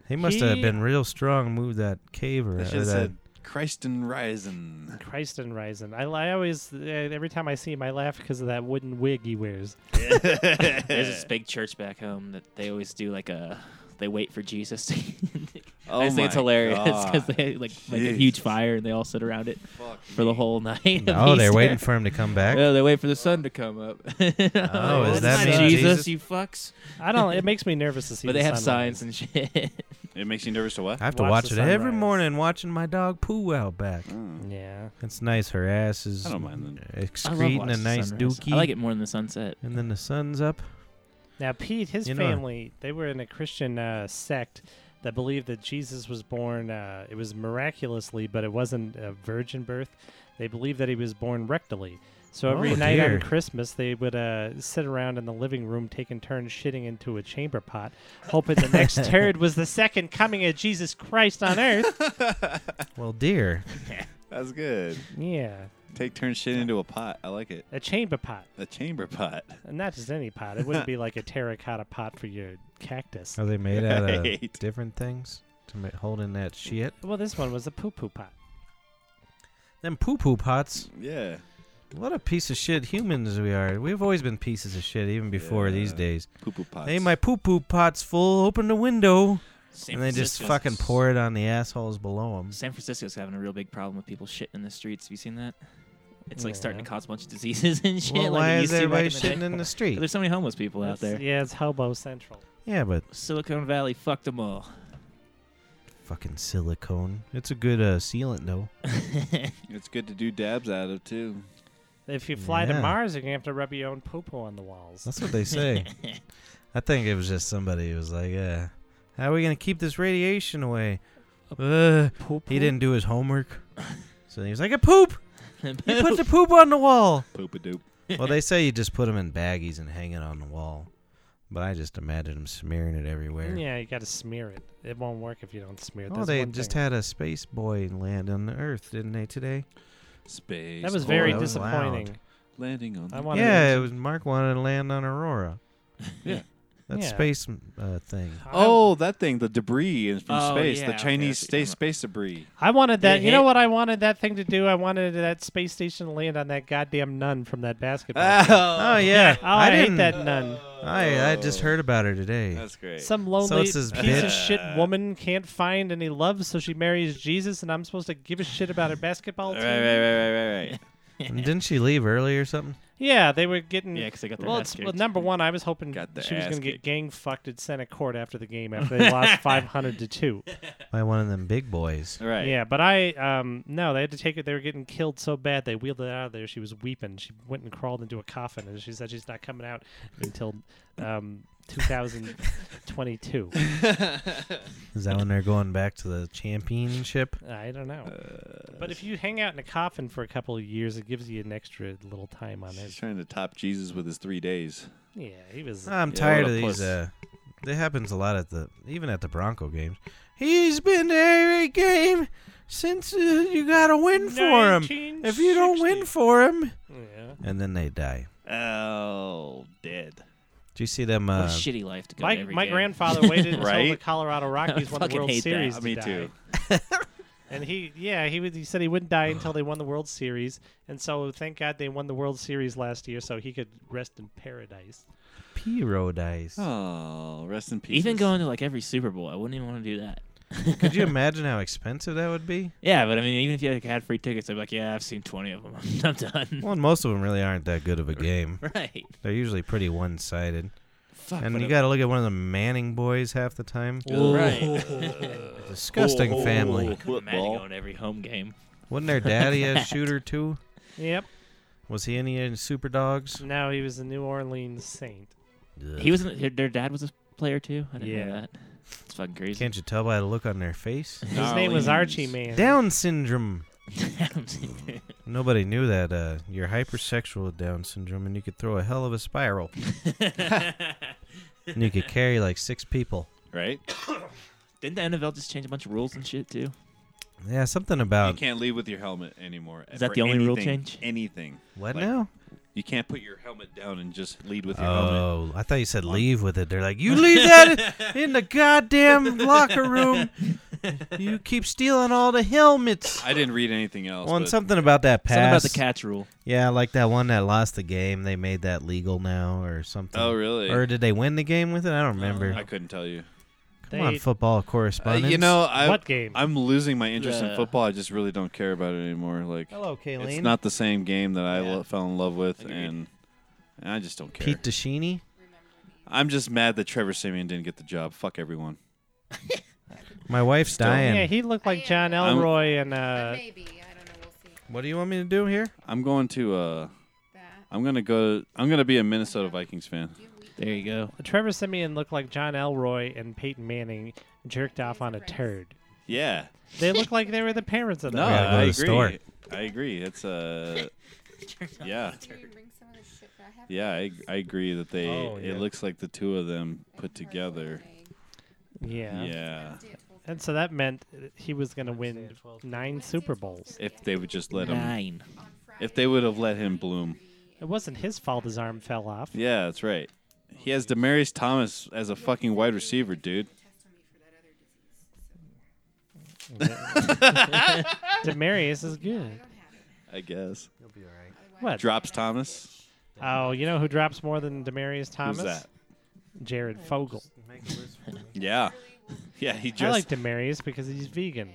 [SPEAKER 1] He must have
[SPEAKER 4] He-
[SPEAKER 1] been real strong. Moved that cave or
[SPEAKER 3] I
[SPEAKER 1] or
[SPEAKER 3] should have
[SPEAKER 1] that
[SPEAKER 3] said Christ and rising.
[SPEAKER 4] Christ and Ryzen. I, I always, uh, every time I see him, I laugh because of that wooden wig he wears.
[SPEAKER 5] There's this big church back home that they always do like a. They wait for Jesus. to-
[SPEAKER 3] Oh
[SPEAKER 5] I just think it's
[SPEAKER 3] my
[SPEAKER 5] hilarious because
[SPEAKER 3] God.
[SPEAKER 5] they like make a
[SPEAKER 3] Jesus.
[SPEAKER 5] huge fire and they all sit around it
[SPEAKER 3] Fuck
[SPEAKER 5] for the
[SPEAKER 3] me.
[SPEAKER 5] whole night. of
[SPEAKER 1] Oh, they're
[SPEAKER 5] Easter.
[SPEAKER 1] waiting for him to come back.
[SPEAKER 5] Yeah, they wait for the sun to come up. oh,
[SPEAKER 1] is
[SPEAKER 6] that
[SPEAKER 1] mean
[SPEAKER 5] Jesus,
[SPEAKER 1] Jesus?
[SPEAKER 5] You fucks.
[SPEAKER 4] I don't. It makes me nervous to see.
[SPEAKER 5] But they
[SPEAKER 4] the
[SPEAKER 5] have
[SPEAKER 4] sunrise.
[SPEAKER 5] signs and shit.
[SPEAKER 3] It makes you nervous to what?
[SPEAKER 1] I have to
[SPEAKER 4] Watch
[SPEAKER 1] watch it
[SPEAKER 4] the
[SPEAKER 1] every
[SPEAKER 4] sunrise.
[SPEAKER 1] morning, watching my dog poo out back.
[SPEAKER 3] Mm.
[SPEAKER 4] Yeah.
[SPEAKER 1] It's nice. Her ass is
[SPEAKER 3] I don't mind
[SPEAKER 5] I love
[SPEAKER 1] excreting
[SPEAKER 5] watching
[SPEAKER 1] a
[SPEAKER 5] the
[SPEAKER 1] nice
[SPEAKER 5] sunrise.
[SPEAKER 1] dookie.
[SPEAKER 5] I like it more than the sunset.
[SPEAKER 1] And then the sun's up.
[SPEAKER 4] Now Pete, his
[SPEAKER 1] You know-
[SPEAKER 4] family, they were in a Christian uh, sect that believed that Jesus was born. Uh, it was miraculously, but it wasn't a virgin birth. They believed that he was born rectally. So every
[SPEAKER 1] Oh,
[SPEAKER 4] night
[SPEAKER 1] dear.
[SPEAKER 4] on Christmas, they would uh, sit around in the living room, taking turns shitting into a chamber pot, hoping the next turd was the second coming of Jesus Christ on earth.
[SPEAKER 1] Well, dear.
[SPEAKER 3] That's good.
[SPEAKER 4] Yeah,
[SPEAKER 3] Take turns shit into a pot. I like it.
[SPEAKER 4] a chamber pot.
[SPEAKER 3] A chamber pot.
[SPEAKER 4] And not just any pot. It wouldn't be like a terracotta pot for your cactus.
[SPEAKER 1] Are they made out of
[SPEAKER 3] Right.
[SPEAKER 1] different things to ma- hold in that shit?
[SPEAKER 4] Well, this one was a poo poo pot.
[SPEAKER 1] Them poo poo pots.
[SPEAKER 3] Yeah.
[SPEAKER 1] What a piece of shit humans we are. We've always been pieces of shit, even before these
[SPEAKER 3] Yeah.
[SPEAKER 1] days.
[SPEAKER 3] Poo poo pots.
[SPEAKER 1] Hey, my poo poo pot's full. Open the window.
[SPEAKER 5] San
[SPEAKER 1] and they just
[SPEAKER 5] Francisco's-
[SPEAKER 1] fucking pour it on the assholes below them.
[SPEAKER 5] San Francisco's having a real big problem with people shitting in the streets. Have you seen that? It's like
[SPEAKER 4] Yeah.
[SPEAKER 5] starting to cause a bunch of diseases and shit.
[SPEAKER 1] Well,
[SPEAKER 5] like
[SPEAKER 1] why
[SPEAKER 5] it
[SPEAKER 1] is
[SPEAKER 5] used to back
[SPEAKER 1] everybody
[SPEAKER 5] in the day.
[SPEAKER 1] shitting in the street?
[SPEAKER 5] There's so many homeless people out
[SPEAKER 4] That's-
[SPEAKER 5] there.
[SPEAKER 4] Yeah, it's Hobo Central.
[SPEAKER 1] Yeah, but
[SPEAKER 5] Silicon Valley fucked them all.
[SPEAKER 1] fucking silicone. It's a good uh, sealant though.
[SPEAKER 3] It's good to do dabs out of too.
[SPEAKER 4] If you fly to
[SPEAKER 1] Yeah.
[SPEAKER 4] Mars, you're gonna have to rub your own poo poo on the walls.
[SPEAKER 1] That's what they say. I think it was just somebody who was like, "Yeah, how are we gonna keep this radiation away?" Uh, he didn't do his homework, so he was like, "A poop." You put the poop on the wall.
[SPEAKER 3] Poop a doop.
[SPEAKER 1] well, they say you just put them in baggies and hang it on the wall, but I just imagine him smearing it everywhere.
[SPEAKER 4] Yeah, you gotta smear it. It won't work if you don't smear it.
[SPEAKER 1] Oh,
[SPEAKER 4] That's
[SPEAKER 1] they
[SPEAKER 4] one
[SPEAKER 1] just
[SPEAKER 4] thing.
[SPEAKER 1] had a space boy land on the Earth, didn't they today?
[SPEAKER 3] Space.
[SPEAKER 4] That was very
[SPEAKER 1] that was loud.
[SPEAKER 4] disappointing.
[SPEAKER 3] landing on.
[SPEAKER 4] I
[SPEAKER 3] the-
[SPEAKER 4] wanted
[SPEAKER 1] yeah, it was Mark wanted to land on Aurora.
[SPEAKER 3] Yeah.
[SPEAKER 1] that
[SPEAKER 4] Yeah.
[SPEAKER 1] space uh, thing.
[SPEAKER 4] I-
[SPEAKER 3] Oh, that thing, the debris is from
[SPEAKER 5] Oh,
[SPEAKER 3] space,
[SPEAKER 5] yeah,
[SPEAKER 3] the
[SPEAKER 5] okay, I
[SPEAKER 3] Chinese
[SPEAKER 5] see what
[SPEAKER 3] sta-
[SPEAKER 5] you're talking
[SPEAKER 3] space debris.
[SPEAKER 4] I wanted
[SPEAKER 5] Did it
[SPEAKER 4] that. You know
[SPEAKER 5] hit?
[SPEAKER 4] what I wanted that thing to do? I wanted that space station to land on that goddamn nun from that basketball.
[SPEAKER 3] Ah.
[SPEAKER 4] game.
[SPEAKER 1] Oh yeah,
[SPEAKER 4] Oh, I, hate
[SPEAKER 1] didn't-
[SPEAKER 4] that nun.
[SPEAKER 1] I I just heard about her today.
[SPEAKER 3] That's great.
[SPEAKER 4] Some lonely
[SPEAKER 1] it's this
[SPEAKER 4] piece of
[SPEAKER 1] bitch-
[SPEAKER 4] shit woman can't find any love, so she marries Jesus, and I'm supposed to give a shit about her basketball
[SPEAKER 3] right,
[SPEAKER 4] team.
[SPEAKER 3] right, right, right, right, right.
[SPEAKER 1] And didn't she leave early or something?
[SPEAKER 4] Yeah, they were getting.
[SPEAKER 5] Yeah, 'cause they got their
[SPEAKER 4] well,
[SPEAKER 5] ass
[SPEAKER 4] well,
[SPEAKER 5] kicked.
[SPEAKER 4] number one, I was hoping
[SPEAKER 3] Got their
[SPEAKER 4] she was
[SPEAKER 3] ass
[SPEAKER 4] gonna get
[SPEAKER 3] kicked.
[SPEAKER 4] gang fucked at Senate Court after the game after they lost 500 to 2.
[SPEAKER 1] By one of them big boys.
[SPEAKER 3] All right.
[SPEAKER 4] Yeah, but I. um No, they had to take it. They were getting killed so bad, they wheeled it out of there. She was weeping. She went and crawled into a coffin, and she said she's not coming out until um 2022.
[SPEAKER 1] Is that when they're going back to the championship?
[SPEAKER 4] I don't know.
[SPEAKER 3] Uh,
[SPEAKER 4] but if you hang out in a coffin for a couple of years, it gives you an extra little time on
[SPEAKER 3] He's
[SPEAKER 4] it.
[SPEAKER 3] trying to top Jesus with his three days.
[SPEAKER 4] Yeah, he was.
[SPEAKER 1] Ah, I'm
[SPEAKER 3] Yeah,
[SPEAKER 1] tired
[SPEAKER 3] what
[SPEAKER 1] of
[SPEAKER 3] a
[SPEAKER 1] these.
[SPEAKER 3] puss.
[SPEAKER 1] Uh, it happens a lot at the even at the Bronco games. He's been to every game since uh, you gotta win for him. If you don't win for him,
[SPEAKER 4] Yeah.
[SPEAKER 1] and then they die.
[SPEAKER 3] Oh, dead.
[SPEAKER 1] Do you see
[SPEAKER 3] Oh,
[SPEAKER 1] them?
[SPEAKER 5] what a
[SPEAKER 1] Uh,
[SPEAKER 5] shitty life to go
[SPEAKER 4] My,
[SPEAKER 5] to every
[SPEAKER 4] my
[SPEAKER 5] game.
[SPEAKER 4] grandfather waited until the
[SPEAKER 3] Right?
[SPEAKER 4] Colorado Rockies won the
[SPEAKER 5] Fucking
[SPEAKER 4] World
[SPEAKER 5] hate that.
[SPEAKER 4] Series. to
[SPEAKER 3] Ah, Me
[SPEAKER 4] die.
[SPEAKER 3] too.
[SPEAKER 4] And he, yeah, he was, he said he wouldn't die until they won the World Series, and so thank God they won the World Series last year, so he could rest in paradise.
[SPEAKER 1] Piro dies.
[SPEAKER 3] Oh, rest in peace.
[SPEAKER 5] Even going to like every Super Bowl, I wouldn't even want to do that.
[SPEAKER 1] Could you imagine how expensive that would be?
[SPEAKER 5] Yeah, but I mean, even if you like, had free tickets, I'd be like, yeah, I've seen 20 of them. I'm done.
[SPEAKER 1] Well, and most of them really aren't that good of a game.
[SPEAKER 5] right.
[SPEAKER 1] They're usually pretty one-sided.
[SPEAKER 5] Fuck.
[SPEAKER 1] And
[SPEAKER 5] but
[SPEAKER 1] you
[SPEAKER 5] I-
[SPEAKER 1] got to look at one of the Manning boys half the time.
[SPEAKER 5] Right.
[SPEAKER 1] Disgusting
[SPEAKER 5] I
[SPEAKER 1] family.
[SPEAKER 5] couldn't imagine
[SPEAKER 3] Football.
[SPEAKER 5] going to every home game.
[SPEAKER 1] Wasn't their daddy a shooter too?
[SPEAKER 4] Yep.
[SPEAKER 1] Was he any in Super Dogs?
[SPEAKER 4] Now he was a New Orleans Saint.
[SPEAKER 5] He was in, their dad was a player too. I didn't know
[SPEAKER 4] Yeah.
[SPEAKER 5] that. It's fucking crazy.
[SPEAKER 1] Can't you tell by the look on their face?
[SPEAKER 4] His name was Archie Man.
[SPEAKER 1] Down syndrome.
[SPEAKER 5] Damn.
[SPEAKER 1] Nobody knew that uh, you're hypersexual with Down syndrome, and you could throw a hell of a spiral, and you could carry like six people.
[SPEAKER 3] Right?
[SPEAKER 5] Didn't the NFL just change a bunch of rules and shit too?
[SPEAKER 1] Yeah, something
[SPEAKER 3] you
[SPEAKER 4] Oh.
[SPEAKER 1] about
[SPEAKER 3] can't leave with your helmet anymore.
[SPEAKER 5] Is that
[SPEAKER 3] for
[SPEAKER 5] the only rule
[SPEAKER 3] anything-
[SPEAKER 5] change?
[SPEAKER 3] Anything.
[SPEAKER 1] what
[SPEAKER 3] like,
[SPEAKER 1] now?
[SPEAKER 3] You can't put your helmet down and just lead with your helmet.
[SPEAKER 1] Oh, I thought you said leave with it. They're like, you leave that in the goddamn locker room. You keep stealing all the helmets.
[SPEAKER 3] I didn't read anything else.
[SPEAKER 1] Well, and
[SPEAKER 3] but
[SPEAKER 1] something about that pass.
[SPEAKER 5] Something about the catch rule.
[SPEAKER 1] Yeah, like that one that lost the game. They made that legal now or something.
[SPEAKER 3] Oh, really?
[SPEAKER 1] Or did they win the game with it? I don't remember.
[SPEAKER 3] Oh, I couldn't tell you.
[SPEAKER 1] Come on,
[SPEAKER 4] They-
[SPEAKER 1] football
[SPEAKER 3] Uh,
[SPEAKER 1] correspondence.
[SPEAKER 3] you know, I,
[SPEAKER 4] What game?
[SPEAKER 3] I'm losing my interest in
[SPEAKER 5] The-
[SPEAKER 3] football. I just really don't care about it anymore. Like,
[SPEAKER 1] hello, Kayleen.
[SPEAKER 3] it's not the same game that I
[SPEAKER 5] Yeah.
[SPEAKER 3] lo- fell in love with,
[SPEAKER 5] Agreed.
[SPEAKER 3] and, and I just don't care.
[SPEAKER 1] Pete Deshini.
[SPEAKER 3] I'm just mad that Trevor Simeon didn't get the job. Fuck everyone.
[SPEAKER 1] My wife's
[SPEAKER 3] Still-
[SPEAKER 1] dying.
[SPEAKER 4] yeah, he looked like John
[SPEAKER 3] I'm-
[SPEAKER 4] Elroy and
[SPEAKER 7] But
[SPEAKER 4] uh,
[SPEAKER 7] maybe I don't know. We'll see
[SPEAKER 1] what do you want me to do here?
[SPEAKER 3] I'm going to. uh
[SPEAKER 7] that.
[SPEAKER 3] I'm gonna go. I'm gonna be a Minnesota Vikings fan.
[SPEAKER 5] There you go.
[SPEAKER 4] Trevor Simeon looked like John Elroy and Peyton Manning jerked off on a turd.
[SPEAKER 3] Yeah.
[SPEAKER 4] They look like they were the parents of the
[SPEAKER 3] No,
[SPEAKER 1] gotta go
[SPEAKER 3] I
[SPEAKER 1] to
[SPEAKER 3] agree.
[SPEAKER 1] the store.
[SPEAKER 3] I agree. It's uh yeah,
[SPEAKER 7] Can you bring some of this shit that I have?
[SPEAKER 3] yeah. I, I agree that they.
[SPEAKER 4] Oh, yeah.
[SPEAKER 3] It looks like the two of them put together.
[SPEAKER 4] Yeah.
[SPEAKER 3] Yeah.
[SPEAKER 4] And so that meant uh, he was going to win nine Super Bowls.
[SPEAKER 3] If they would just let him.
[SPEAKER 5] Nine.
[SPEAKER 3] If they would have let him bloom.
[SPEAKER 4] It wasn't his fault his arm fell off.
[SPEAKER 3] Yeah, that's right. He has Demarius Thomas as a fucking wide receiver, dude.
[SPEAKER 4] Demarius is good.
[SPEAKER 3] I guess.
[SPEAKER 4] What?
[SPEAKER 3] Drops Thomas.
[SPEAKER 4] Oh, you know who drops more than Demarius Thomas?
[SPEAKER 3] Who's that?
[SPEAKER 4] Jared Fogle.
[SPEAKER 3] Yeah. Yeah, he
[SPEAKER 4] I
[SPEAKER 3] just.
[SPEAKER 4] like Demarius because he's vegan.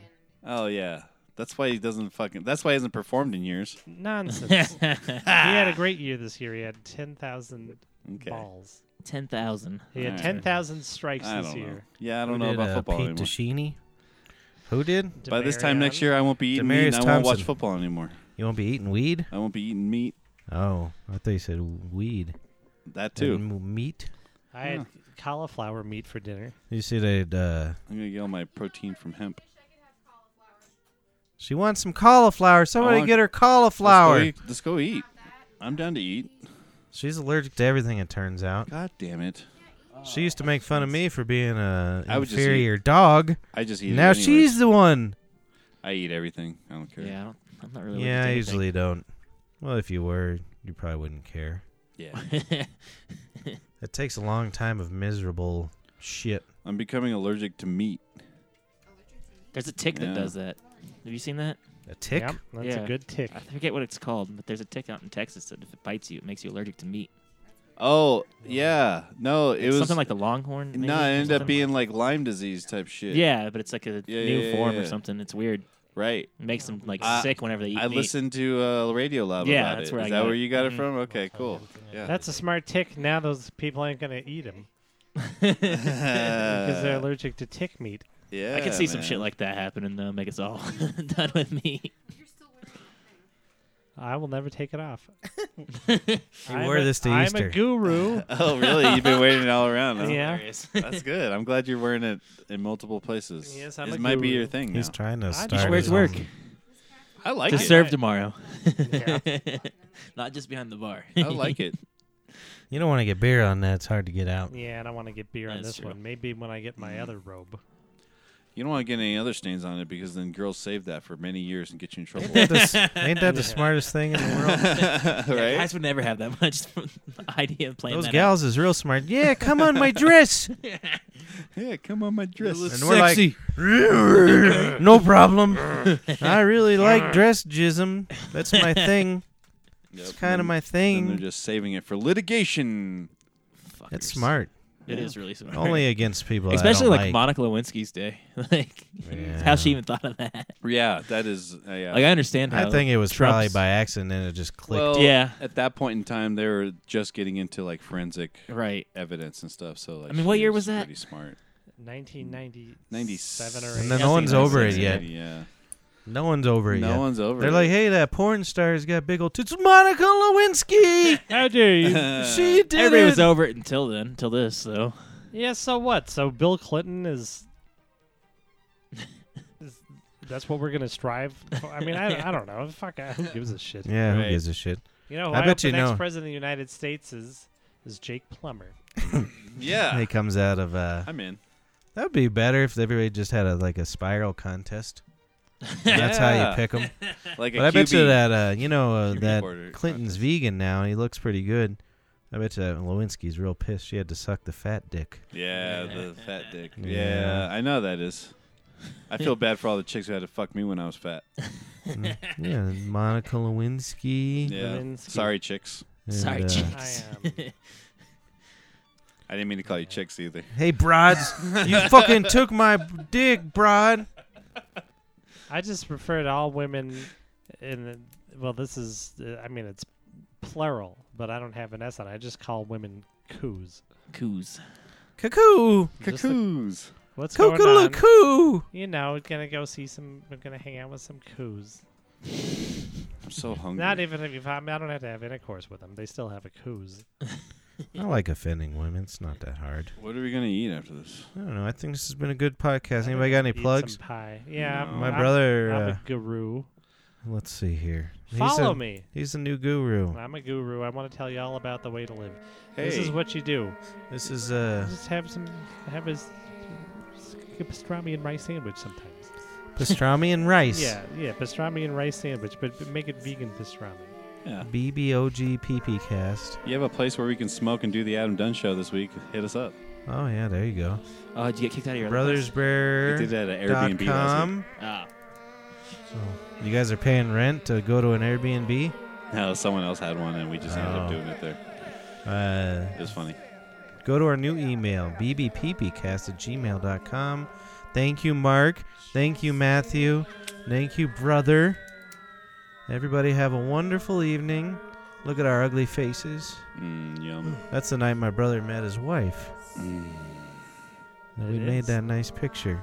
[SPEAKER 3] oh yeah, that's why he doesn't fucking. That's why he hasn't performed in years.
[SPEAKER 4] Nonsense. he had a great year this year. He had 10,000
[SPEAKER 3] Okay.
[SPEAKER 4] balls.
[SPEAKER 5] Ten thousand.
[SPEAKER 4] He had
[SPEAKER 3] Alright.
[SPEAKER 4] 10,000 strikes
[SPEAKER 3] I
[SPEAKER 4] this
[SPEAKER 3] don't know.
[SPEAKER 4] year.
[SPEAKER 3] Yeah, I don't
[SPEAKER 1] Who
[SPEAKER 3] know
[SPEAKER 1] did,
[SPEAKER 3] about
[SPEAKER 1] uh,
[SPEAKER 3] football
[SPEAKER 1] Pete
[SPEAKER 3] anymore.
[SPEAKER 1] Deshini? Who did?
[SPEAKER 3] By this time next year, I won't be eating meat.
[SPEAKER 1] Demarius
[SPEAKER 3] And I won't watch
[SPEAKER 1] Thompson.
[SPEAKER 3] football anymore.
[SPEAKER 1] You won't be eating weed?
[SPEAKER 3] I won't be eating meat.
[SPEAKER 1] Oh, I thought you said weed.
[SPEAKER 3] That too.
[SPEAKER 1] And m- meat?
[SPEAKER 4] I had cauliflower meat for dinner.
[SPEAKER 1] You said I'd, uh,
[SPEAKER 3] I'm gonna get all my protein from hemp.
[SPEAKER 1] she wants some cauliflower. Somebody
[SPEAKER 3] want-
[SPEAKER 1] get her
[SPEAKER 3] Let's go,
[SPEAKER 1] cauliflower.
[SPEAKER 3] eat. Let's go eat. I'm down to eat.
[SPEAKER 1] She's allergic to everything, it turns out.
[SPEAKER 3] God damn it!
[SPEAKER 1] She used to make fun of me for being a
[SPEAKER 3] Oh, I would just eat-
[SPEAKER 1] inferior dog.
[SPEAKER 3] I just eat. it
[SPEAKER 1] Now
[SPEAKER 3] anyways.
[SPEAKER 1] she's the one.
[SPEAKER 3] I eat everything. I don't care.
[SPEAKER 5] Yeah, I don't, I'm not really.
[SPEAKER 1] yeah, I
[SPEAKER 5] allergic to
[SPEAKER 1] usually don't. Well, if you were, you probably wouldn't care.
[SPEAKER 3] Yeah.
[SPEAKER 5] anything.
[SPEAKER 1] It takes a long time of miserable shit.
[SPEAKER 3] I'm becoming allergic to meat.
[SPEAKER 5] there's a tick
[SPEAKER 3] Yeah.
[SPEAKER 5] that does that. Have you seen that?
[SPEAKER 1] A tick?
[SPEAKER 4] Yep, that's a
[SPEAKER 5] Yeah.
[SPEAKER 4] good tick.
[SPEAKER 5] I forget what it's called, but there's a tick out in Texas that if it bites you, it makes you allergic to meat.
[SPEAKER 3] Oh yeah, no, it
[SPEAKER 5] It's
[SPEAKER 3] was
[SPEAKER 5] something like the longhorn. maybe,
[SPEAKER 3] No,
[SPEAKER 5] or
[SPEAKER 3] it ended up
[SPEAKER 5] something.
[SPEAKER 3] being like Lyme disease type shit.
[SPEAKER 5] Yeah, but it's like a
[SPEAKER 3] Yeah,
[SPEAKER 5] new
[SPEAKER 3] yeah, yeah,
[SPEAKER 5] form
[SPEAKER 3] yeah.
[SPEAKER 5] or something. It's weird.
[SPEAKER 3] right.
[SPEAKER 5] It makes them like
[SPEAKER 3] I-
[SPEAKER 5] sick whenever they eat
[SPEAKER 3] I
[SPEAKER 5] meat.
[SPEAKER 3] listened to uh, Radio Lab
[SPEAKER 5] Yeah,
[SPEAKER 3] about
[SPEAKER 5] that's
[SPEAKER 3] it.
[SPEAKER 5] where
[SPEAKER 3] Is
[SPEAKER 5] I
[SPEAKER 3] that
[SPEAKER 5] got
[SPEAKER 3] where
[SPEAKER 5] it.
[SPEAKER 3] you got it
[SPEAKER 5] Mhm.
[SPEAKER 3] from? Okay, cool. Yeah.
[SPEAKER 4] That's a smart tick. Now those people ain't going to eat them
[SPEAKER 3] Uh,
[SPEAKER 4] because they're allergic to tick meat.
[SPEAKER 3] yeah.
[SPEAKER 5] I could see some
[SPEAKER 3] man.
[SPEAKER 5] shit like that happening though. Make us all done with meat.
[SPEAKER 4] I will never take it off.
[SPEAKER 1] You
[SPEAKER 4] I'm
[SPEAKER 1] wore
[SPEAKER 4] a-
[SPEAKER 1] this to
[SPEAKER 4] I'm
[SPEAKER 1] Easter.
[SPEAKER 4] a guru.
[SPEAKER 3] Oh really? You've been waiting all around. Huh?
[SPEAKER 4] yeah.
[SPEAKER 3] That's good. I'm glad you're wearing it in multiple places.
[SPEAKER 4] Yes, I'm
[SPEAKER 3] This
[SPEAKER 4] a
[SPEAKER 3] might be
[SPEAKER 4] guru.
[SPEAKER 3] your thing.
[SPEAKER 1] He's
[SPEAKER 3] now.
[SPEAKER 1] trying to
[SPEAKER 4] just
[SPEAKER 1] start.
[SPEAKER 4] wears
[SPEAKER 1] his
[SPEAKER 5] work.
[SPEAKER 1] own-
[SPEAKER 3] I like
[SPEAKER 5] to
[SPEAKER 3] it.
[SPEAKER 5] serve tomorrow.
[SPEAKER 4] Yeah.
[SPEAKER 5] Not just behind the bar.
[SPEAKER 3] I like it.
[SPEAKER 1] You don't want to get beer on that. It's hard to get out.
[SPEAKER 4] Yeah, and I want to get beer on
[SPEAKER 5] That's
[SPEAKER 4] this
[SPEAKER 5] true.
[SPEAKER 4] one. Maybe when I get my other robe.
[SPEAKER 3] You don't want to get any other stains on it because then girls save that for many years and get you in trouble.
[SPEAKER 1] Ain't that the, s- ain't that the smartest thing in the world?
[SPEAKER 5] Yeah,
[SPEAKER 3] right?
[SPEAKER 5] Guys would never have that much idea of playing
[SPEAKER 1] Those
[SPEAKER 5] that
[SPEAKER 1] gals is real smart. Yeah, come on my dress.
[SPEAKER 3] Yeah, come on my dress.
[SPEAKER 1] And we're like, no problem. I really like dress jism. That's my thing.
[SPEAKER 3] Yep,
[SPEAKER 1] It's kind of
[SPEAKER 3] then-
[SPEAKER 1] my
[SPEAKER 3] then they're
[SPEAKER 1] thing.
[SPEAKER 3] just saving it for litigation.
[SPEAKER 5] out.
[SPEAKER 1] That's
[SPEAKER 5] Fuckers.
[SPEAKER 1] smart.
[SPEAKER 5] It is really smart.
[SPEAKER 1] Only against people. I
[SPEAKER 5] Especially
[SPEAKER 1] don't
[SPEAKER 5] like,
[SPEAKER 1] like
[SPEAKER 5] Monica Lewinsky's day. like
[SPEAKER 1] Yeah.
[SPEAKER 5] how she even thought of that.
[SPEAKER 3] Yeah, that is. Uh, yeah.
[SPEAKER 5] Like I understand how
[SPEAKER 1] I think it was probably
[SPEAKER 5] Trump's-
[SPEAKER 1] by accident and it just clicked.
[SPEAKER 3] Well,
[SPEAKER 5] Yeah.
[SPEAKER 3] At that point in time, they were just getting into like forensic
[SPEAKER 5] Right.
[SPEAKER 3] evidence and stuff. So like,
[SPEAKER 5] I mean, what
[SPEAKER 3] she
[SPEAKER 5] year was that?
[SPEAKER 3] Pretty smart.
[SPEAKER 4] 1997 or 8.
[SPEAKER 1] and then
[SPEAKER 5] I
[SPEAKER 1] no one's
[SPEAKER 5] think
[SPEAKER 1] over it
[SPEAKER 5] that's
[SPEAKER 1] yet.
[SPEAKER 5] it.
[SPEAKER 3] Yeah.
[SPEAKER 1] No one's over it
[SPEAKER 3] No
[SPEAKER 1] yet.
[SPEAKER 3] one's over.
[SPEAKER 1] They're
[SPEAKER 3] it.
[SPEAKER 1] like, hey, that porn star's got big old tits. Monica Lewinsky.
[SPEAKER 4] How dare you?
[SPEAKER 3] Uh,
[SPEAKER 1] she did
[SPEAKER 5] Everybody
[SPEAKER 1] it.
[SPEAKER 5] was over it until then, until this though.
[SPEAKER 4] yeah, so what? So Bill Clinton is. is that's what we're going to strive for? I mean, I, I don't know. Fuck, I, who gives a shit?
[SPEAKER 1] Yeah,
[SPEAKER 3] Right.
[SPEAKER 1] who gives a shit?
[SPEAKER 4] You know, who
[SPEAKER 1] I
[SPEAKER 4] I,
[SPEAKER 1] bet
[SPEAKER 4] hope the
[SPEAKER 1] you
[SPEAKER 4] next
[SPEAKER 1] know.
[SPEAKER 4] president of the United States is is Jake Plummer.
[SPEAKER 3] yeah.
[SPEAKER 1] He comes out of. uh
[SPEAKER 3] I'm in.
[SPEAKER 1] That would be better if everybody just had a like a spiral contest. And that's how you
[SPEAKER 3] Yeah.
[SPEAKER 1] pick them.
[SPEAKER 3] Like,
[SPEAKER 1] But
[SPEAKER 3] I
[SPEAKER 1] I bet you that uh, you know uh,
[SPEAKER 3] QB
[SPEAKER 1] that
[SPEAKER 3] border
[SPEAKER 1] Clinton's vegan now. and He looks pretty good. I bet you that Lewinsky's real pissed. She had to suck the fat dick.
[SPEAKER 3] Yeah, the fat dick.
[SPEAKER 1] Yeah.
[SPEAKER 3] Yeah. I know that is. I feel bad for all the chicks who had to fuck me when I was fat.
[SPEAKER 1] Mm. yeah, and Monica Lewinsky.
[SPEAKER 3] Yeah.
[SPEAKER 4] Lewinsky.
[SPEAKER 3] Sorry, chicks.
[SPEAKER 1] and,
[SPEAKER 5] Sorry,
[SPEAKER 1] uh,
[SPEAKER 5] chicks.
[SPEAKER 4] I am.
[SPEAKER 3] I didn't mean to call you chicks either.
[SPEAKER 1] Hey, broads, you fucking took my dick, broad.
[SPEAKER 4] I just refer to all women in the, well this is uh, I mean it's plural but I don't have an s on it. I just call women coos.
[SPEAKER 5] Coos.
[SPEAKER 1] Cuckoo,
[SPEAKER 4] Just the-
[SPEAKER 3] Cuckoos.
[SPEAKER 4] What's going
[SPEAKER 1] cuckoo,
[SPEAKER 4] on?
[SPEAKER 1] cuckoo.
[SPEAKER 4] You know, gonna go see some we're gonna hang out with some coos.
[SPEAKER 3] I'm so hungry.
[SPEAKER 4] Not even if I, I don't have to have intercourse with them. They still have a coos.
[SPEAKER 1] I like offending women. It's not that hard.
[SPEAKER 3] what are we gonna eat after this?
[SPEAKER 1] I don't know. I think this has been a good podcast.
[SPEAKER 4] I'm
[SPEAKER 1] Anybody
[SPEAKER 4] gonna
[SPEAKER 1] got any
[SPEAKER 4] eat some
[SPEAKER 1] plugs?
[SPEAKER 4] pie. Yeah, I'm-
[SPEAKER 1] My
[SPEAKER 4] I'm-
[SPEAKER 1] brother.
[SPEAKER 4] I'm
[SPEAKER 1] Uh,
[SPEAKER 4] a guru.
[SPEAKER 1] let's see here. He's
[SPEAKER 4] Follow
[SPEAKER 1] a-
[SPEAKER 4] me.
[SPEAKER 1] He's the new guru.
[SPEAKER 4] I'm a guru. I want to tell you all about the way to live. This
[SPEAKER 3] Hey.
[SPEAKER 4] is what you do.
[SPEAKER 1] This is uh,
[SPEAKER 4] Just have some have a s- pastrami and rice sandwich sometimes.
[SPEAKER 1] pastrami and rice.
[SPEAKER 4] Yeah, yeah, pastrami and rice sandwich, but but make it vegan pastrami.
[SPEAKER 3] Yeah.
[SPEAKER 1] BBOGPP cast.
[SPEAKER 3] You have a place where we can smoke and do the Adam Dunn show this week? Hit us up.
[SPEAKER 1] Oh yeah, there you go.
[SPEAKER 5] Oh, did you get kicked out of your other
[SPEAKER 1] Brothers
[SPEAKER 3] We did that at
[SPEAKER 1] dot
[SPEAKER 3] Airbnb last week.
[SPEAKER 1] com.
[SPEAKER 5] place? Ah.
[SPEAKER 1] So, you guys are paying rent to go to an Airbnb.
[SPEAKER 3] No, someone else had one and we just ended
[SPEAKER 1] Oh.
[SPEAKER 3] up doing it there.
[SPEAKER 1] Uh,
[SPEAKER 3] It was funny.
[SPEAKER 1] go to our new email, bbppcast at gmail.com. Thank you, Mark. Thank you, Matthew. Thank you, brother. Everybody have a wonderful evening. Look at our ugly faces.
[SPEAKER 3] Mm, yum. Mmm.
[SPEAKER 1] That's the night my brother met his wife.
[SPEAKER 4] Mm.
[SPEAKER 1] And we
[SPEAKER 5] It
[SPEAKER 1] made
[SPEAKER 5] is.
[SPEAKER 1] that nice picture.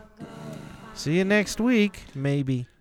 [SPEAKER 1] See you next week, maybe.